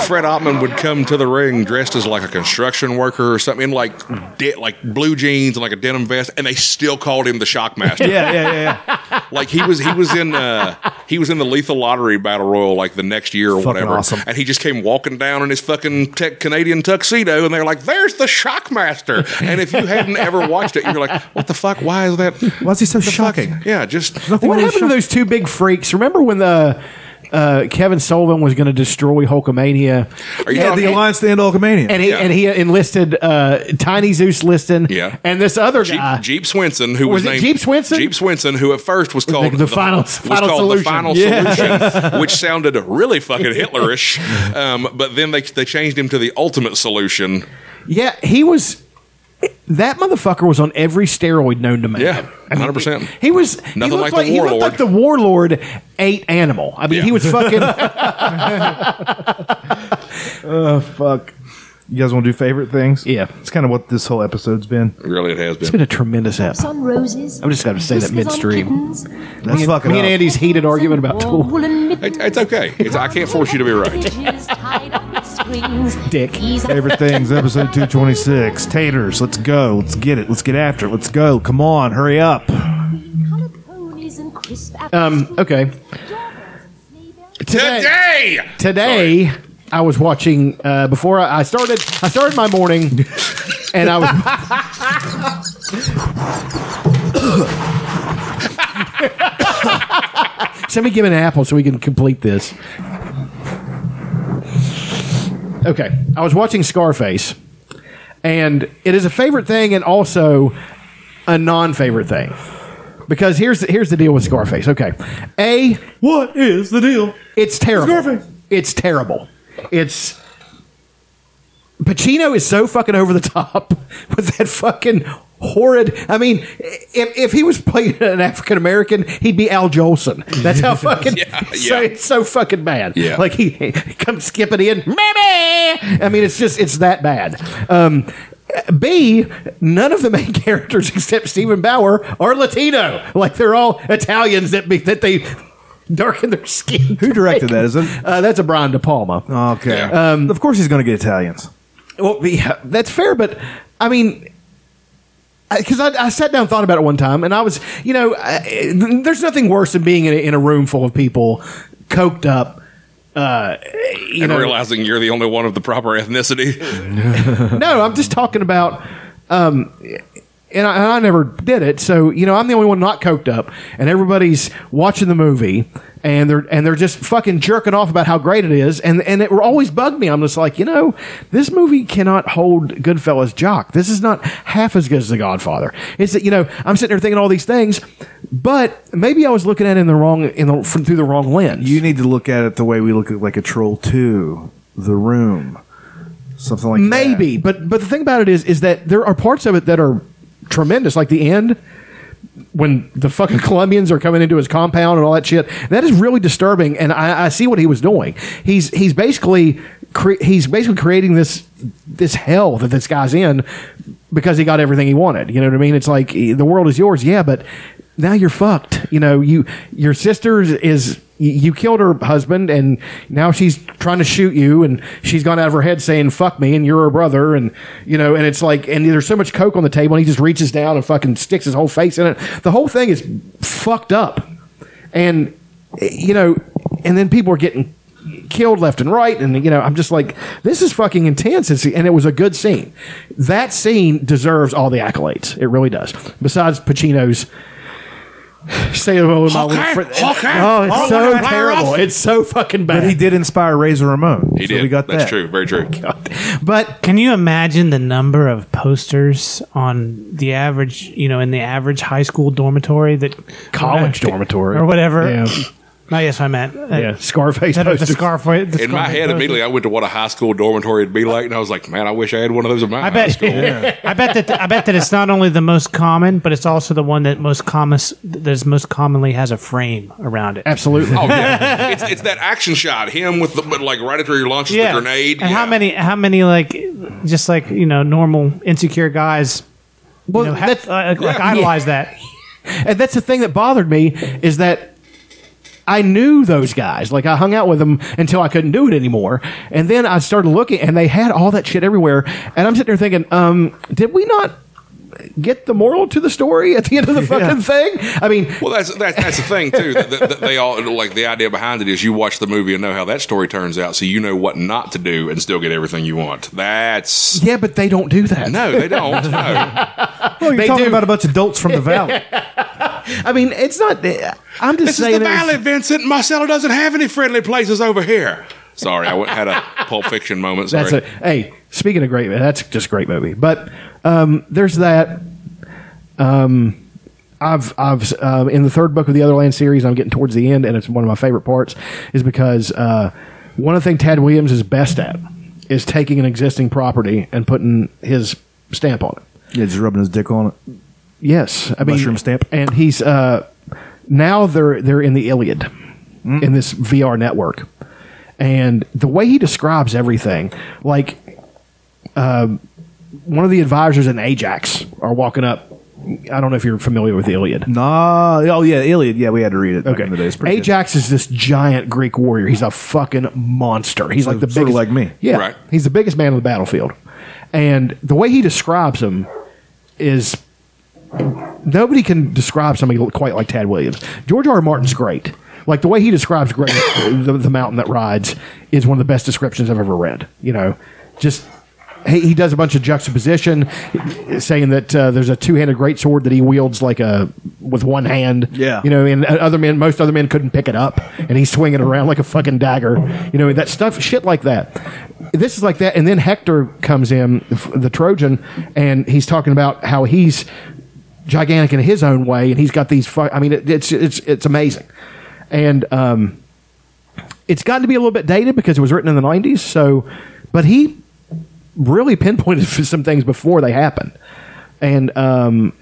Speaker 1: Fred Ottman would come to the ring dressed as like a construction worker or something, in like de- like blue jeans and like a denim vest, and they still called him the Shockmaster.
Speaker 3: Yeah, yeah, yeah, yeah.
Speaker 1: Like he was he was in uh, he was in the Lethal Lottery Battle Royal like the next year or
Speaker 3: Fucking
Speaker 1: whatever,
Speaker 3: awesome.
Speaker 1: and he just came walking down in his fucking tech Canadian tuxedo, and they're like, "There's the Shockmaster." And if you hadn't ever watched it, you're like, "What the fuck? Why is that?"
Speaker 3: Why is he so
Speaker 1: the fuck?"
Speaker 3: shocking?
Speaker 1: Yeah, just
Speaker 2: What happened to those two big freaks? Remember when the uh, Kevin Sullivan was going to destroy Hulkamania,
Speaker 1: Are you
Speaker 3: He had
Speaker 1: talking-
Speaker 3: the Alliance to End All Comedian.
Speaker 2: and he
Speaker 1: Yeah.
Speaker 2: and he enlisted uh, Tiny Zeus Liston,
Speaker 1: Yeah.
Speaker 2: and this other
Speaker 1: Jeep,
Speaker 2: guy,
Speaker 1: Jeep Swinson, who was,
Speaker 2: Was it
Speaker 1: named
Speaker 2: Jeep Swinson?
Speaker 1: Jeep Swinson, who at first was called
Speaker 2: the final-
Speaker 1: was
Speaker 2: final
Speaker 1: called
Speaker 2: solution.
Speaker 1: the final solution, which sounded really fucking Hitlerish. Um, but then they they changed him to the ultimate solution.
Speaker 2: yeah, he was. That motherfucker was on every steroid known to man.
Speaker 1: Yeah, hundred percent.
Speaker 2: He was he
Speaker 1: Nothing
Speaker 2: looked
Speaker 1: like the
Speaker 2: he looked
Speaker 1: warlord.
Speaker 2: like the warlord ate animal. I mean,
Speaker 1: Yeah.
Speaker 2: he was fucking.
Speaker 3: Fuck. You guys want to do favorite things?
Speaker 2: Yeah.
Speaker 3: It's kind of what this whole episode's been.
Speaker 1: Really, it has
Speaker 2: It's been
Speaker 1: been.
Speaker 2: a tremendous episode.
Speaker 9: on roses.
Speaker 2: I'm just gonna say that midstream.
Speaker 3: That's fucking
Speaker 2: Me and
Speaker 3: up.
Speaker 2: Andy's heated argument about tool.
Speaker 1: It- it's okay. It's, I can't force you to be right.
Speaker 9: right.
Speaker 2: Dick.
Speaker 3: Favorite things, episode 226. Taters, let's go. Let's get it. Let's get after it. Let's go. Come on, hurry up.
Speaker 2: Um, okay. Today,
Speaker 1: Today,
Speaker 2: today I was watching uh, before I, I started. I started my morning, and I was. Somebody give me an apple so we can complete this. Okay, I was watching Scarface, and it is a favorite thing, and also a non-favorite thing. Because here's here's the deal with Scarface. Okay, a
Speaker 3: What is the deal?
Speaker 2: it's terrible.
Speaker 3: Scarface.
Speaker 2: It's terrible. It's Pacino is so fucking over the top with that fucking horrid. I mean, if, if he was playing an African American, he'd be Al Jolson. That's how fucking.
Speaker 1: Yeah,
Speaker 2: So,
Speaker 1: yeah.
Speaker 2: it's so fucking bad.
Speaker 1: Yeah.
Speaker 2: Like he, he comes skipping in, Mammy! I mean, it's just, it's that bad. Um, B, none of the main characters except Stephen Bauer are Latino. Like they're all Italians that be, that they darken their skin.
Speaker 3: Who directed that? Is it?
Speaker 2: Uh, that's a Brian De Palma.
Speaker 3: Okay.
Speaker 1: Yeah.
Speaker 3: Um, of course he's going to get Italians.
Speaker 2: Well, yeah, that's fair, but I mean, because I, I sat down and thought about it one time, and I was, you know, I, there's nothing worse than being in a, in a room full of people coked up. Uh, you
Speaker 1: and
Speaker 2: know,
Speaker 1: realizing you're the only one of the proper ethnicity.
Speaker 2: no, I'm just talking about. Um, and I, and I never did it, so you know I'm the only one not coked up, and everybody's watching the movie, and they're and they're just fucking jerking off about how great it is, and and it always bugged me. I'm just like, you know, this movie cannot hold Goodfellas jock. This is not half as good as The Godfather. It's that you know I'm sitting there thinking all these things, but maybe I was looking at it in the wrong in the from, through the wrong lens.
Speaker 3: You need to look at it the way we look at like a troll two, the room, something like that.
Speaker 2: Maybe, but but the thing about it is, is that there are parts of it that are tremendous, like the end when the fucking Colombians are coming into his compound and all that shit. That is really disturbing, and I, I see what he was doing. He's he's basically cre- he's basically creating this this hell that this guy's in because he got everything he wanted. You know what I mean? It's like eh, the world is yours, yeah, but now you're fucked. You know, you your sister is you- you killed her husband and now she's trying to shoot you and she's gone out of her head saying fuck me and you're her brother and you know and it's like and there's so much coke on the table and he just reaches down and fucking sticks his whole face in it the whole thing is fucked up and you know and then people are getting killed left and right and you know i'm just like this is fucking intense It's- and it was a good scene that scene deserves all the accolades it really does besides pacino's Stay away with my little friend. Oh, it's so terrible. It's so fucking bad.
Speaker 3: But he did inspire Razor Ramon.
Speaker 1: He
Speaker 3: so
Speaker 1: did.
Speaker 3: We got
Speaker 1: That's
Speaker 3: that.
Speaker 1: true. Very true.
Speaker 2: But
Speaker 5: Can you imagine the number of posters on the average, you know, in the average high school dormitory that
Speaker 2: College dormitory.
Speaker 5: or whatever?
Speaker 2: Yeah.
Speaker 5: No, yes, I meant uh,
Speaker 2: yeah, Scarface.
Speaker 5: That are the
Speaker 2: posters.
Speaker 5: scarf. The
Speaker 1: In my head, immediately, I went to what a high school dormitory would be like, and I was like, man, I wish I had one of those in my
Speaker 5: I
Speaker 1: high
Speaker 5: bet.
Speaker 1: school.
Speaker 5: I bet that. I bet that it's not only the most common, but it's also the one that most common that is most commonly has a frame around it.
Speaker 2: Absolutely.
Speaker 1: Oh yeah, it's, it's that action shot. Him with the but like right after he launches the grenade.
Speaker 5: And how
Speaker 1: yeah.
Speaker 5: many? How many? Like, just like you know, normal insecure guys.
Speaker 2: well,
Speaker 5: You know, ha-
Speaker 2: that's,
Speaker 5: uh, like
Speaker 1: Yeah.
Speaker 5: idolize that.
Speaker 2: and that's the thing that bothered me is that I knew those guys. Like I hung out with them until I couldn't do it anymore, and then I started looking, and they had all that shit everywhere. And I'm sitting there thinking, um, did we not get the moral to the story at the end of the fucking thing? I mean,
Speaker 1: Well, that's that's, that's the thing too. that, that, that they all like the idea behind it is you watch the movie and know how that story turns out, so you know what not to do and still get everything you want. That's
Speaker 2: yeah, but they don't do that.
Speaker 1: no, they don't. No,
Speaker 3: Well, Oh, you're
Speaker 2: They
Speaker 3: talking
Speaker 2: do.
Speaker 3: about a bunch of dolts from the valley.
Speaker 2: I mean, it's not. I'm just
Speaker 1: this is
Speaker 2: saying.
Speaker 1: the
Speaker 2: it was-
Speaker 1: valley, Vincent. Marcella doesn't have any friendly places over here. Sorry, I w- had a Pulp Fiction moment. Sorry.
Speaker 2: That's a hey. Speaking of great, that's just a great movie. But um, there's that. Um, I've I've um, in the third book of the Otherland series. I'm getting towards the end, and it's one of my favorite parts. Is because uh, one of the things Tad Williams is best at is taking an existing property and putting his stamp on it.
Speaker 3: yeah, just rubbing his dick on it.
Speaker 2: Yes, I mean
Speaker 3: Mushroom stamp.
Speaker 2: and he's uh, now they're they're in the Iliad
Speaker 3: Hmm.
Speaker 2: in this VR network, and the way he describes everything, like uh, one of the advisors in Ajax are walking up. I don't know if you're familiar with the Iliad.
Speaker 3: Nah. Oh yeah, Iliad. Yeah, we had to read it. Back
Speaker 2: Okay.
Speaker 3: in the day. It's pretty good.
Speaker 2: Ajax is this giant Greek warrior. He's a fucking monster. He's like the
Speaker 3: Sort of
Speaker 2: biggest,
Speaker 3: like me.
Speaker 2: Yeah,
Speaker 1: Right.
Speaker 2: he's the biggest man on the battlefield, and the way he describes him is nobody can describe somebody quite like Tad Williams. George R. R. Martin's great. Like the way he describes great, the, the mountain that rides is one of the best descriptions I've ever read. You know, just he, he does a bunch of juxtaposition, saying that uh, there's a two-handed greatsword that he wields like a with one hand.
Speaker 3: Yeah.
Speaker 2: you know, and uh, other men, most other men couldn't pick it up, and he's swinging it around like a fucking dagger. You know, that stuff, shit like that. This is like that, and then Hector comes in, the f- the Trojan, and he's talking about how he's gigantic in his own way, and he's got these. Fu- I mean, it, it's it's it's amazing, and um, it's gotten to be a little bit dated because it was written in the '90s. So, but he really pinpointed some things before they happened, and um,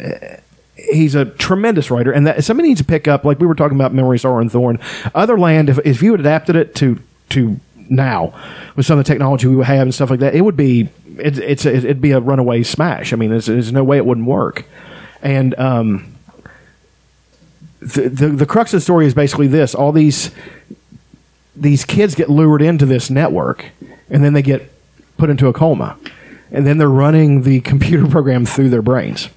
Speaker 2: he's a tremendous writer, and that somebody needs to pick up. Like we were talking about Memory, Sorrow, and Thorn. Otherland, if if you had adapted it to to now with some of the technology we would have and stuff like that, it would be it, it's it'd be a runaway smash. I mean, there's, there's no way it wouldn't work. And um, the, the the crux of the story is basically this: all these these kids get lured into this network, and then they get put into a coma, and then they're running the computer program through their brains.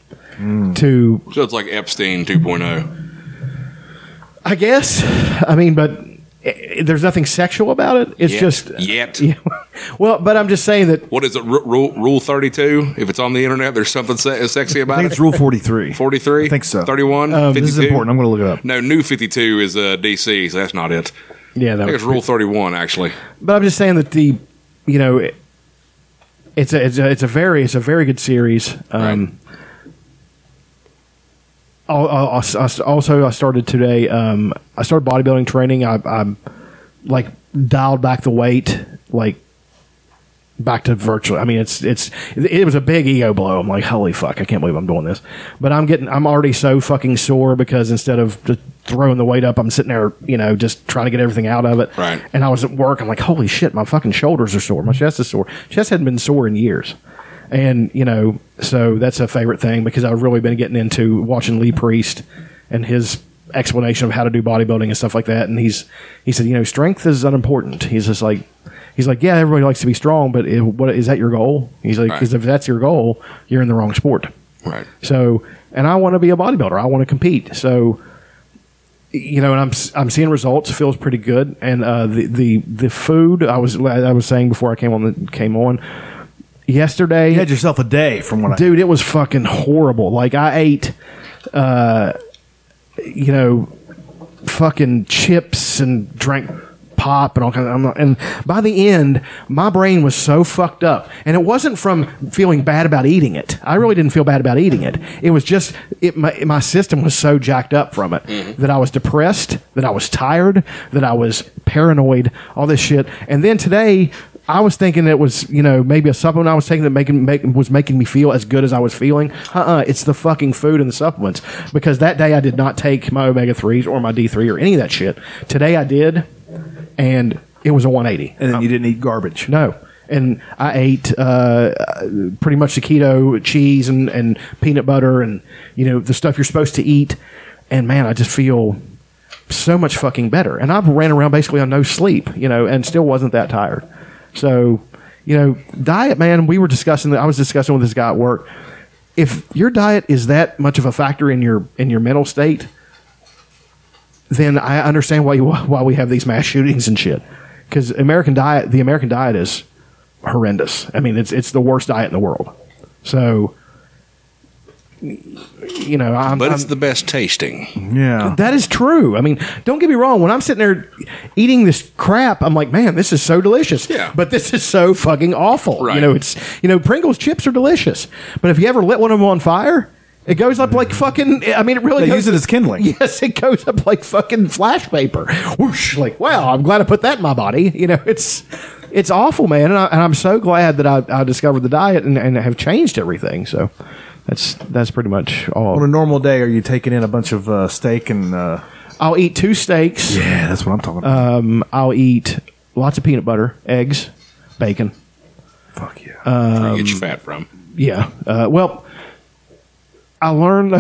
Speaker 2: To
Speaker 1: oh. So it's like Epstein 2.0.
Speaker 2: I guess. I mean, but eh, there's nothing sexual about it. It's
Speaker 1: Yet.
Speaker 3: uh,
Speaker 2: just
Speaker 1: Yet.
Speaker 2: well, but I'm just saying that
Speaker 1: What is it? Ru- Rule Rule thirty two. If it's on the internet, there's something se- uh, sexy
Speaker 3: I
Speaker 1: about
Speaker 3: think
Speaker 1: it.
Speaker 3: it's Rule 43.
Speaker 1: Forty three.
Speaker 3: I think so. Um,
Speaker 1: Thirty one.
Speaker 3: This is important. I'm going to look it up.
Speaker 1: No, new fifty two is uh, DC. So that's not it.
Speaker 2: yeah, that
Speaker 1: I think
Speaker 2: was
Speaker 1: it's Rule thirty one actually.
Speaker 2: but I'm just saying that the you know it, it's a it's a it's a very it's a very good series. Um, al- al- al- al- Also, I started today. Um, I started bodybuilding training. I, I'm like dialed back the weight, like back to virtually. I mean, it's it's it was a big ego blow. I'm like, holy fuck, I can't believe I'm doing this. But I'm getting, I'm already so fucking sore because instead of just throwing the weight up, I'm sitting there, you know, just trying to get everything out of it.
Speaker 1: Right.
Speaker 2: And I was at work. I'm like, holy shit, my fucking shoulders are sore. My chest is sore. Chest hadn't been sore in years. And you know, so that's a favorite thing because I've really been getting into watching Lee Priest and his explanation of how to do bodybuilding and stuff like that. And he's he said, you know, strength is unimportant. He's just like He's like, yeah, everybody likes to be strong, but i what is that your goal? He's like, because if that's your goal, you're in the wrong sport.
Speaker 1: Right.
Speaker 2: So, and I want to be a bodybuilder. I want to compete. So, you know, and I'm s- I'm seeing results. Feels pretty good. And uh, the the the food I was I was saying before I came on the, came on yesterday.
Speaker 3: You had yourself a day from what I
Speaker 2: Dude, it was fucking horrible. Like I ate, uh, you know, fucking chips and drank pop and all kinds. Of, I'm not, and by the end, my brain was so fucked up, and it wasn't from feeling bad about eating it. I really didn't feel bad about eating it. It was just it. My, my system was so jacked up from it that I was depressed, that I was tired, that I was paranoid, all this shit. And then today. I was thinking it was, you know, maybe a supplement I was taking that making make, was making me feel as good as I was feeling. Uh uh it's the fucking food and the supplements. Because that day I did not take my omega threes or my D three or any of that shit. Today I did, and it was a one eighty.
Speaker 3: And then you didn't eat garbage.
Speaker 2: No. And I ate uh, uh, pretty much the keto cheese and, and peanut butter and, you know, the stuff you're supposed to eat. And man, I just feel so much fucking better. And I've ran around basically on no sleep, you know, and still wasn't that tired. So, you know, diet, man, we were discussing that. I was discussing with this guy at work. If your diet is that much of a factor in your in your mental state, then I understand why you, why we have these mass shootings and shit. Because American diet, the American diet is horrendous. I mean, it's it's the worst diet in the world. So, you know, I'm,
Speaker 1: But
Speaker 2: I'm-
Speaker 1: it's the best tasting.
Speaker 3: Yeah.
Speaker 2: that is true. I mean, don't get me wrong. When I'm sitting there eating this crap, I'm like, man, this is so delicious.
Speaker 1: Yeah.
Speaker 2: But this is so fucking awful.
Speaker 1: Right.
Speaker 2: You know, it's you know, Pringles chips are delicious, but if you ever lit one of them on fire, it goes up like fucking. I mean, it really.
Speaker 3: They
Speaker 2: goes,
Speaker 3: use it as kindling.
Speaker 2: Yes, it goes up like fucking flash paper. Whoosh! Like, wow, I'm glad I put that in my body. You know, it's it's awful, man, and, I, and I'm so glad that I, I discovered the diet and, and have changed everything. So. That's that's pretty much
Speaker 3: On a
Speaker 2: all.
Speaker 3: normal day, are you taking in a bunch of uh, steak and. Uh,
Speaker 2: I'll eat two steaks.
Speaker 3: yeah, that's what I'm talking about.
Speaker 2: I'll eat lots of peanut butter, eggs, bacon.
Speaker 3: Fuck yeah.
Speaker 1: Where you get your fat from?
Speaker 2: Yeah. Uh, well, I learned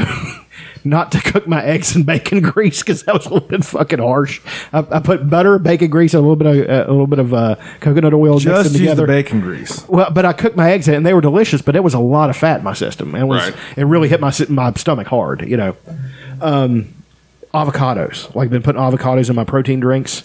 Speaker 2: not to cook my eggs in bacon grease because that was a little bit fucking harsh. I, I put butter, bacon grease, and a little bit of a little bit of uh, coconut oil. mixed
Speaker 3: Just
Speaker 2: them
Speaker 3: use
Speaker 2: together.
Speaker 3: the bacon grease.
Speaker 2: Well, but I cooked my eggs and they were delicious, but it was a lot of fat in my system. It was
Speaker 1: Right.
Speaker 2: it really hit my si- my stomach hard, you know. Um, avocados, like been putting avocados in my protein drinks.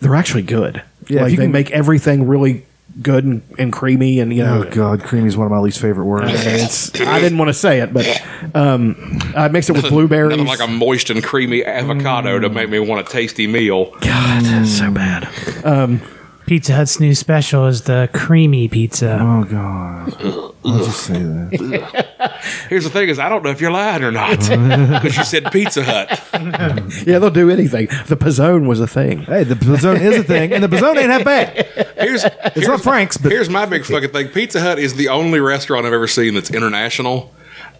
Speaker 2: They're actually good.
Speaker 3: Yeah, if
Speaker 2: like
Speaker 3: you
Speaker 2: they
Speaker 3: can-
Speaker 2: make everything really good and, and creamy and you know.
Speaker 3: Oh, God. Creamy is one of my least favorite words.
Speaker 2: It's, I didn't want to say it, but um, I mix it with blueberries.
Speaker 1: Nothing like a moist and creamy avocado to make me want a tasty meal.
Speaker 3: Mm.
Speaker 5: Pizza Hut's new special is the creamy pizza.
Speaker 3: oh, God. Why did you say that?
Speaker 1: Here's the thing: is I don't know if you're lying or not because you said Pizza Hut.
Speaker 2: yeah, they'll do anything. The pizzone was a thing.
Speaker 3: Hey, the Pizzone is a thing, and the Pizzone ain't that bad.
Speaker 1: Here's
Speaker 3: It's not Frank's, but
Speaker 1: Here's my big fucking thing. Pizza Hut is the only restaurant I've ever seen that's international.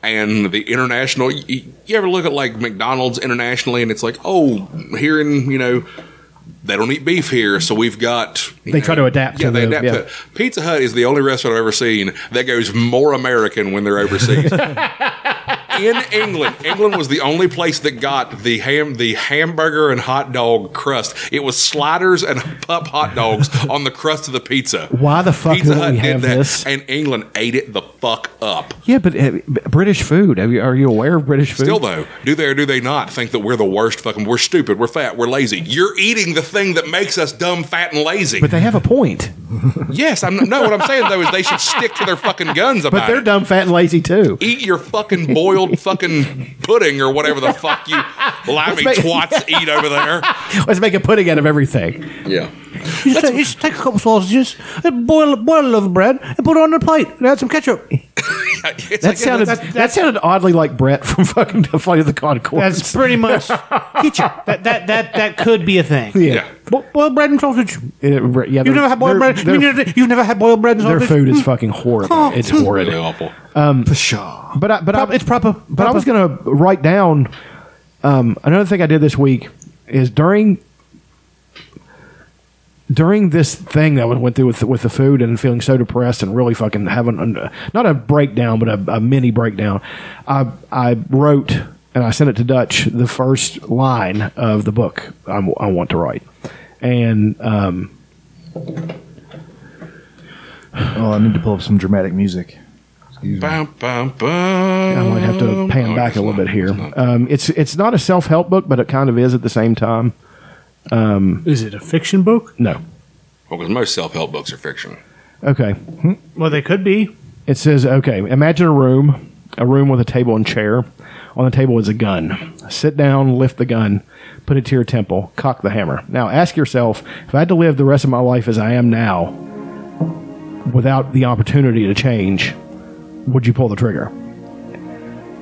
Speaker 1: And the international, you, you ever look at like McDonald's internationally, and it's like, oh, here in you know, they don't eat beef here, so we've got. you
Speaker 2: They
Speaker 1: know,
Speaker 2: try to adapt
Speaker 1: Yeah,
Speaker 2: to
Speaker 1: they
Speaker 2: the-
Speaker 1: adapt
Speaker 2: yeah.
Speaker 1: to it. Pizza Hut is the only restaurant I've ever seen that goes more American when they're overseas. in England, England was the only place that got the ham, the hamburger and hot dog crust. It was sliders and pup hot dogs on the crust of the pizza.
Speaker 2: Why the fuck
Speaker 1: Pizza
Speaker 2: don't
Speaker 1: Hut
Speaker 2: we
Speaker 1: did
Speaker 2: have
Speaker 1: that,
Speaker 2: this?
Speaker 1: And England ate it the fuck up.
Speaker 2: Yeah, but uh, b- British food. Have you, are you aware of British food?
Speaker 1: Still though, do they or do they not think that we're the worst? Fucking, we're stupid. We're fat. We're lazy. You're eating the thing that makes us dumb, fat, and lazy.
Speaker 2: But they have a point.
Speaker 1: yes, I'm no. What I'm saying though is they should stick to their fucking guns about
Speaker 2: But they're
Speaker 1: it.
Speaker 2: dumb, fat, and lazy too.
Speaker 1: eat your fucking boiled fucking pudding or whatever the fuck you limey
Speaker 2: make-
Speaker 1: twats eat over there.
Speaker 2: Let's make a pudding out of everything.
Speaker 1: Yeah.
Speaker 5: You just, take, you just take a couple sausages, and boil boil a loaf of bread, and put it on a plate, and add some ketchup.
Speaker 2: That sounded that sounded oddly like Brett from fucking the Flight of the Concords.
Speaker 5: That's pretty much ketchup. That that that that could be a thing.
Speaker 1: yeah.
Speaker 5: Bo- boiled bread and sausage.
Speaker 2: Yeah, Brett- yeah,
Speaker 5: You've never had boiled bread.
Speaker 2: Their,
Speaker 5: you never- You've never had boiled bread and
Speaker 2: their
Speaker 5: sausage.
Speaker 2: food is fucking horrible.
Speaker 5: Oh.
Speaker 2: It's horrid.
Speaker 1: Really awful.
Speaker 2: But I, but I,
Speaker 5: Prop- it's proper.
Speaker 2: But I was
Speaker 5: Proper.
Speaker 2: gonna write down um, another thing I did this week is during during this thing that I went through with with the food and feeling so depressed and really fucking having an- not a breakdown but a, a mini breakdown. I I wrote and I sent it to Dutch the first line of the book I'm, I want to write and. Um,
Speaker 3: Oh, I need to pull up some dramatic music.
Speaker 1: Bum, bum, bum.
Speaker 2: I might have to pan
Speaker 1: Oh,
Speaker 2: back
Speaker 1: it's
Speaker 2: a little
Speaker 1: not-
Speaker 2: bit here.
Speaker 1: it's not.
Speaker 2: Um, it's it's not a self help book, but it kind of is at the same time. Um,
Speaker 5: Is it a fiction book?
Speaker 2: No,
Speaker 1: Well, because most self help books are fiction.
Speaker 2: okay.
Speaker 5: Well, they could be.
Speaker 2: It says, okay, imagine a room, a room with a table and chair. On the table is a gun. Sit down, lift the gun, put it to your temple, cock the hammer. Now ask yourself, if I had to live the rest of my life as I am now, without the opportunity to change, would you pull the trigger?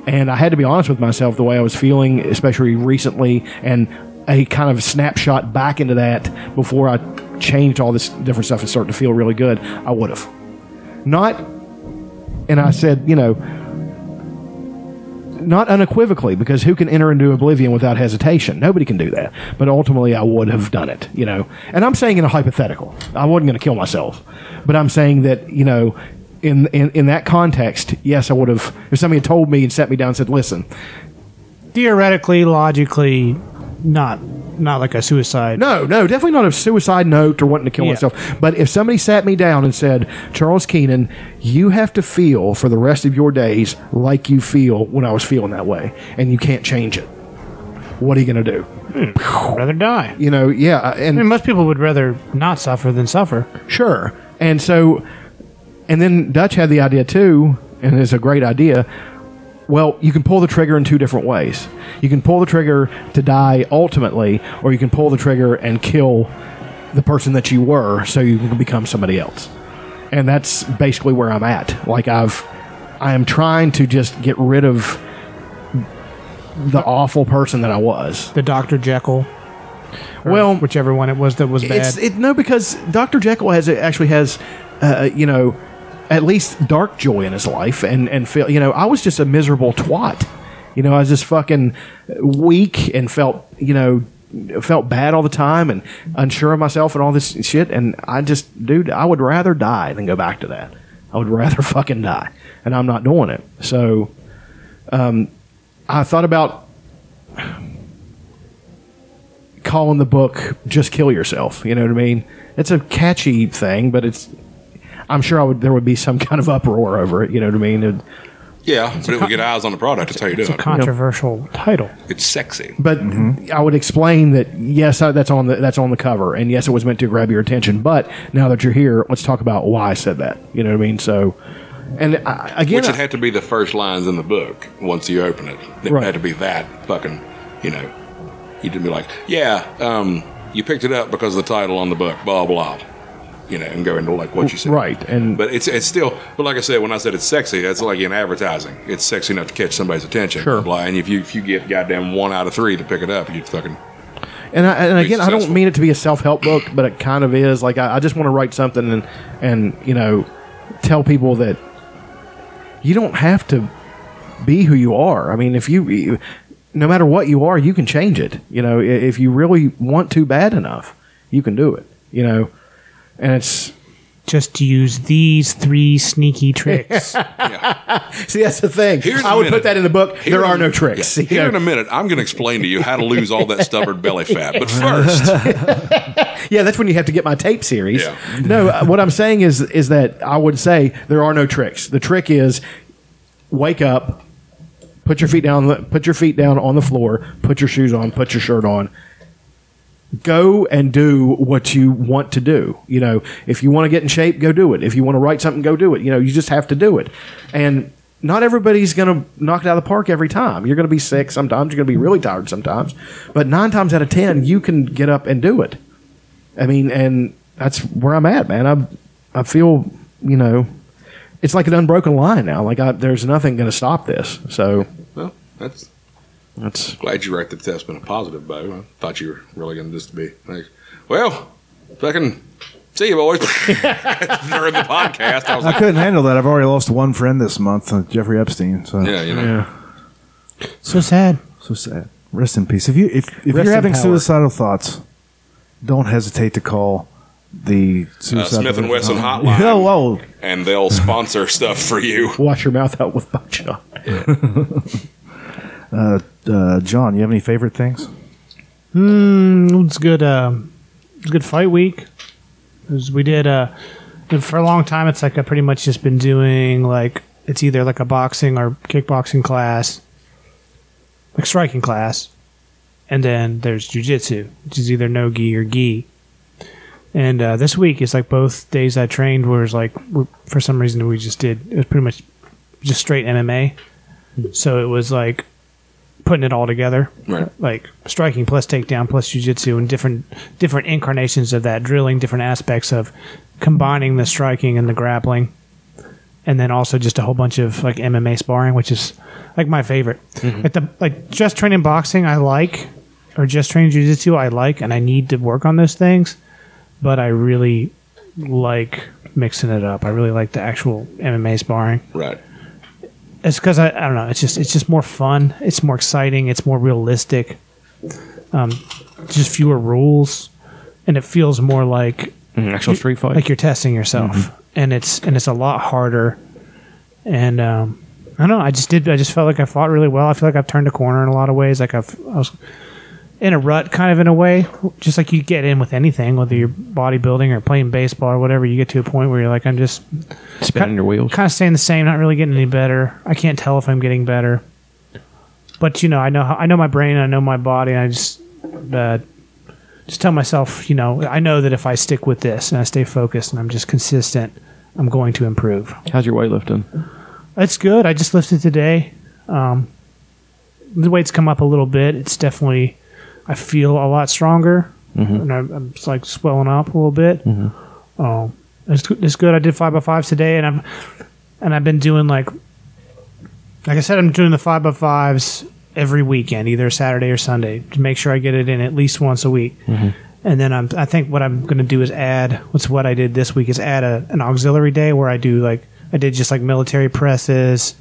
Speaker 2: And I had to be honest with myself the way I was feeling, especially recently, and a kind of snapshot back into that before I changed all this different stuff and started to feel really good. I would have. Not and I said, you know, not unequivocally, because who can enter into oblivion without hesitation? Nobody can do that. But ultimately, I would have done it, you know. And I'm saying in a hypothetical, I wasn't going to kill myself, but I'm saying that, you know, in, in, in that context, yes, I would have. If somebody had told me and sat me down and said, listen,
Speaker 5: Theoretically, logically, not not like a suicide.
Speaker 2: No, no, definitely not a suicide note or wanting to kill
Speaker 5: Yeah.
Speaker 2: myself. But if somebody sat me down and said, Charles Keenan, you have to feel for the rest of your days like you feel when I was feeling that way, and you can't change it, what are you going to do?
Speaker 5: I'd rather die.
Speaker 2: You know, yeah, and
Speaker 5: I mean, most people would rather not suffer than suffer.
Speaker 2: Sure. And so, and then Dutch had the idea too, and it's a great idea. Well, you can pull the trigger in two different ways. You can pull the trigger to die ultimately, or you can pull the trigger and kill the person that you were so you can become somebody else. And that's basically where I'm at. Like, I've, I am trying to just get rid of the awful person that I was.
Speaker 5: The Doctor Jekyll. or
Speaker 2: Well,
Speaker 5: whichever one it was that was bad.
Speaker 2: It's it, no because Doctor Jekyll has actually has, uh, you know, at least dark joy in his life, and and feel you know I was just a miserable twat, you know I was just fucking weak and felt you know felt bad all the time and unsure of myself and all this shit, and I just dude I would rather die than go back to that. I would rather fucking die, and I'm not doing it. So, um, I thought about calling the book "Just Kill Yourself." You know what I mean? It's a catchy thing, but it's. I'm sure I would. There would be some kind of uproar over it. You know what I mean? It-
Speaker 1: Yeah, but it would get eyes on the product. That's how you do it.
Speaker 5: Controversial title.
Speaker 1: It's sexy.
Speaker 2: but I would explain that yes, I, that's on the that's on the cover, and yes, it was meant to grab your attention. But now that you're here, let's talk about why I said that. You know what I mean? So, and I, again,
Speaker 1: Which
Speaker 2: I-
Speaker 1: would have to be the first lines in the book once you open it. It
Speaker 2: Right.
Speaker 1: had to be that fucking, you know. You'd be like, yeah, um, you picked it up because of the title on the book, blah, blah. You know, and go into like what you said.
Speaker 2: right, and
Speaker 1: But it's it's still, but like I said, when I said it's sexy, that's like in advertising. It's sexy enough to catch somebody's attention.
Speaker 2: Sure.
Speaker 1: Blah, And if you if you get goddamn one out of three to pick it up, you'd fucking
Speaker 2: And, I, and again, I don't
Speaker 1: successful.
Speaker 2: mean it to be a self help book, but it kind of is. Like I, I just want to write something and and you know tell people that you don't have to be who you are. I mean, if you, you no matter what you are, you can change it. You know, i- if you really want to bad enough, you can do it. You know, and it's
Speaker 5: just use these three sneaky tricks.
Speaker 2: See, that's the thing.
Speaker 1: Here's a
Speaker 2: I would
Speaker 1: minute.
Speaker 2: put that in the book.
Speaker 1: Here
Speaker 2: there
Speaker 1: in
Speaker 2: are
Speaker 1: a-
Speaker 2: no tricks.
Speaker 1: yeah.
Speaker 2: You
Speaker 1: Here
Speaker 2: know?
Speaker 1: in a minute, I'm going to explain to you how to lose all that stubborn belly fat. But first,
Speaker 2: Yeah, that's when you have to get my tape series.
Speaker 1: Yeah.
Speaker 2: No, uh, what I'm saying is is that I would say there are no tricks. The trick is wake up, put your feet down, put your feet down on the floor, put your shoes on, put your shirt on. Go and do what you want to do. You know, if you want to get in shape, go do it. If you want to write something, go do it. You know, you just have to do it. And not everybody's going to knock it out of the park every time. You're going to be sick sometimes. You're going to be really tired sometimes. But nine times out of ten, you can get up and do it. I mean, and that's where I'm at, man. I I feel you know, it's like an unbroken line now. Like I, there's nothing going to stop this. So
Speaker 1: well, that's
Speaker 2: that's
Speaker 1: glad you write that that's been a positive, Bo. I thought you were really going to just be like, well, fucking see you, boys. During the podcast, I was
Speaker 3: I
Speaker 1: like,
Speaker 3: couldn't handle that. I've already lost one friend this month, uh, Jeffrey Epstein. So
Speaker 1: yeah, you know.
Speaker 5: so sad.
Speaker 3: so sad. Rest in peace. If you if,
Speaker 2: Rest
Speaker 3: if you're
Speaker 2: in
Speaker 3: having
Speaker 2: power.
Speaker 3: suicidal thoughts, don't hesitate to call the
Speaker 1: Uh,
Speaker 3: suicide
Speaker 1: Smith and
Speaker 3: prevention
Speaker 1: Wesson hotline.
Speaker 3: Yeah, well,
Speaker 1: And they'll sponsor stuff for you.
Speaker 2: wash your mouth out with buckshot.
Speaker 3: uh, John, you have any favorite things?
Speaker 5: Mm, it's good. Uh, it's good fight week. 'Cause we did uh, and for a long time. It's like I pretty much just been doing like it's either like a boxing or kickboxing class, like striking class, and then there's jujitsu, which is either no gi or gi. And uh, this week is like both days I trained was like we- for some reason we just did it was pretty much just straight MMA. So it was like putting it all together
Speaker 1: Right.
Speaker 5: like striking plus takedown plus jujitsu and different different incarnations of that drilling different aspects of combining the striking and the grappling and then also just a whole bunch of like MMA sparring which is like my favorite like the like just training boxing I like or just training jujitsu I like and I need to work on those things but I really like mixing it up I really like the actual MMA sparring
Speaker 1: Right.
Speaker 5: it's because I, I don't know. It's just it's just more fun. It's more exciting. It's more realistic. Um, just fewer rules, and it feels more like
Speaker 2: Mm, Actual street fight. Mm-hmm.
Speaker 5: like you're testing yourself, and it's and it's a lot harder. And um, I don't know. I just did. I just felt like I fought really well. I feel like I've turned a corner in a lot of ways. Like I've I was in a rut, kind of in a way. Just like you get in with anything, whether you're bodybuilding or playing baseball or whatever, you get to a point where you're like, I'm just
Speaker 10: spinning your wheels.
Speaker 5: kind of staying the same, not really getting any better. I can't tell if I'm getting better, but you know, I know how, I know my brain, I know my body, and I just uh, just tell myself, you know, I know that if I stick with this and I stay focused and I'm just consistent, I'm going to improve.
Speaker 10: How's your weightlifting?
Speaker 5: It's good. I just lifted today. Um, the weight's come up a little bit. It's definitely I feel a lot stronger,
Speaker 10: Mm-hmm.
Speaker 5: and I'm, I'm just, like swelling up a little bit. Um, it's, go- it's good. I did five by fives today, and I'm and I've been doing like like I said, I'm doing the five by fives every weekend, either Saturday or Sunday, to make sure I get it in at least once a week.
Speaker 10: Mm-hmm.
Speaker 5: And then I'm I think what I'm going to do is add what's what I did this week is add a, an auxiliary day where I do like I did just like military presses,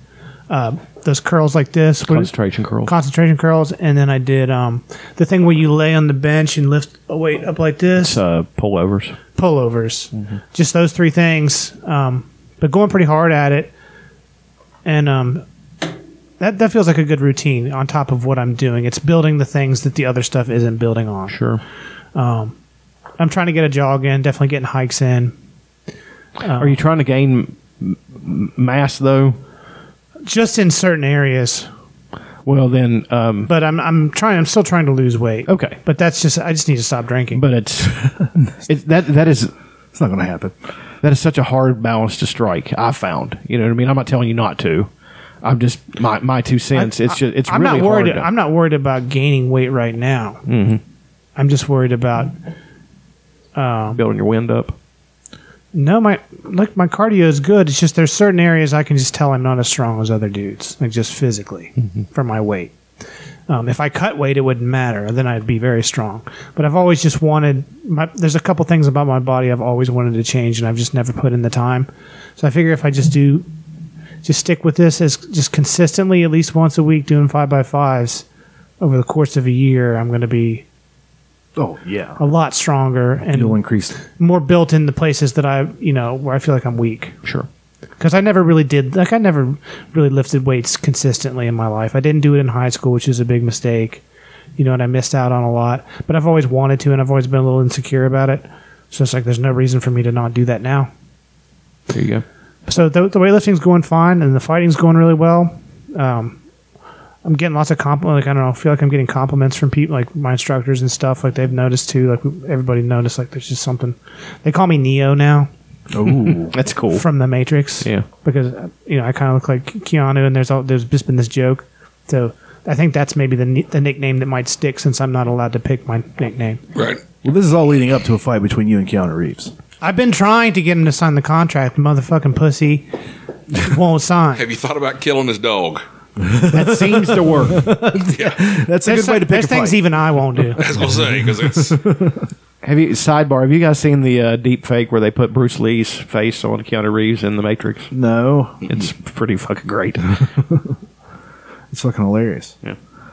Speaker 5: uh, those curls like this. What is-
Speaker 10: Concentration curls.
Speaker 5: concentration curls, and then I did um, the thing where you lay on the bench and lift a weight up like this,
Speaker 10: uh, pullovers.
Speaker 5: pullovers, just those three things. Um, but going pretty hard at it, and um, that that feels like a good routine on top of what I'm doing. It's building the things that the other stuff isn't building on.
Speaker 10: Sure.
Speaker 5: I'm trying to get a jog in, definitely getting hikes in.
Speaker 2: Um, Are you trying to gain m- m- mass though?
Speaker 5: Just in certain areas,
Speaker 2: Well, then, um,
Speaker 5: but I'm I'm trying. I'm still trying to lose weight.
Speaker 2: okay.
Speaker 5: but that's just I just need to stop drinking.
Speaker 2: But it's it's that that is
Speaker 3: It's not going to happen.
Speaker 2: that is such a hard balance to strike. I found. You know what I mean? I'm not telling you not to. I'm just my my two cents. it's just it's
Speaker 5: I'm
Speaker 2: really
Speaker 5: not worried.
Speaker 2: hard. to-
Speaker 5: I'm not worried about gaining weight right now. Mm-hmm. I'm just worried about
Speaker 10: Building your wind up.
Speaker 5: no. My like my cardio is good. It's just there's certain areas I can just tell I'm not as strong as other dudes, like just physically
Speaker 2: Mm-hmm.
Speaker 5: for my weight. Um, if I cut weight, it wouldn't matter. Then I'd be very strong. But I've always just wanted. My, there's a couple things about my body I've always wanted to change, and I've just never put in the time. So I figure if I just do, just stick with this as just consistently at least once a week doing five by fives over the course of a year, I'm going to be
Speaker 2: Oh yeah.
Speaker 5: a lot stronger and
Speaker 3: You'll increase.
Speaker 5: more built in the places that I, you know, where I feel like I'm weak.
Speaker 10: Sure.
Speaker 5: Because I never really did, like, I never really lifted weights consistently in my life. I didn't do it in high school, which is a big mistake, you know, and I missed out on a lot. But I've always wanted to, and I've always been a little insecure about it. So it's like there's no reason for me to not do that now.
Speaker 10: There you go.
Speaker 5: So the, the weightlifting's going fine, and the fighting's going really well. Um, I'm getting lots of compliments. Like I don't know, I feel like I'm getting compliments from people, like my instructors and stuff. Like they've noticed too. Like everybody noticed. Like there's just something. They call me Neo now
Speaker 3: Oh,
Speaker 10: That's cool.
Speaker 5: from the Matrix.
Speaker 10: Yeah.
Speaker 5: because uh, you know I kind of look like Keanu, and there's all there's just been this joke. So I think that's maybe the ni- the nickname that might stick since I'm not allowed to pick my nickname.
Speaker 1: Right.
Speaker 3: well, this is all leading up to a fight between you and Keanu Reeves.
Speaker 5: I've been trying to get him to sign the contract. Motherfucking pussy won't sign.
Speaker 1: Have you thought about killing his dog?
Speaker 2: That seems to work.
Speaker 3: That's a
Speaker 5: There's
Speaker 3: good way to
Speaker 5: some-
Speaker 3: pick
Speaker 5: there's
Speaker 3: a
Speaker 5: things
Speaker 3: fight.
Speaker 5: even I won't do.
Speaker 1: I was gonna say because it's
Speaker 2: Have you sidebar? Have you guys seen the? Uh,
Speaker 10: Deep fake where they put Bruce Lee's face on Keanu Reeves in The Matrix.
Speaker 3: no,
Speaker 10: It's pretty fucking great.
Speaker 3: it's fucking hilarious.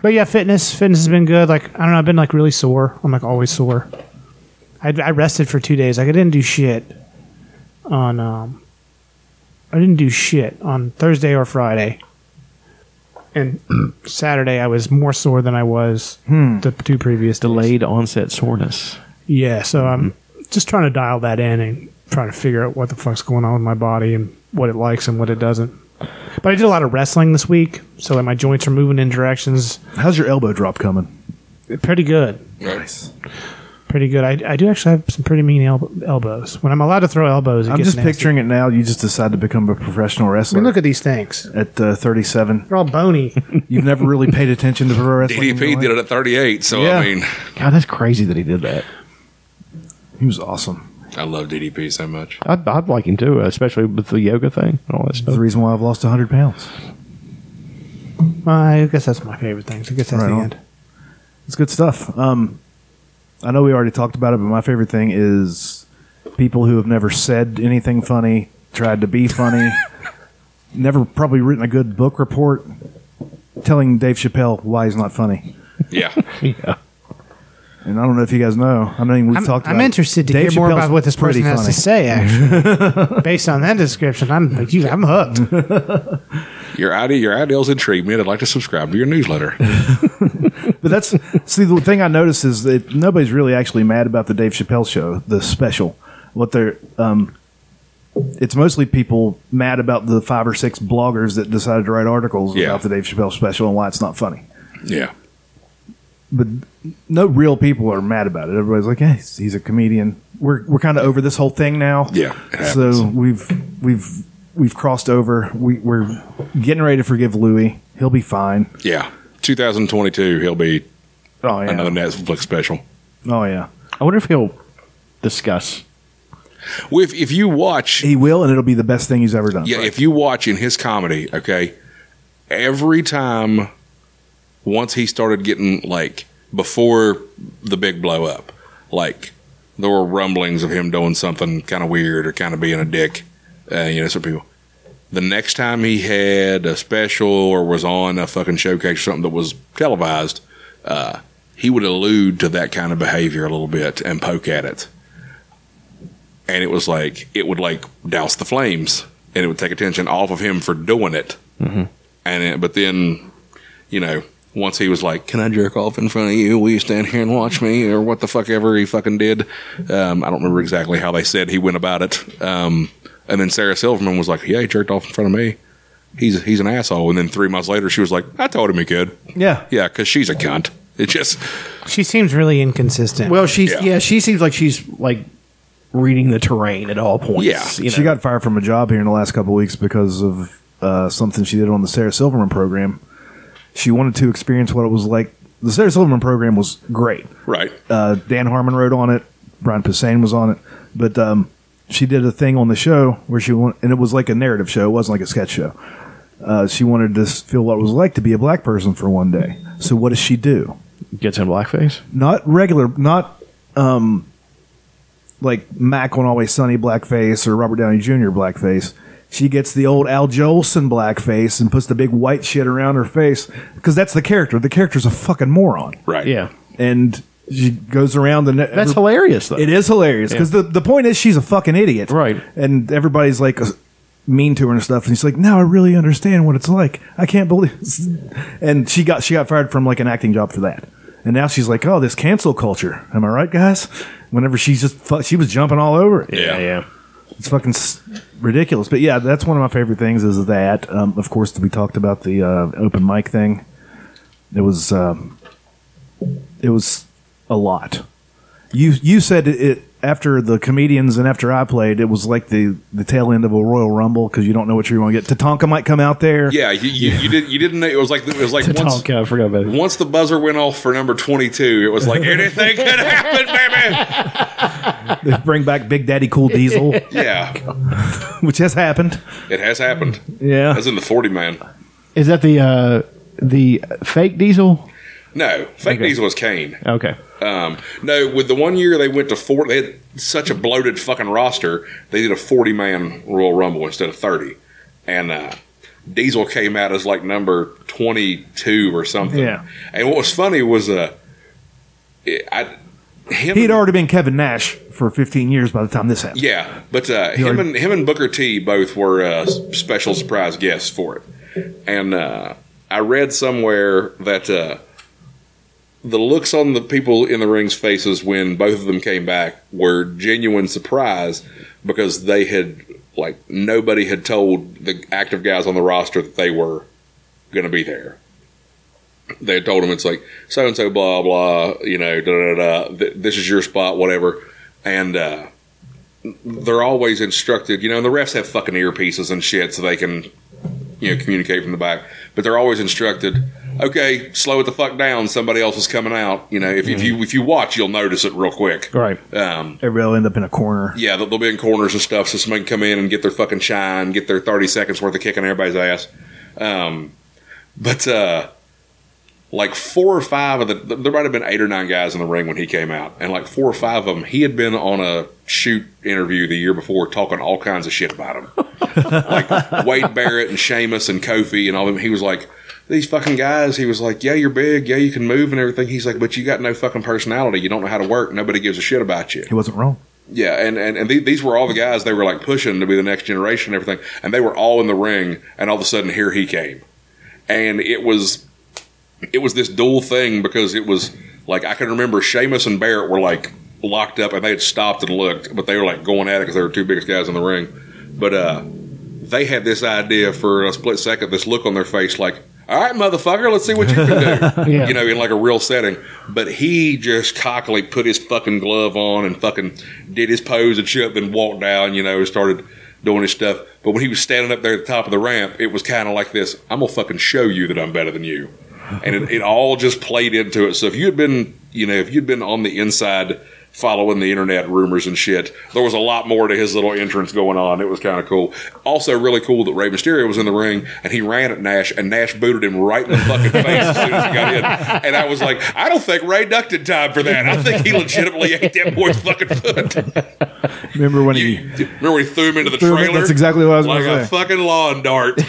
Speaker 5: But yeah, fitness. Fitness has been good. Like I don't know, I've been like really sore. I'm like always sore. I, I rested for two days. Like I didn't do shit on. Um, I didn't do shit on Thursday or Friday. And Saturday, I was more sore than I was the two previous days.
Speaker 10: Hmm. Delayed onset soreness. Hmm.
Speaker 5: Yeah, so I'm just trying to dial that in and trying to figure out what the fuck's going on with my body and what it likes and what it doesn't. But I did a lot of wrestling this week, so like my joints are moving in directions
Speaker 3: How's your elbow drop coming?
Speaker 5: pretty good.
Speaker 1: nice.
Speaker 5: pretty good. I, I do actually have some pretty mean elb- elbows. When I'm allowed to throw elbows, it
Speaker 3: I'm
Speaker 5: gets
Speaker 3: just
Speaker 5: nasty.
Speaker 3: picturing it now. You just decide to become a professional
Speaker 5: I
Speaker 3: wrestler
Speaker 5: mean, look at these things.
Speaker 3: at uh, 37.
Speaker 5: They're all bony.
Speaker 3: You've never really paid attention to pro wrestling. in your
Speaker 1: DDP did
Speaker 3: life?
Speaker 1: it at 38, so
Speaker 3: Yeah.
Speaker 1: I mean,
Speaker 10: God, that's crazy that he did that.
Speaker 3: He was awesome.
Speaker 1: I love DDP so much.
Speaker 10: I'd, I'd like him to, especially with the yoga thing and all that stuff.
Speaker 3: The reason why I've lost 100 pounds.
Speaker 5: Well, I guess that's my favorite thing. I guess that's
Speaker 3: Right
Speaker 5: the
Speaker 3: on.
Speaker 5: end.
Speaker 3: It's good stuff. Um, I know we already talked about it, but my favorite thing is people who have never said anything funny, tried to be funny, never probably written a good book report, telling Dave Chappelle why he's not funny.
Speaker 1: Yeah,
Speaker 3: And I don't know if you guys know. I mean, we've
Speaker 5: I'm,
Speaker 3: talked.
Speaker 5: I'm
Speaker 3: about it.
Speaker 5: interested to
Speaker 3: Dave
Speaker 5: hear more
Speaker 3: Chappelle's
Speaker 5: about what this
Speaker 3: pretty
Speaker 5: person has to
Speaker 3: funny.
Speaker 5: say. Actually, based on that description, I'm like, you, I'm hooked.
Speaker 1: your idea, your ideals intrigue me, and I'd like to subscribe to your newsletter.
Speaker 3: But that's see the thing I notice is that nobody's really actually mad about the Dave Chappelle show, the special. What they're um, it's mostly people mad about the five or six bloggers that decided to write articles
Speaker 1: Yeah.
Speaker 3: about the Dave Chappelle special and why it's not funny.
Speaker 1: Yeah,
Speaker 3: But no real people are mad about it. Everybody's like, "Hey, he's- he's a comedian." We're we're kind of over this whole thing now.
Speaker 1: Yeah, it happens.
Speaker 3: So we've we've we've crossed over. We, we're getting ready to forgive Louis. He'll be fine.
Speaker 1: yeah. 2022, he'll be
Speaker 3: Oh yeah.
Speaker 1: another Netflix special.
Speaker 3: Oh yeah.
Speaker 10: I wonder if he'll discuss.
Speaker 1: Well, If if you watch,
Speaker 3: He will, and it'll be the best thing he's ever done.
Speaker 1: yeah, if you watch in his comedy, okay, every time, once he started getting like before the big blow up, like there were rumblings of him doing something kind of weird or kind of being a dick, uh, you know, some people. The next time he had a special or was on a fucking showcase or something that was televised, uh, he would allude to that kind of behavior a little bit and poke at it. And it was like, it would like douse the flames and it would take attention off of him for doing it. And it, but then, you know, once he was like, "Can I jerk off in front of you? Will you stand here and watch me?" or what the fuck ever he fucking did. Um, I don't remember exactly how they said he went about it. Um, and then Sarah Silverman was like, "Yeah, he jerked off in front of me. He's he's an asshole." And then three months later, she was like, "I told him he could."
Speaker 3: Yeah.
Speaker 1: Yeah, because she's a cunt. It just
Speaker 5: She seems really inconsistent.
Speaker 2: well, she's yeah.
Speaker 1: Yeah.
Speaker 2: She seems like she's like reading the terrain at all points.
Speaker 1: Yeah.
Speaker 2: you know?
Speaker 3: She got fired from a job here in the last couple of weeks because of uh, something she did on the Sarah Silverman program. She wanted to experience what it was like. The Sarah Silverman program was great.
Speaker 1: right.
Speaker 3: Uh, Dan Harmon wrote on it. Brian Posehn was on it. But um, she did a thing on the show where she went, and it was like a narrative show. It wasn't like a sketch show. Uh, she wanted to s- feel what it was like to be a black person for one day. So what does she do?
Speaker 10: Gets in blackface.
Speaker 3: not regular, not um, like Mac on Always Sunny blackface or Robert Downey Jr. blackface. She gets the old Al Jolson blackface and puts the big white shit around her face because that's the character. The character's a fucking moron,
Speaker 1: Right.
Speaker 10: Yeah.
Speaker 3: and she goes around and that's
Speaker 2: hilarious, though.
Speaker 3: It is hilarious because the, the point is she's a fucking idiot, right? And everybody's like uh, mean to her and stuff, and she's like, "No, I really understand what it's like. I can't believe." And she got she got fired from like an acting job for that, and now she's like, "Oh, this cancel culture. Am I right, guys?" Whenever she's just fu- she was jumping all over it.
Speaker 1: Yeah, yeah.
Speaker 3: It's fucking s- ridiculous. But yeah, that's one of my favorite things is that. Um, of course, we talked about the uh, open mic thing. It was um, it was a lot. You you said it, it after the comedians and after I played, it was like the the tail end of a Royal Rumble because you don't know what you're going to get. Tatanka might come out there.
Speaker 1: Yeah, you, you, you did. You didn't. know- It was like it was like once,
Speaker 3: I forgot about it.
Speaker 1: once the buzzer went off for number twenty two, it was like anything could happen, baby.
Speaker 3: They bring back Big Daddy Cool Diesel,
Speaker 1: Yeah,
Speaker 3: which has happened.
Speaker 1: it has happened.
Speaker 3: Yeah.
Speaker 1: That's in the forty man.
Speaker 2: Is that the uh, the fake diesel?
Speaker 1: No, fake diesel was Kane.
Speaker 10: Okay.
Speaker 1: Um, no, with the one year they went to four, they had such a bloated fucking roster. They did a forty man Royal Rumble instead of thirty, and uh, Diesel came out as like number twenty two or something.
Speaker 3: Yeah.
Speaker 1: And what was funny was uh, I him
Speaker 3: He'd already been Kevin Nash for 15 years by the time this happened.
Speaker 1: Yeah, but uh, him and him and Booker T both were uh, s- special surprise guests for it, and uh, I read somewhere that uh, the looks on the people in the ring's faces when both of them came back were genuine surprise because they had like nobody had told the active guys on the roster that they were going to be there. They had told them it's like so and so blah blah you know da da da th- this is your spot whatever and. uh they're always instructed, you know, and the refs have fucking earpieces and shit so they can, you know, communicate from the back. But they're always instructed, okay, slow it the fuck down. Somebody else is coming out. You know, if, if you if you watch, you'll notice it real quick.
Speaker 3: Right.
Speaker 1: Um,
Speaker 3: Everybody'll end up in a corner.
Speaker 1: yeah, they'll, they'll be in corners and stuff, so somebody can come in and get their fucking shine, get their thirty seconds worth of kicking everybody's ass. Um, but uh, like four or five of the there might have been eight or nine guys in the ring when he came out, and like four or five of them, he had been on a shoot interview the year before talking all kinds of shit about him, like Wade Barrett and Sheamus and Kofi and all them. He was like. These fucking guys, he was like, Yeah, you're big. Yeah, you can move and everything. He's like, But you got no fucking personality. You don't know how to work. Nobody gives a shit about you.
Speaker 3: He wasn't wrong.
Speaker 1: Yeah, and and, and the- these were all the guys they were like pushing to be the next generation and everything, and they were all in the ring, and all of a sudden here he came, and it was it was this dual thing because it was like I can remember Sheamus and Barrett were like locked up and they had stopped and looked, but they were like going at it because they were two biggest guys in the ring, but uh, they had this idea for a split second, this look on their face like. All right, motherfucker, let's see what you can do. You know, in like a real setting. But he just cockily put his fucking glove on and fucking did his pose and shit, then walked down, you know, and started doing his stuff. But when he was standing up there at the top of the ramp, it was kind of like this I'm going to fucking show you that I'm better than you. And it, it all just played into it. So if you had been, you know, if you'd been on the inside following the internet rumors and shit, there was a lot more to his little entrance going on. It was kind of cool. Also, really cool that Ray Mysterio was in the ring and he ran at Nash and Nash booted him right in the fucking face as soon as he got in. And I was like, I don't think Ray ducked in time for that. I think he legitimately ate that boy's fucking foot.
Speaker 3: Remember when he.
Speaker 1: You- remember when he threw him into the
Speaker 3: Threw him-
Speaker 1: trailer?
Speaker 3: that's exactly what I was
Speaker 1: like
Speaker 3: gonna
Speaker 1: a
Speaker 3: say.
Speaker 1: fucking lawn dart.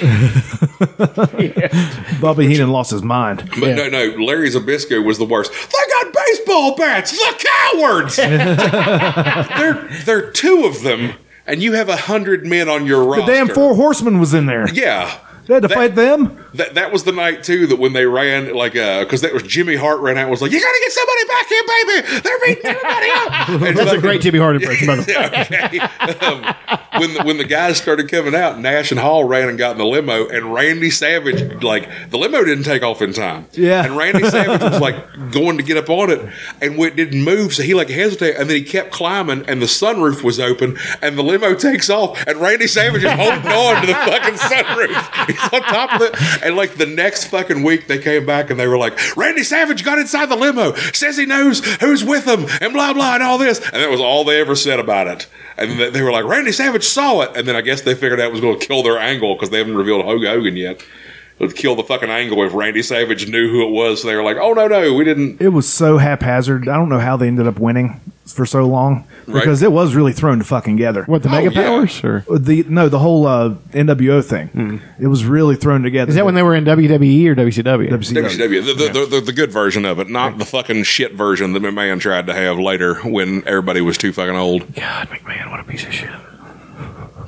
Speaker 3: Bobby Heenan lost his mind.
Speaker 1: But no, no, Larry Zabisco was the worst. They got baseball bats. The cowards. there, there are two of them, and you have a hundred men on your
Speaker 3: The
Speaker 1: roster.
Speaker 3: damn four horsemen was in there.
Speaker 1: Yeah.
Speaker 3: They had to
Speaker 1: That-
Speaker 3: fight them.
Speaker 1: That, that was the night too that when they ran like uh because that was Jimmy Hart ran out and was like you gotta get somebody back here baby they're beating everybody up And
Speaker 2: That's a
Speaker 1: fucking-
Speaker 2: great Jimmy Hart impression. by the way.
Speaker 1: okay. Um, when the, when the guys started coming out, Nash and Hall ran and got in the limo, and Randy Savage like the limo didn't take off in time.
Speaker 3: Yeah.
Speaker 1: and Randy Savage was like going to get up on it, and it didn't move, so he like hesitated, and then he kept climbing, and the sunroof was open, and the limo takes off, and Randy Savage is holding on to the fucking sunroof. He's on top of it, and like the next fucking week, they came back and they were like, Randy Savage got inside the limo, says he knows who's with him, and blah blah, and all this, and that was all they ever said about it. And they, they were like, Randy Savage saw it, and then I guess they figured out it was going to kill their angle because they haven't revealed Hogan Hogan yet. It would kill the fucking angle if Randy Savage knew who it was. So they were like, "Oh no, no, we didn't."
Speaker 3: It was so haphazard. I don't know how they ended up winning. for so long
Speaker 1: Right.
Speaker 3: because it was really thrown to fucking together.
Speaker 2: What the
Speaker 1: Oh,
Speaker 2: mega
Speaker 1: yeah.
Speaker 2: powers?
Speaker 10: Sure.
Speaker 3: The no, the whole uh, NWO thing.
Speaker 1: Hmm.
Speaker 3: It was really thrown together.
Speaker 2: Is that when they were in WWE or WCW?
Speaker 1: WCW, E. the, the, the, the, the good version of it, not the fucking shit version that McMahon tried to have later when everybody was too fucking old.
Speaker 3: God, McMahon, what a piece of shit.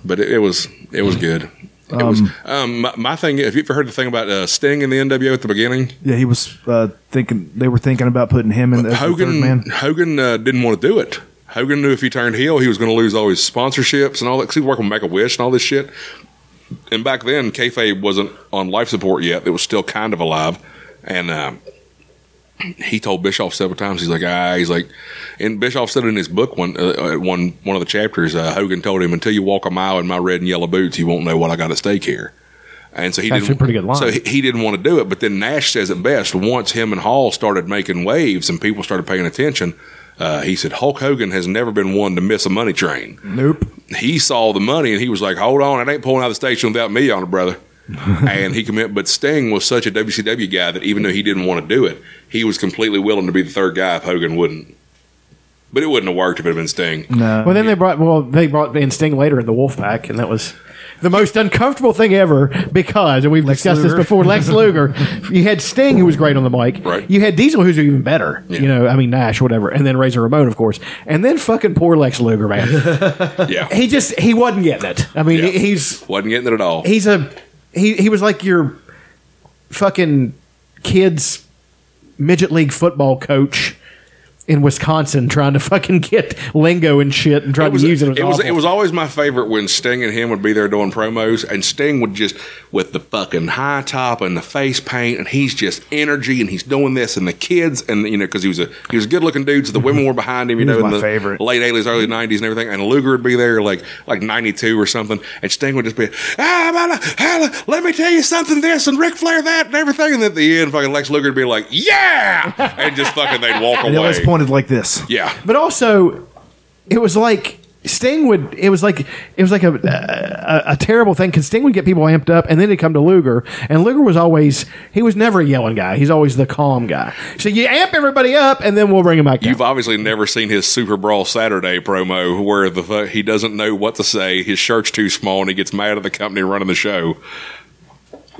Speaker 1: But it, it was it was good. It was um, my, my thing. Have you ever heard the thing about uh, Sting in the NWO at the beginning?
Speaker 3: Yeah, he was uh, thinking they were thinking about putting him in as the third
Speaker 1: Hogan
Speaker 3: man.
Speaker 1: Hogan uh, didn't want to do it. Hogan knew if he turned heel, he was going to lose all his sponsorships and all that. 'cause he was working with Make a Wish and all this shit. And back then, kayfabe wasn't on life support yet. It was still kind of alive. And uh, he told Bischoff several times. He's like, ah, he's like, and Bischoff said in his book one uh, at one one of the chapters, uh, Hogan told him, until you walk a mile in my red and yellow boots, you won't know what I got at stake here. And so he
Speaker 2: Actually
Speaker 1: didn't,
Speaker 2: a pretty good line.
Speaker 1: So he, he didn't want to do it. But then Nash says it best. Once him and Hall started making waves and people started paying attention, uh, he said Hulk Hogan has never been one to miss a money train.
Speaker 3: Nope.
Speaker 1: He saw the money and he was like, "Hold on, it ain't pulling out of the station without me on it, brother." and he commit, but Sting was such a WCW guy that even though he didn't want to do it, he was completely willing to be the third guy if Hogan wouldn't. But it wouldn't have worked if it had been Sting.
Speaker 3: No.
Speaker 2: Well, then they brought well they brought in Sting later in the Wolfpack, and that was the most uncomfortable thing ever because, and we've discussed
Speaker 3: Luger.
Speaker 2: this before. Lex Luger, you had Sting who was great on the mic,
Speaker 1: Right.
Speaker 2: You had Diesel who's even better,
Speaker 1: Yeah.
Speaker 2: you know. I mean Nash, whatever, and then Razor Ramon, of course, and then fucking poor Lex Luger, man.
Speaker 1: Yeah,
Speaker 2: he just he wasn't getting it. I mean,
Speaker 1: Yeah.
Speaker 2: he's
Speaker 1: wasn't getting it at all.
Speaker 2: he's a he he was like your fucking kids midget league football coach. In Wisconsin, trying to fucking get lingo and shit and trying
Speaker 1: it was,
Speaker 2: to use it.
Speaker 1: it was,
Speaker 2: awful.
Speaker 1: it was always my favorite when Sting and him would be there doing promos, and Sting would just with the fucking high top and the face paint, and he's just energy, and he's doing this, and the kids, and you know, because he was a he was a good looking dude, so the women were behind him, you know,
Speaker 3: Mm-hmm. was
Speaker 1: in
Speaker 3: my
Speaker 1: the
Speaker 3: favorite.
Speaker 1: late eighties, early nineties, and everything. And Luger would be there, like like ninety two or something, and Sting would just be, ah, man, ah, let me tell you something, this and Ric Flair that and everything, and at the end, fucking Lex Luger would be like, yeah, and just fucking they'd walk
Speaker 3: And they always
Speaker 1: away.
Speaker 3: pointed like this.
Speaker 1: Yeah,
Speaker 2: but also it was like Sting would it was like it was like a a, a terrible thing because Sting would get people amped up and then he'd come to Luger and Luger was always he was never a yelling guy he's always the calm guy so you amp everybody up and then we'll bring him back down.
Speaker 1: You've uh, obviously never seen his Super Brawl Saturday promo where the fu- he doesn't know what to say, his shirt's too small, and he gets mad at the company running the show.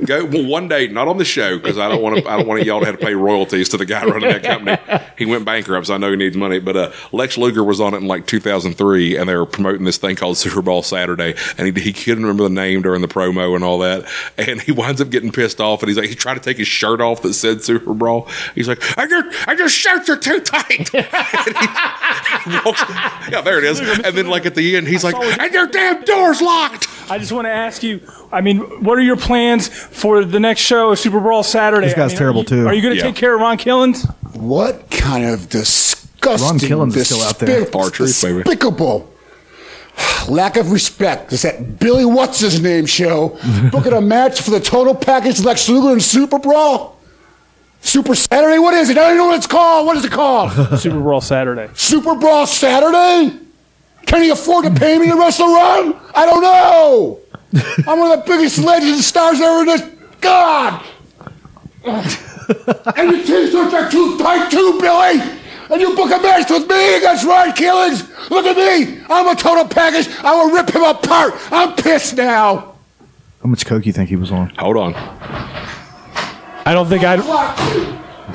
Speaker 1: Go well, one day, not on the show because I don't want to. I don't want y'all to have to pay royalties to the guy running that company. He went bankrupt, so I know he needs money. But uh, Lex Luger was on it in like 2003, and they were promoting this thing called Super Bowl Saturday, and he, he couldn't remember the name during the promo and all that. And he winds up getting pissed off, and he's like, he tried to take his shirt off that said Super Bowl. He's like, I just, I just shirts are too tight. And he walks- yeah, there it is. And then like at the end, he's like, and your damn door's locked.
Speaker 11: I just want to ask you. I mean, what are your plans for the next show, Super Bowl Saturday?
Speaker 3: This guy's
Speaker 11: I mean, are
Speaker 3: terrible,
Speaker 11: you-
Speaker 3: too.
Speaker 11: Are you going to
Speaker 1: Yeah.
Speaker 11: take care of Ron Killens?
Speaker 8: What kind of
Speaker 3: Ron
Speaker 8: disgusting,
Speaker 3: Killens is still out there.
Speaker 8: despic-
Speaker 1: Our truth, baby.
Speaker 8: despicable lack of respect is that Billy What's His Name show booking a match for the total package Lex Luger and Super Brawl? Super Saturday? What is it? I don't even know what it's called. What is it called?
Speaker 11: Super Bowl Saturday.
Speaker 8: Super Brawl Saturday? Can he afford to pay me to wrestle run? I don't know. I'm one of the biggest legends and stars ever in this. God! and your t-shirts are too tight too, Billy! And you book a match with me against Ron Killings! Look at me! I'm a total package! I will rip him apart! I'm pissed now!
Speaker 3: How much coke you think he was on?
Speaker 1: Hold on,
Speaker 11: I don't think I'd.
Speaker 8: Fuck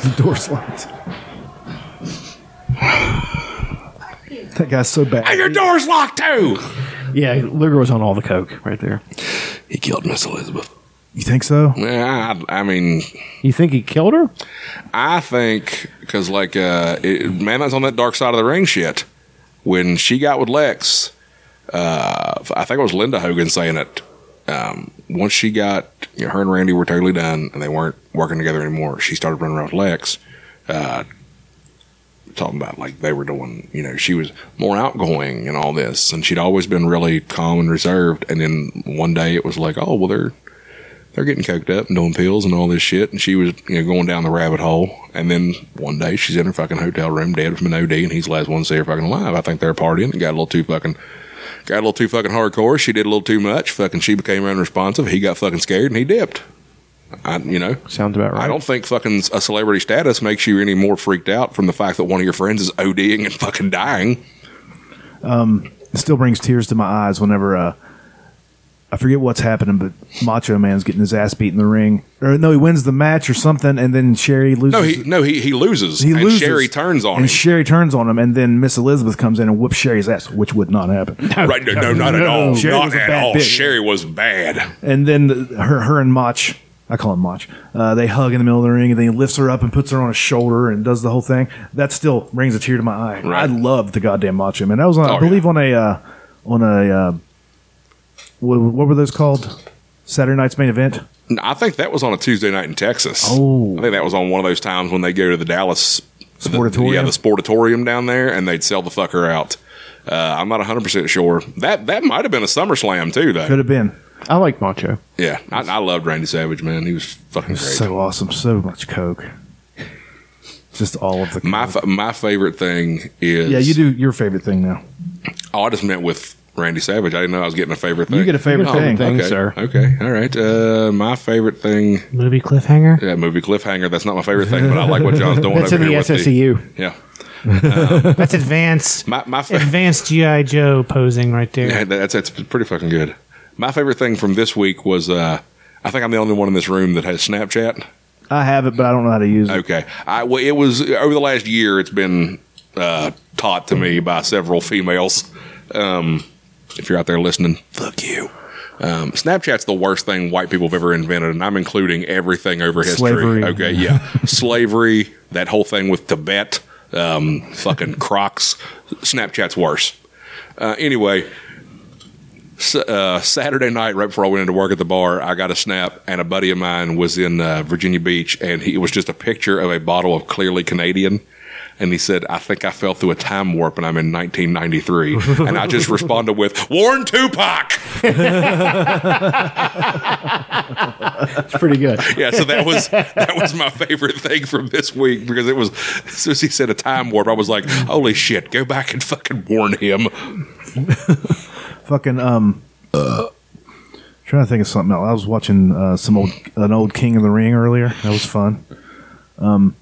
Speaker 8: you!
Speaker 3: The door slides. that guy's so bad.
Speaker 1: and your door's locked too.
Speaker 2: yeah Luger was on all the coke right there
Speaker 1: He killed Miss Elizabeth.
Speaker 3: You think so?
Speaker 1: Yeah, I, I mean,
Speaker 2: you think he killed her
Speaker 1: I think because like uh, it, man, that's on that dark side of the ring shit. When she got with Lex, uh, I think it was Linda Hogan saying it. Um, once she got you know, her and Randy were totally done, and they weren't working together anymore. She started running around with Lex, uh, talking about like they were doing. You know, she was more outgoing and all this, and she'd always been really calm and reserved. And then one day it was like, oh well, they're they're getting coked up and doing pills and all this shit. And she was you know, going down the rabbit hole. And then one day she's in her fucking hotel room, dead from an OD, and he's the last one to see her fucking alive. I think they're partying and got a little too fucking. Got a little too fucking hardcore. She did a little too much. Fucking, she became unresponsive. He got fucking scared and he dipped. I, you know,
Speaker 10: Sounds about right.
Speaker 1: I don't think fucking a celebrity status makes you any more freaked out from the fact that one of your friends is ODing and fucking dying.
Speaker 3: Um, it still brings tears to my eyes whenever uh, I forget what's happening, but Macho Man's getting his ass beat in the ring, or no, he wins the match or something, and then Sherry loses.
Speaker 1: No, he no he he loses.
Speaker 3: He
Speaker 1: and
Speaker 3: loses.
Speaker 1: Sherry turns on
Speaker 3: and
Speaker 1: him.
Speaker 3: Sherry turns on him, and then Miss Elizabeth comes in and whoops Sherry's ass, which would not happen.
Speaker 1: right? No, no, not at all.
Speaker 3: Sherry
Speaker 1: not
Speaker 3: was a
Speaker 1: at
Speaker 3: bad
Speaker 1: all.
Speaker 3: bitch.
Speaker 1: Sherry was bad.
Speaker 3: And then the, her, her and Mach, I call him Mach, uh, they hug in the middle of the ring, and then he lifts her up and puts her on his shoulder and does the whole thing. That still brings a tear to my eye. I loved the goddamn Macho Man. That was, on,
Speaker 1: Oh,
Speaker 3: I believe, on a uh, on a uh, what, what were those called? Saturday night's main event.
Speaker 1: No, I think that was on a Tuesday night in Texas.
Speaker 3: Oh.
Speaker 1: I think that was on one of those times when they go to the Dallas
Speaker 3: Sportatorium?
Speaker 1: The, yeah, the Sportatorium down there, and they'd sell the fucker out. Uh, I'm not 100 percent sure. That that might have been a SummerSlam too, though.
Speaker 3: Could have been.
Speaker 2: I like Macho.
Speaker 1: Yeah, I, I loved Randy Savage, man. He was fucking great.
Speaker 3: So awesome. So much coke. Just all of the.
Speaker 1: my fa- my favorite thing is
Speaker 3: Yeah, you do your favorite thing now.
Speaker 1: Oh, I just meant with Randy Savage. I didn't know I was getting a favorite thing.
Speaker 3: You get a favorite You get a favorite thing. thing,
Speaker 1: okay.
Speaker 3: sir.
Speaker 1: Okay, all right. Uh, my favorite thing.
Speaker 5: Movie cliffhanger.
Speaker 1: Yeah, movie cliffhanger. That's not my favorite thing, but I like what John's doing
Speaker 5: That's
Speaker 1: over
Speaker 5: in
Speaker 1: here
Speaker 5: the
Speaker 1: with
Speaker 5: SSEU.
Speaker 1: yeah.
Speaker 5: That's advanced.
Speaker 1: My, my fa-
Speaker 5: advanced GI Joe posing right there.
Speaker 1: Yeah, that's that's pretty fucking good. My favorite thing from this week was uh, I think I'm the only one in this room that has Snapchat.
Speaker 3: I have it, but I don't know how to use it.
Speaker 1: Okay, I well, it was over the last year. It's been uh, taught to me by several females. Um, if you're out there listening, fuck you. Um, Snapchat's the worst thing white people have ever invented, and I'm including everything over history.
Speaker 3: Slavery.
Speaker 1: Okay, yeah, slavery, that whole thing with Tibet, um, fucking Crocs. Snapchat's worse. Uh, anyway, S- uh, Saturday night, right before I went into work at the bar, I got a snap, and a buddy of mine was in uh, Virginia Beach, and he, it was just a picture of a bottle of clearly Canadian. And he said, I think I fell through a time warp and I'm in 1993. and I just responded with, Warren Tupac.
Speaker 2: It's pretty good.
Speaker 1: Yeah, so that was that was my favorite thing from this week because it was as soon as he said a time warp, I was like, holy shit, go back and fucking warn him.
Speaker 3: Fucking um. Trying to think of something else. I was watching uh, some old an old King of the Ring earlier. That was fun. Um.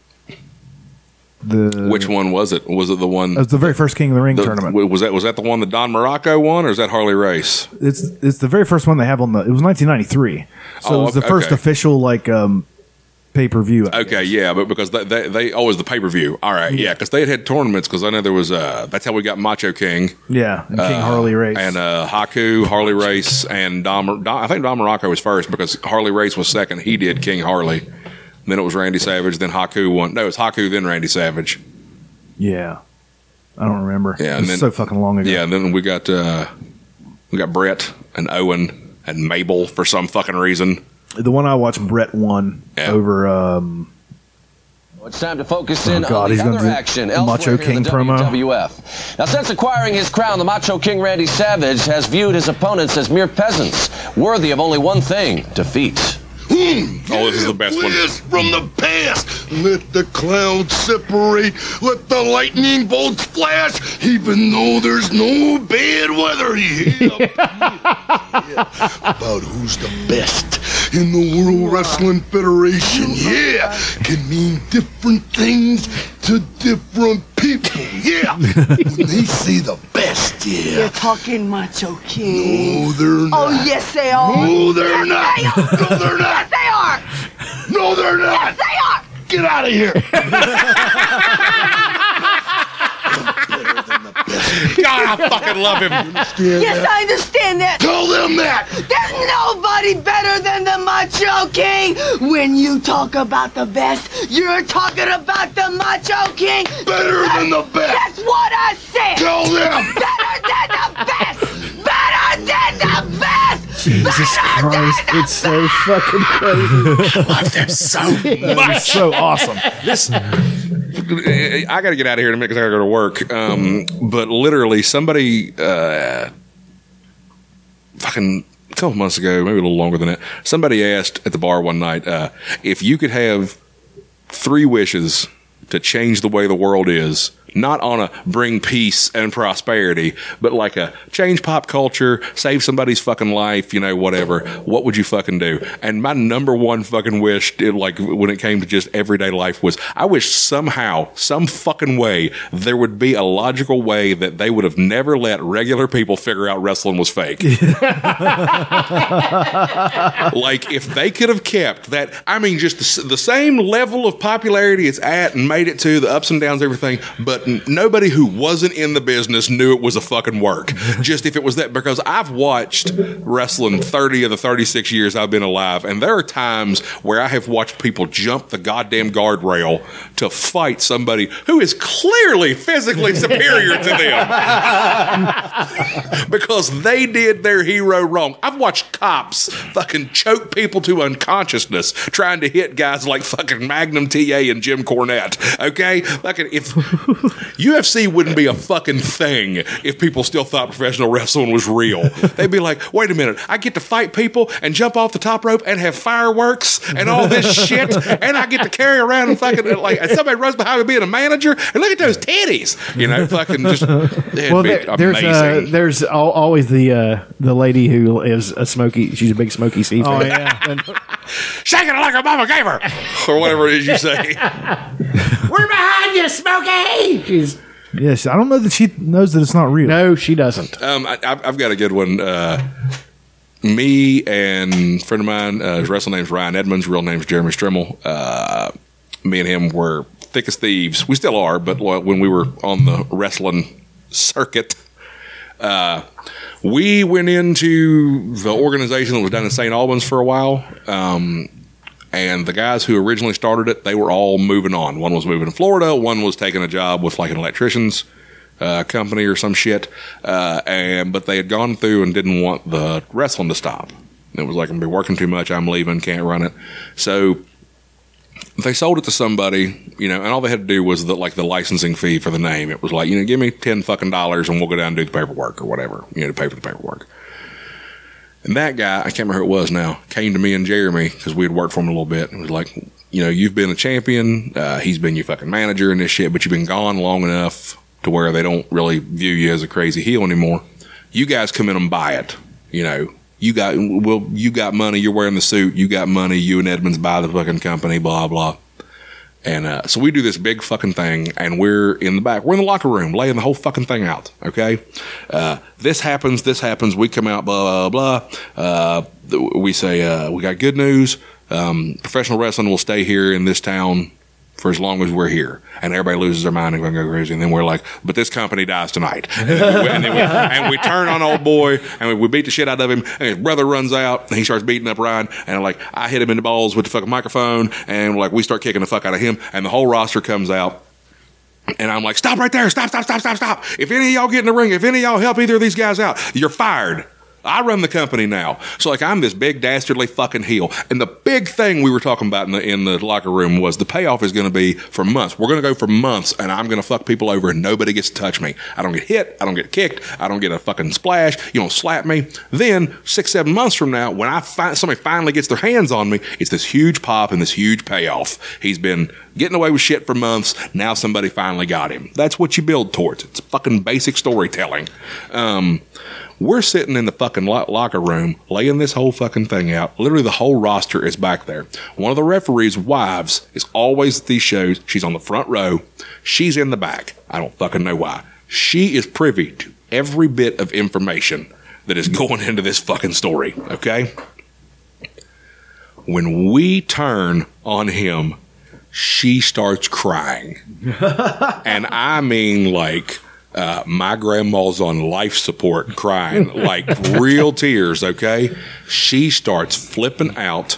Speaker 3: The
Speaker 1: Which one was it? Was it the one?
Speaker 3: It was the very first King of the Ring
Speaker 1: the-
Speaker 3: tournament.
Speaker 1: Was that was that the one that Don Morocco won, or is that Harley Race?
Speaker 3: It's it's the very first one they have on the. It was 1993, so
Speaker 1: Oh,
Speaker 3: it was the
Speaker 1: okay,
Speaker 3: first
Speaker 1: okay.
Speaker 3: official like um pay per view.
Speaker 1: Okay, yeah, but because they they, they always the pay per view. All right, yeah, because they had had tournaments. Because I know there was uh that's how we got Macho King.
Speaker 3: Yeah, and King
Speaker 1: uh,
Speaker 3: Harley Race.
Speaker 1: and uh, Haku, Harley Race, and Dom, Dom. I think Don Morocco was first because Harley Race was second. He did King Harley. Then it was Randy Savage. Then Haku won. No, it was Haku. Then Randy Savage.
Speaker 3: yeah, I don't remember.
Speaker 1: Yeah,
Speaker 3: Yeah,
Speaker 1: and
Speaker 3: it's
Speaker 1: then-
Speaker 3: so fucking long ago.
Speaker 1: Yeah, and then we got uh, we got Brett and Owen and Mabel for some fucking reason.
Speaker 3: The one I watched, Brett won over. um
Speaker 12: It's time to focus
Speaker 3: Oh,
Speaker 12: in
Speaker 3: God,
Speaker 12: on
Speaker 3: he's
Speaker 12: uh, the
Speaker 3: gonna
Speaker 12: other
Speaker 3: do
Speaker 12: action
Speaker 3: the
Speaker 12: elsewhere
Speaker 3: Macho
Speaker 12: here in
Speaker 3: King
Speaker 12: the E.
Speaker 3: promo.
Speaker 12: WWF. Now, since acquiring his crown, the Macho King Randy Savage has viewed his opponents as mere peasants, worthy of only one thing: defeat.
Speaker 1: Oh, this is the best one.
Speaker 13: Blast from the past. Let the clouds separate. Let the lightning bolts flash. Even though there's no bad weather here. About who's the best in the World Wrestling Federation. Yeah. Can mean different things to different people. Yeah. when they say the best, yeah.
Speaker 14: You're talking Macho King.
Speaker 13: No, they're not.
Speaker 14: Oh, yes, they are.
Speaker 13: No, they're
Speaker 14: Yes,
Speaker 13: not.
Speaker 14: they are.
Speaker 13: No, they're not.
Speaker 14: Yes,
Speaker 13: No, they're not.
Speaker 14: they are.
Speaker 13: Get out of here.
Speaker 1: God, I fucking love him.
Speaker 14: Yes, I understand that.
Speaker 13: Tell them that.
Speaker 14: There's nobody better than the Macho King. When you talk about the best, you're talking about the Macho King.
Speaker 13: Better than the best.
Speaker 14: That's what I said.
Speaker 13: Tell them.
Speaker 14: Better than the best. Better than the best.
Speaker 2: Jesus Christ, it's so fucking crazy.
Speaker 1: I love them so much.
Speaker 3: so
Speaker 2: uh,
Speaker 3: awesome.
Speaker 1: This. I got to get out of here in a minute because I got to go to work. Um, but literally, somebody uh, fucking a couple months ago, maybe a little longer than that, somebody asked at the bar one night uh, if you could have three wishes to change the way the world is, not on a bring peace and prosperity, but like a change pop culture, save somebody's fucking life, you know, whatever. What would you fucking do? And my number one fucking wish, it, like when it came to just everyday life, was I wish somehow, some fucking way, there would be a logical way that they would have never let regular people figure out wrestling was fake. like if they could have kept that i mean just the, s- the same level of popularity it's at and made it to the ups and downs everything but n- nobody who wasn't in the business knew it was a fucking work just if it was that because i've watched wrestling 30 of the 36 years i've been alive and there are times where i have watched people jump the goddamn guardrail to fight somebody who is clearly physically superior to them because they did their hero wrong. I've watched cops fucking choke people to unconsciousness trying to hit guys like fucking Magnum TA and Jim Cornette. Okay? Fucking if UFC wouldn't be a fucking thing if people still thought professional wrestling was real. They'd be like, wait a minute, I get to fight people and jump off the top rope and have fireworks and all this shit, and I get to carry around and fucking like and somebody runs behind me being a manager and look at those titties. You know, fucking just it'd
Speaker 2: well,
Speaker 1: be
Speaker 2: there- there's uh,
Speaker 1: amazing.
Speaker 2: there's al- always the uh, the lady who is a smoky. She's a big smoky sea.
Speaker 1: Oh,
Speaker 2: fan.
Speaker 1: yeah. Shaking it like a mama gave her, or whatever it is you say.
Speaker 4: We're behind you, Smokey!
Speaker 2: She's
Speaker 3: Yes, I don't know that she knows that it's not real.
Speaker 2: No, she doesn't.
Speaker 1: Um, I, I've I've got a good one. Uh, me and a friend of mine, uh, his wrestling name's Ryan Edmonds, real name's Jeremy Strimmel. Uh, me and him were thick as thieves. We still are, but well, when we were on the wrestling circuit, uh, we went into the organization that was down in St. Albans for a while. Um, and the guys who originally started it, they were all moving on. One was moving to Florida, one was taking a job with like an electrician's uh, company or some shit. Uh, and but they had gone through and didn't want the wrestling to stop. And It was like I'm gonna be working too much. I'm leaving. Can't run it. So they sold it to somebody, you know, and all they had to do was the, like the licensing fee for the name. It was like, you know, give me ten fucking dollars and we'll go down and do the paperwork or whatever, you know, to pay for the paperwork. And that guy, I can't remember who it was now, came to me and Jeremy because we had worked for him a little bit and was like, you know, you've been a champion. Uh, he's been your fucking manager and this shit, but you've been gone long enough to where they don't really view you as a crazy heel anymore. You guys come in and buy it. You know, you got, well, you got money. You're wearing the suit. You got money. You and Edmonds buy the fucking company, blah, blah. And uh, so we do this big fucking thing, and we're in the back. We're in the locker room, laying the whole fucking thing out. Okay, uh, this happens. This happens. We come out, blah blah blah. Uh, th- we say uh, we got good news. Um, professional wrestling will stay here in this town for as long as we're here, and everybody loses their mind and gonna go crazy. And then we're like, "But this company dies tonight." And then we, and then we- and we turn on old boy, and we, we beat the shit out of him. And his brother runs out, and he starts beating up Ryan. And like, I hit him in the balls with the fucking microphone, and like, we start kicking the fuck out of him, and the whole roster comes out. And I'm like, stop right there. Stop, stop, stop, stop, stop. If any of y'all get in the ring, if any of y'all help either of these guys out, you're fired. I run the company now. So like I'm this big dastardly fucking heel. And the big thing we were talking about in the in the locker room was the payoff is gonna be for months. We're gonna go for months and I'm gonna fuck people over and nobody gets to touch me. I don't get hit, I don't get kicked, I don't get a fucking splash, you don't slap me. Then six, seven months from now, when I find somebody finally gets their hands on me, it's this huge pop and this huge payoff. He's been getting away with shit for months. Now somebody finally got him. That's what you build towards. It's fucking basic storytelling. Um, we're sitting in the fucking lo- locker room, laying this whole fucking thing out. Literally, the whole roster is back there. One of the referees' wives is always at these shows. She's on the front row. She's in the back. I don't fucking know why. She is privy to every bit of information that is going into this fucking story. Okay. When we turn on him, she starts crying. and I mean, like, uh, my grandma's on life support crying, like real tears, okay? She starts flipping out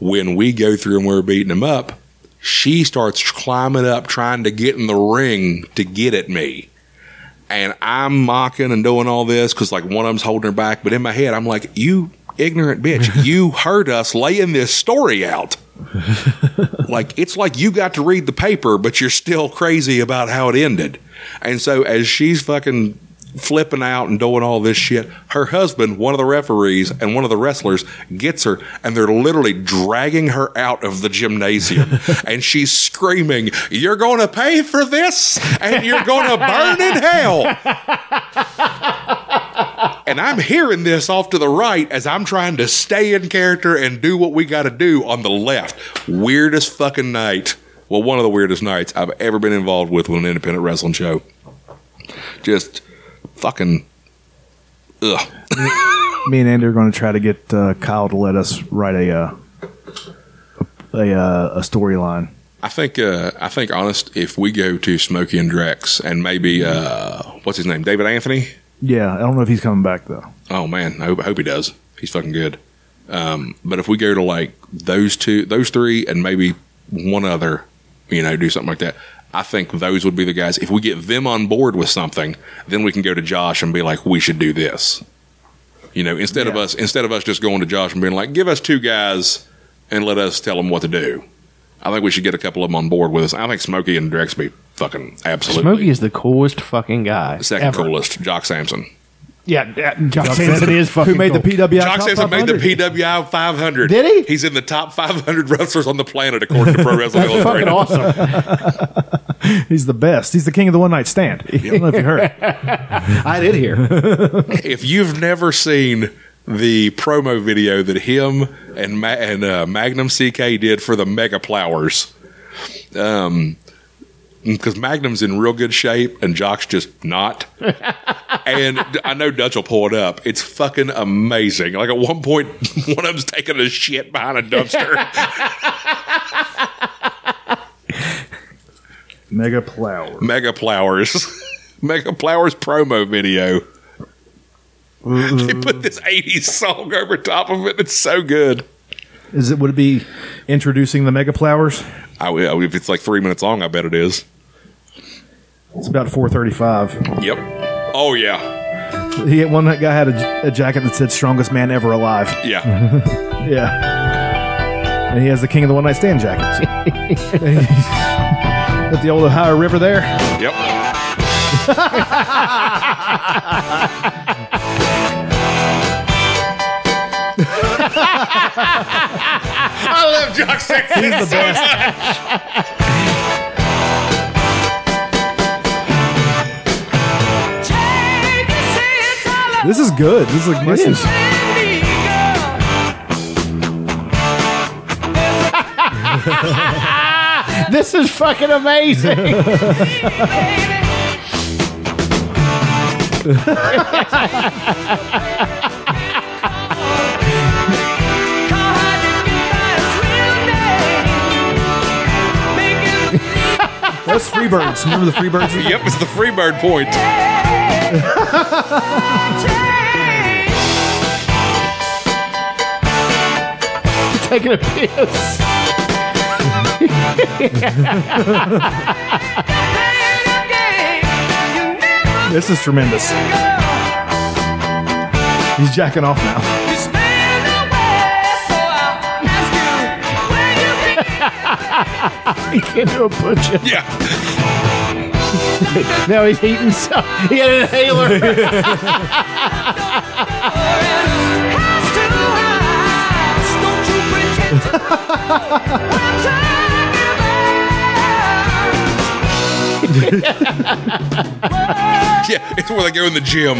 Speaker 1: when we go through and we're beating him up. She starts climbing up, trying to get in the ring to get at me. And I'm mocking and doing all this because, like, one of them's holding her back. But in my head, I'm like, you ignorant bitch, you heard us laying this story out like it's like you got to read the paper, but you're still crazy about how it ended. And so as she's fucking flipping out and doing all this shit. Her husband, one of the referees, and one of the wrestlers gets her, and they're literally dragging her out of the gymnasium. and she's screaming, You're going to pay for this, and you're going to burn in hell. and I'm hearing this off to the right as I'm trying to stay in character and do what we got to do on the left. Weirdest fucking night. Well, one of the weirdest nights I've ever been involved with with an independent wrestling show. Just fucking ugh.
Speaker 3: Me and Andy are going to try to get uh, Kyle to let us write a uh, a a, uh, a storyline.
Speaker 1: I think uh, I think honest if we go to Smokey and Drex and maybe uh, what's his name David Anthony
Speaker 3: Yeah, I don't know if he's coming back though.
Speaker 1: oh man I hope, I hope he does he's fucking good um, but if we go to like those two those three and maybe one other you know do something like that I think those would be the guys if we get them on board with something then we can go to Josh and be like we should do this you know instead of us instead of us just going to Josh and being like give us two guys and let us tell them what to do I think we should get a couple of them on board with us I think Smokey and Drex be fucking absolutely
Speaker 10: Smokey is the coolest fucking guy.
Speaker 1: Second
Speaker 10: ever.
Speaker 1: coolest, Jock Sampson.
Speaker 10: Yeah, yeah,
Speaker 3: Jock Sampson is fucking Who made the cool. PWI
Speaker 1: Jock
Speaker 3: top
Speaker 1: Sampson made the
Speaker 3: 500?
Speaker 1: PWI 500.
Speaker 3: Did he?
Speaker 1: He's in the top 500 wrestlers on the planet, according to Pro Wrestling
Speaker 3: That's fucking
Speaker 1: Illustrated.
Speaker 3: awesome. he's the best. He's the king of the one night stand. I don't know if you heard.
Speaker 2: I did hear.
Speaker 1: if you've never seen the promo video that him and Ma- and uh, Magnum CK did for the Mega Plowers, um, because Magnum's in real good shape and Jock's just not. and I know Dutch will pull it up. It's fucking amazing. Like at one point, one of them's taking a shit behind a dumpster.
Speaker 3: Mega Plower.
Speaker 1: Mega Plowers. Mega Plowers promo video. they put this 80s song over top of it. It's so good.
Speaker 3: Is it would it be introducing the Mega Plowers?
Speaker 1: I, I- if it's like three minutes long, I bet it is.
Speaker 3: It's about four thirty-five.
Speaker 1: Yep. Oh, yeah.
Speaker 3: He one guy had a, j- a jacket that said "Strongest Man Ever Alive."
Speaker 1: Yeah.
Speaker 3: Yeah, and he has the King of the One Night Stand jacket at the old Ohio River there.
Speaker 1: yep. I love Jock Sampson.
Speaker 3: He's the
Speaker 1: so
Speaker 3: best.
Speaker 1: much.
Speaker 3: This is good. This is like this is.
Speaker 2: this is fucking amazing.
Speaker 3: That's Freebirds. Remember the Freebirds?
Speaker 1: Yep, it's the Freebird point.
Speaker 2: Taking a piss.
Speaker 3: This is tremendous. He's jacking off now.
Speaker 2: He can't do a butcher.
Speaker 1: Yeah.
Speaker 2: Now he's eating some. He had an inhaler.
Speaker 1: Yeah, it's where they go in the gym.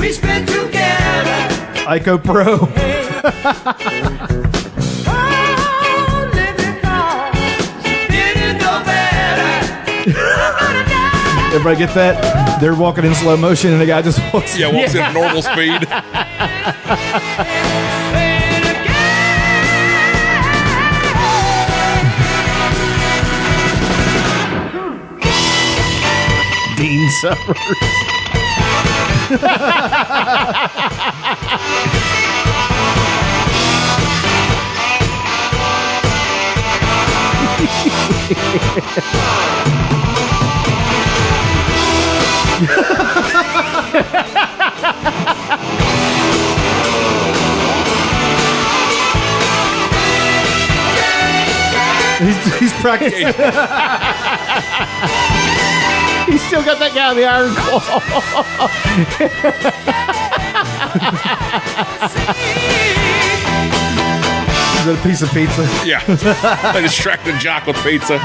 Speaker 4: We spin together.
Speaker 3: Ico Pro. Everybody get that? They're walking in slow motion, and the guy just walks.
Speaker 1: Yeah, walks in at normal speed.
Speaker 2: Dean Summers.
Speaker 3: He's, he's practicing.
Speaker 2: He's still got that guy in the iron claw.
Speaker 3: Is that a piece of pizza?
Speaker 1: Yeah. they distract the jock with pizza.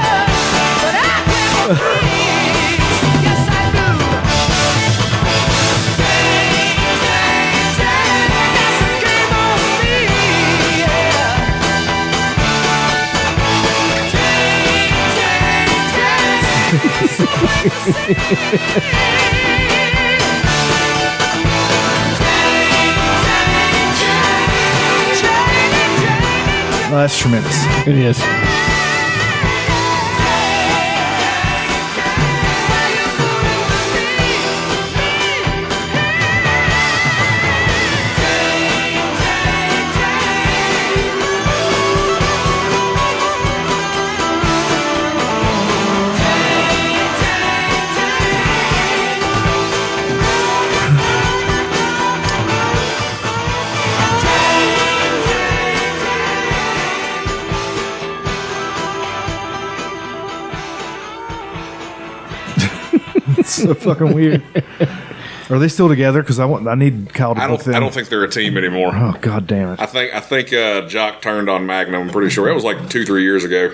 Speaker 3: Oh, that's tremendous.
Speaker 2: It is.
Speaker 3: it's so fucking weird. Are they still together? Because I want, I need Kyle to
Speaker 1: I
Speaker 3: book
Speaker 1: don't.
Speaker 3: them.
Speaker 1: I don't think they're a team anymore.
Speaker 3: Oh god damn it!
Speaker 1: I think. I think uh, Jock turned on Magnum. I'm pretty sure that was like two, three years ago.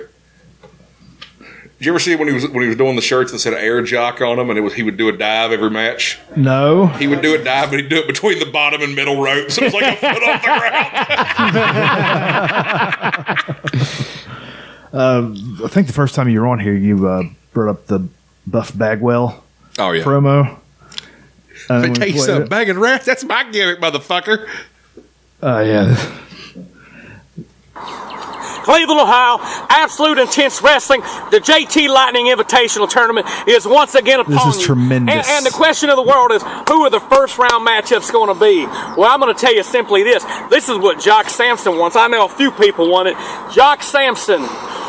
Speaker 1: Did you ever see when he was when he was doing the shirts that said "Air Jock" on them, and it was he would do a dive every match.
Speaker 3: No.
Speaker 1: He would do a dive, but he'd do it between the bottom and middle ropes. It was like a foot off the
Speaker 3: Uh, I think the first time you were on here, you uh, brought up the Buff Bagwell.
Speaker 1: Oh, yeah.
Speaker 3: promo. Uh,
Speaker 1: Let me tell you
Speaker 3: we played
Speaker 1: something, bag and rats. That's my gimmick, motherfucker.
Speaker 3: it. Uh, yeah.
Speaker 15: Cleveland, Ohio, Absolute Intense Wrestling, the JT Lightning Invitational Tournament is once again upon
Speaker 3: This is
Speaker 15: you.
Speaker 3: tremendous.
Speaker 15: And, and the question of the world is, who are the first round matchups going to be? Well, I'm going to tell you simply this. This is what Jock Sampson wants. I know a few people want it. Jock Sampson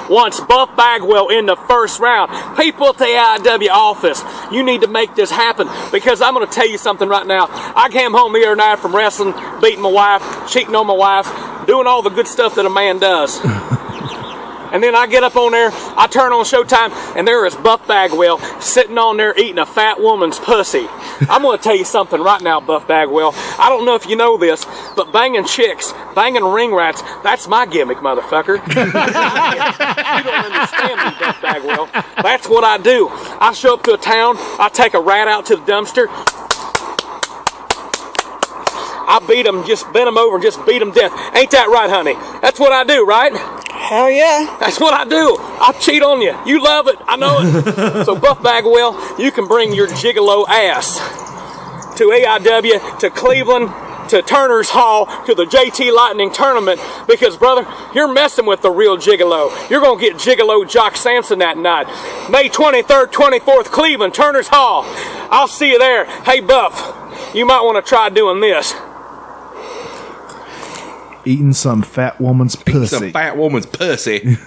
Speaker 15: wants Buff Bagwell in the first round. People at the AIW office, you need to make this happen because I'm going to tell you something right now. I came home the other night from wrestling, beating my wife, cheating on my wife, doing all the good stuff that a man does. And then I get up on there, I turn on Showtime, and there is Buff Bagwell sitting on there eating a fat woman's pussy. I'm gonna tell you something right now, Buff Bagwell. I don't know if you know this, but banging chicks, banging ring rats, that's my gimmick, motherfucker. you don't understand me, Buff Bagwell. That's what I do. I show up to a town, I take a rat out to the dumpster, I beat them, just bent them over, and just beat them death. Ain't that right, honey? That's what I do, right? Hell yeah. That's what I do. I cheat on you. You love it. I know it. so, Buff Bagwell, you can bring your gigolo ass to AIW, to Cleveland, to Turner's Hall, to the JT Lightning Tournament, because, brother, you're messing with the real gigolo. You're going to get gigolo Jock Sampson that night. May 23rd, 24th, Cleveland, Turner's Hall. I'll see you there. Hey, Buff, you might want to try doing this.
Speaker 3: Eating some fat woman's
Speaker 1: It's a
Speaker 3: pussy.
Speaker 1: fat woman's pussy.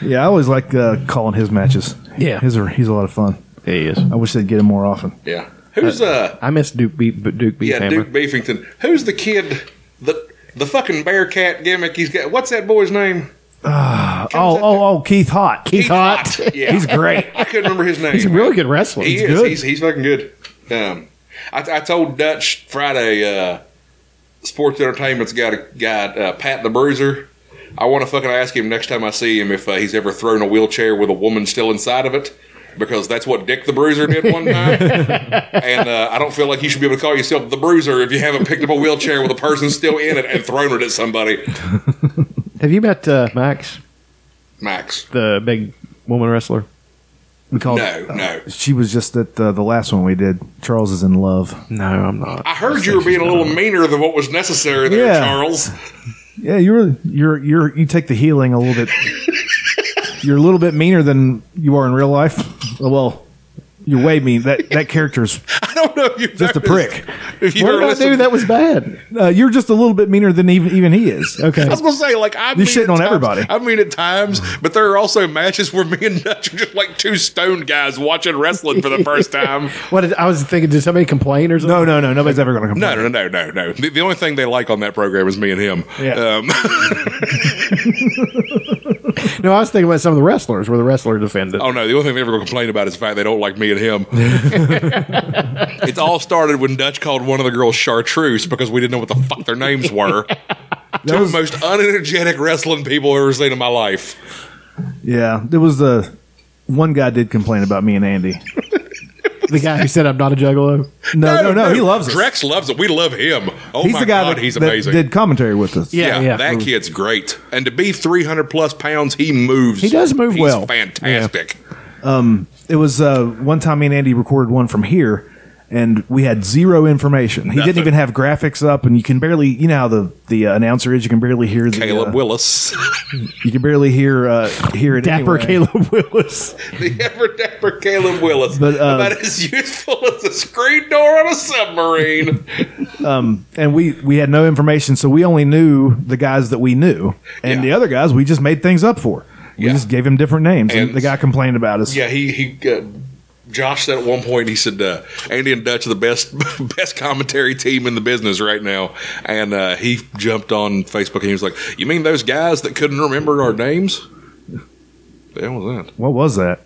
Speaker 3: Yeah, I always like uh, calling his matches.
Speaker 1: Yeah.
Speaker 3: his are, he's a lot of fun.
Speaker 10: He is.
Speaker 3: I wish they'd get him more often.
Speaker 1: yeah. Who's uh?
Speaker 10: I miss Duke Beef Duke Beef
Speaker 1: yeah, Duke Beefington. Who's the kid? The the fucking bear cat gimmick he's got. What's that boy's name?
Speaker 3: Uh, oh, oh, oh, Keith Hot. Keith,
Speaker 1: Hot. Yeah.
Speaker 3: He's great.
Speaker 1: I couldn't remember his name.
Speaker 3: He's a really good wrestler.
Speaker 1: He
Speaker 3: He's
Speaker 1: is.
Speaker 3: good.
Speaker 1: He's he's fucking good. Um, I, I told Dutch Friday, uh, Sports Entertainment's got a guy, uh, Pat the Bruiser. I want to fucking ask him next time I see him if uh, he's ever thrown a wheelchair with a woman still inside of it. Because that's what Dick the Bruiser did one time, and uh, I don't feel like you should be able to call yourself the Bruiser if you haven't picked up a wheelchair with a person still in it and thrown it at somebody.
Speaker 10: Have you met uh, Max,
Speaker 1: Max,
Speaker 10: the big woman wrestler?
Speaker 3: We called.
Speaker 1: no, no.
Speaker 3: She was just at the, the last one we did. Charles is in love.
Speaker 10: No, I'm not.
Speaker 1: I heard you were being a little meaner than what was necessary there,
Speaker 3: Yeah.
Speaker 1: Charles.
Speaker 3: Yeah, you're you're you're you take the healing a little bit. you're a little bit meaner than you are in real life. Well, you're way mean. That that character's
Speaker 1: I don't know if you
Speaker 3: just a prick.
Speaker 1: If you were listening-
Speaker 3: was bad? Uh, you're just a little bit meaner than even even he is. Okay,
Speaker 1: I was gonna say, like, I
Speaker 3: You're shitting on everybody.
Speaker 1: I mean, at times, but there are also matches where me and Dutch are just like two stoned guys watching wrestling for the first time.
Speaker 2: What is, I was thinking, did somebody complain or something?
Speaker 3: No, no, no. Nobody's ever going to
Speaker 1: No, no, no, no, no. The, Um, the only thing they like on that program is me and him.
Speaker 3: Yeah.
Speaker 1: Um,
Speaker 2: no, I was thinking about some of the wrestlers where the wrestler defended.
Speaker 1: Oh no, the only thing they ever gonna complain about is the fact they don't like me and him. it's all started when Dutch called one of the girls chartreuse because we didn't know what the fuck their names were. Two of the most unenergetic wrestling people I've ever seen in my life.
Speaker 3: Yeah, there was the one guy did complain about me and Andy.
Speaker 2: The guy who said I'm not a juggalo.
Speaker 3: No, no, no, he loves us.
Speaker 1: Drex loves it. We love him. Oh
Speaker 3: he's
Speaker 1: my
Speaker 3: the guy
Speaker 1: god,
Speaker 3: that,
Speaker 1: he's
Speaker 3: that
Speaker 1: amazing.
Speaker 3: did commentary with us.
Speaker 1: yeah, that
Speaker 3: Mm.
Speaker 1: kid's great. And to be 300 plus pounds, he moves.
Speaker 3: He does move
Speaker 1: He's
Speaker 3: well.
Speaker 1: fantastic.
Speaker 3: Um, it was uh, one time me and Andy recorded one from here, and we had zero information. He didn't
Speaker 1: Nothing.
Speaker 3: even have graphics up, and you can barely, you know, how the the uh, announcer is. You can barely hear the
Speaker 1: Caleb
Speaker 3: uh,
Speaker 1: Willis.
Speaker 3: You can barely hear uh, hear it.
Speaker 1: Dapper
Speaker 3: anyway.
Speaker 1: Caleb Willis. the ever dapper Caleb Willis.
Speaker 3: But, uh,
Speaker 1: About as useful as a screen door on a submarine.
Speaker 3: um, and we we had no information, so we only knew the guys that we knew, and the other guys we just made things up for. We just gave him different names, and,
Speaker 1: And-
Speaker 3: the guy complained about us.
Speaker 1: yeah, he he. Uh, Josh said at one point he said uh, Andy and Dutch are the best best commentary team in the business right now, and uh, he jumped on Facebook and he was like, "You mean those guys that couldn't remember our names?" The hell was that?
Speaker 3: What was that?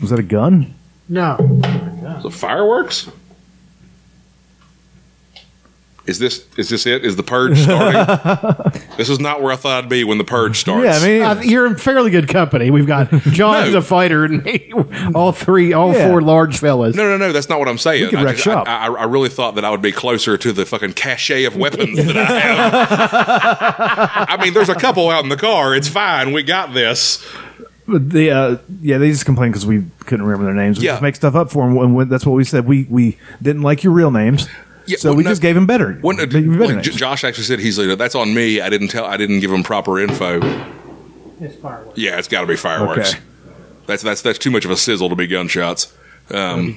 Speaker 3: Was that a gun?
Speaker 5: No.
Speaker 1: Was it fireworks? Is this is this it? Is the purge starting? this is not where I thought I'd be when the purge starts.
Speaker 2: Yeah, I mean, Uh, you're in fairly good company. We've got John's a fighter, and me, all three, all
Speaker 1: Yeah.
Speaker 2: four large fellas.
Speaker 1: No, no, no. That's not what I'm saying.
Speaker 2: We could
Speaker 1: I
Speaker 2: wreck
Speaker 1: just-
Speaker 2: shop.
Speaker 1: I, I, I really thought that I would be closer to the fucking cachet of weapons that I have. I mean, there's a couple out in the car. It's fine. We got this.
Speaker 3: But the uh, yeah, they just complained because we couldn't remember their names. We
Speaker 1: Yeah.
Speaker 3: just make stuff up for them, and when, that's what we said. We we didn't like your real names,
Speaker 1: Yeah,
Speaker 3: so
Speaker 1: well,
Speaker 3: we
Speaker 1: no-
Speaker 3: just gave him better.
Speaker 1: When, uh,
Speaker 3: better
Speaker 1: like,
Speaker 3: names.
Speaker 1: J- Josh actually said he's like, "That's on me. I didn't tell. I didn't give him proper info."
Speaker 5: It's fireworks.
Speaker 1: Yeah, it's got to be fireworks.
Speaker 5: Okay.
Speaker 1: That's that's that's too much of a sizzle to be gunshots. Um,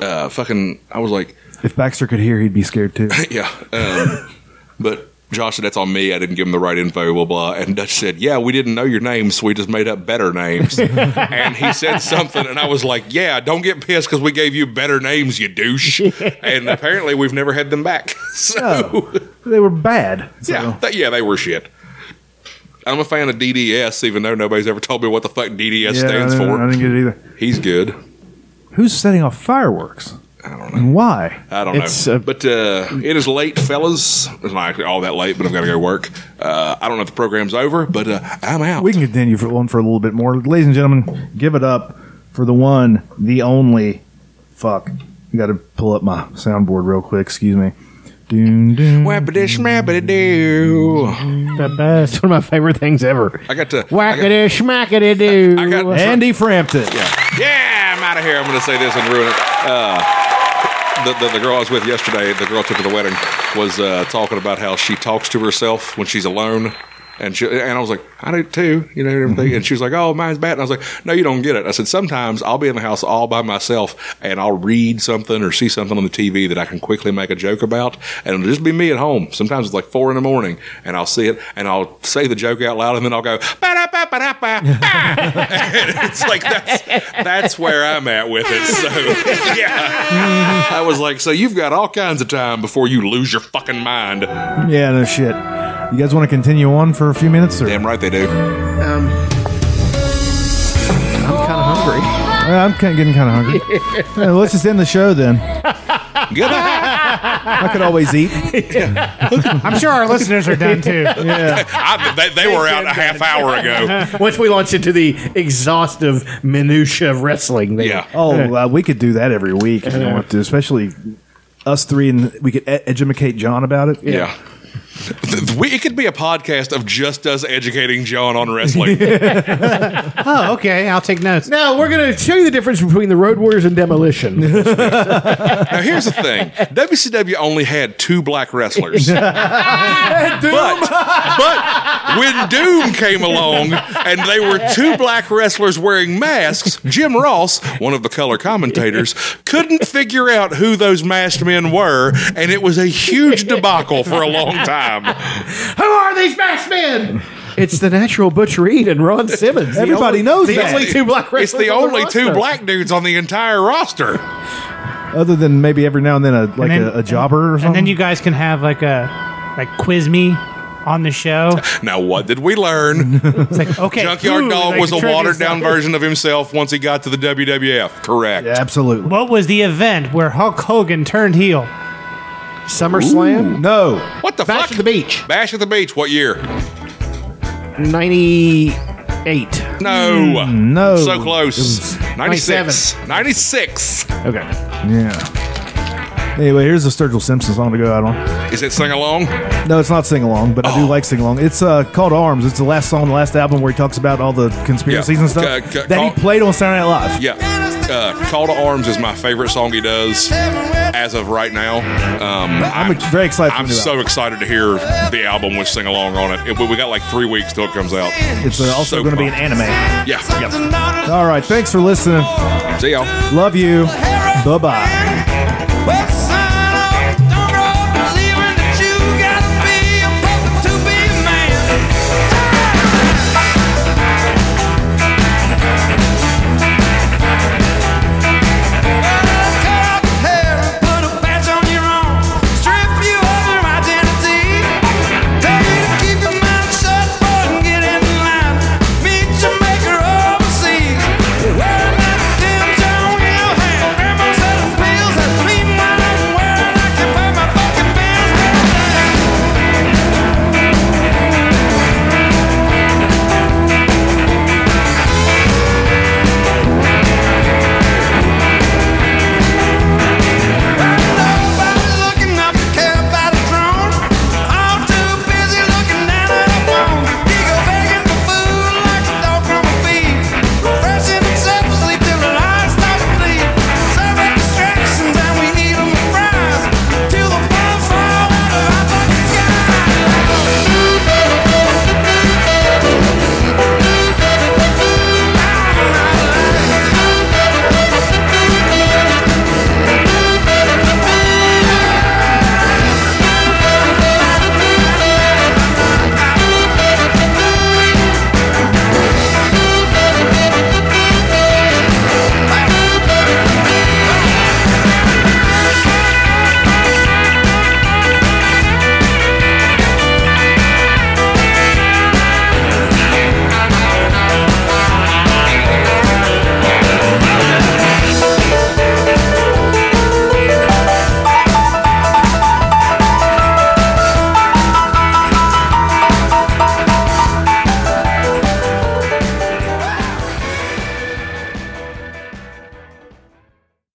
Speaker 1: uh, fucking, I was like,
Speaker 3: If Baxter could hear, he'd be scared too.
Speaker 1: yeah. Um, but Josh said, that's on me. I didn't give him the right info, blah, blah. And Dutch said, yeah, we didn't know your names, so we just made up better names. and he said something, and I was like, yeah, don't get pissed because we gave you better names, you douche. and apparently we've never had them back. so,
Speaker 3: Oh, they were bad.
Speaker 1: yeah, th- yeah, they were shit. I'm a fan of DDS, even though nobody's ever told me what the fuck DDS
Speaker 3: Yeah, I
Speaker 1: stands
Speaker 3: didn't-
Speaker 1: for.
Speaker 3: I didn't get it either.
Speaker 1: He's good.
Speaker 3: Who's setting off fireworks? I don't know. And why?
Speaker 1: I don't
Speaker 3: It's,
Speaker 1: know. but uh, it is late, fellas. It's not actually all that late, but I've got to go work. Uh, I don't know if the program's over, but uh, I'm out.
Speaker 3: We can continue for one for a little bit more, ladies and gentlemen. Give it up for the one, the only. Fuck, I got to pull up my soundboard real quick. Excuse me. Doon, doon.
Speaker 2: The best, one of my favorite things ever.
Speaker 1: I got to
Speaker 2: Whackity schmackity do.
Speaker 3: Andy Frampton.
Speaker 1: Yeah, yeah, I'm out of here. I'm going to say this and ruin it. Uh, the, the, the girl I was with yesterday, the girl I took to the wedding, was uh, talking about how she talks to herself when she's alone. And she, and I was like, I do too, you know, and everything. And she was like, Oh, mine's bad. And I was like, No, you don't get it. I said, Sometimes I'll be in the house all by myself and I'll read something or see something on the TV that I can quickly make a joke about. And it'll just be me at home. Sometimes it's like four in the morning and I'll see it and I'll say the joke out loud and then I'll go, it's like that's that's where I'm at with it. So yeah, I was like, so you've got all kinds of time before you lose your fucking mind.
Speaker 3: Yeah, no shit. You guys want to continue on for a few minutes? Or?
Speaker 1: Damn right they do.
Speaker 2: Um, I'm kind of hungry.
Speaker 3: Yeah, I'm kind of getting kind of hungry. Yeah, let's just end the show then. I could always eat.
Speaker 5: I'm sure our listeners are done too.
Speaker 3: Yeah.
Speaker 1: I, they, they were out a half hour ago.
Speaker 2: Once we launch into the exhaustive minutia of wrestling, there.
Speaker 1: yeah.
Speaker 3: Oh, uh, we could do that every week if you
Speaker 2: Yeah.
Speaker 3: want to, especially us three, and we could e- edumacate John about it.
Speaker 1: Yeah. We, it could be a podcast of just us educating John on wrestling.
Speaker 5: oh, okay. I'll take notes.
Speaker 2: Now we're going to show you the difference between the Road Warriors and Demolition.
Speaker 1: now, here's the thing WCW only had two black wrestlers. But when Doom came along and they were two black wrestlers wearing masks, Jim Ross, one of the color commentators, couldn't figure out who those masked men were, and it was a huge debacle for a long time.
Speaker 2: Who are these masked men? It's the natural Butch Reed and Ron Simmons. The
Speaker 3: Everybody
Speaker 2: only-
Speaker 3: knows
Speaker 2: the
Speaker 3: that.
Speaker 2: only two black
Speaker 1: It's
Speaker 2: wrestlers
Speaker 1: the
Speaker 2: on
Speaker 1: only two
Speaker 2: roster.
Speaker 1: black dudes on the entire roster.
Speaker 3: Other than maybe every now and then a like
Speaker 5: And then-
Speaker 3: a, a jobber or
Speaker 5: And
Speaker 3: something.
Speaker 5: then you guys can have like a like quiz me on the show.
Speaker 1: Now, what did we learn?
Speaker 5: okay,
Speaker 1: Junkyard
Speaker 5: who,
Speaker 1: Dog
Speaker 5: like,
Speaker 1: was a
Speaker 5: contributes
Speaker 1: watered down
Speaker 5: that-
Speaker 1: version of himself once he got to the WWF. Correct.
Speaker 3: absolutely.
Speaker 5: What was the event where Hulk Hogan turned heel?
Speaker 2: SummerSlam?
Speaker 3: No.
Speaker 1: What the
Speaker 2: Bash
Speaker 1: fuck?
Speaker 2: at the Beach.
Speaker 1: Bash at the Beach, what year?
Speaker 2: 98.
Speaker 1: No.
Speaker 3: Mm, no.
Speaker 1: So close. 96.
Speaker 2: 97.
Speaker 1: 96.
Speaker 2: Okay.
Speaker 3: Yeah. Anyway, here's the Sturgill Simpson song to go out on.
Speaker 1: Is it sing along?
Speaker 3: No, it's not sing along, but I
Speaker 1: Oh.
Speaker 3: do like sing along. It's uh, called Arms. It's the last song, on the last album where he talks about all the conspiracies
Speaker 1: Yeah.
Speaker 3: and stuff
Speaker 1: Ca- ca-
Speaker 3: that
Speaker 1: call-
Speaker 3: he played on Saturday Night Live.
Speaker 1: Yeah. Uh, Call to Arms is my favorite song he does as of right now. Um,
Speaker 3: I'm, very excited. for
Speaker 1: I'm
Speaker 3: the new
Speaker 1: so excited to hear the album with sing along on it. it. We we got like three weeks till it comes out.
Speaker 3: album. It's uh, also
Speaker 1: So
Speaker 3: going to be an
Speaker 1: pumped.
Speaker 3: anime.
Speaker 1: Yeah.
Speaker 3: All right. Thanks for listening.
Speaker 1: See y'all.
Speaker 3: Love you. Bye bye.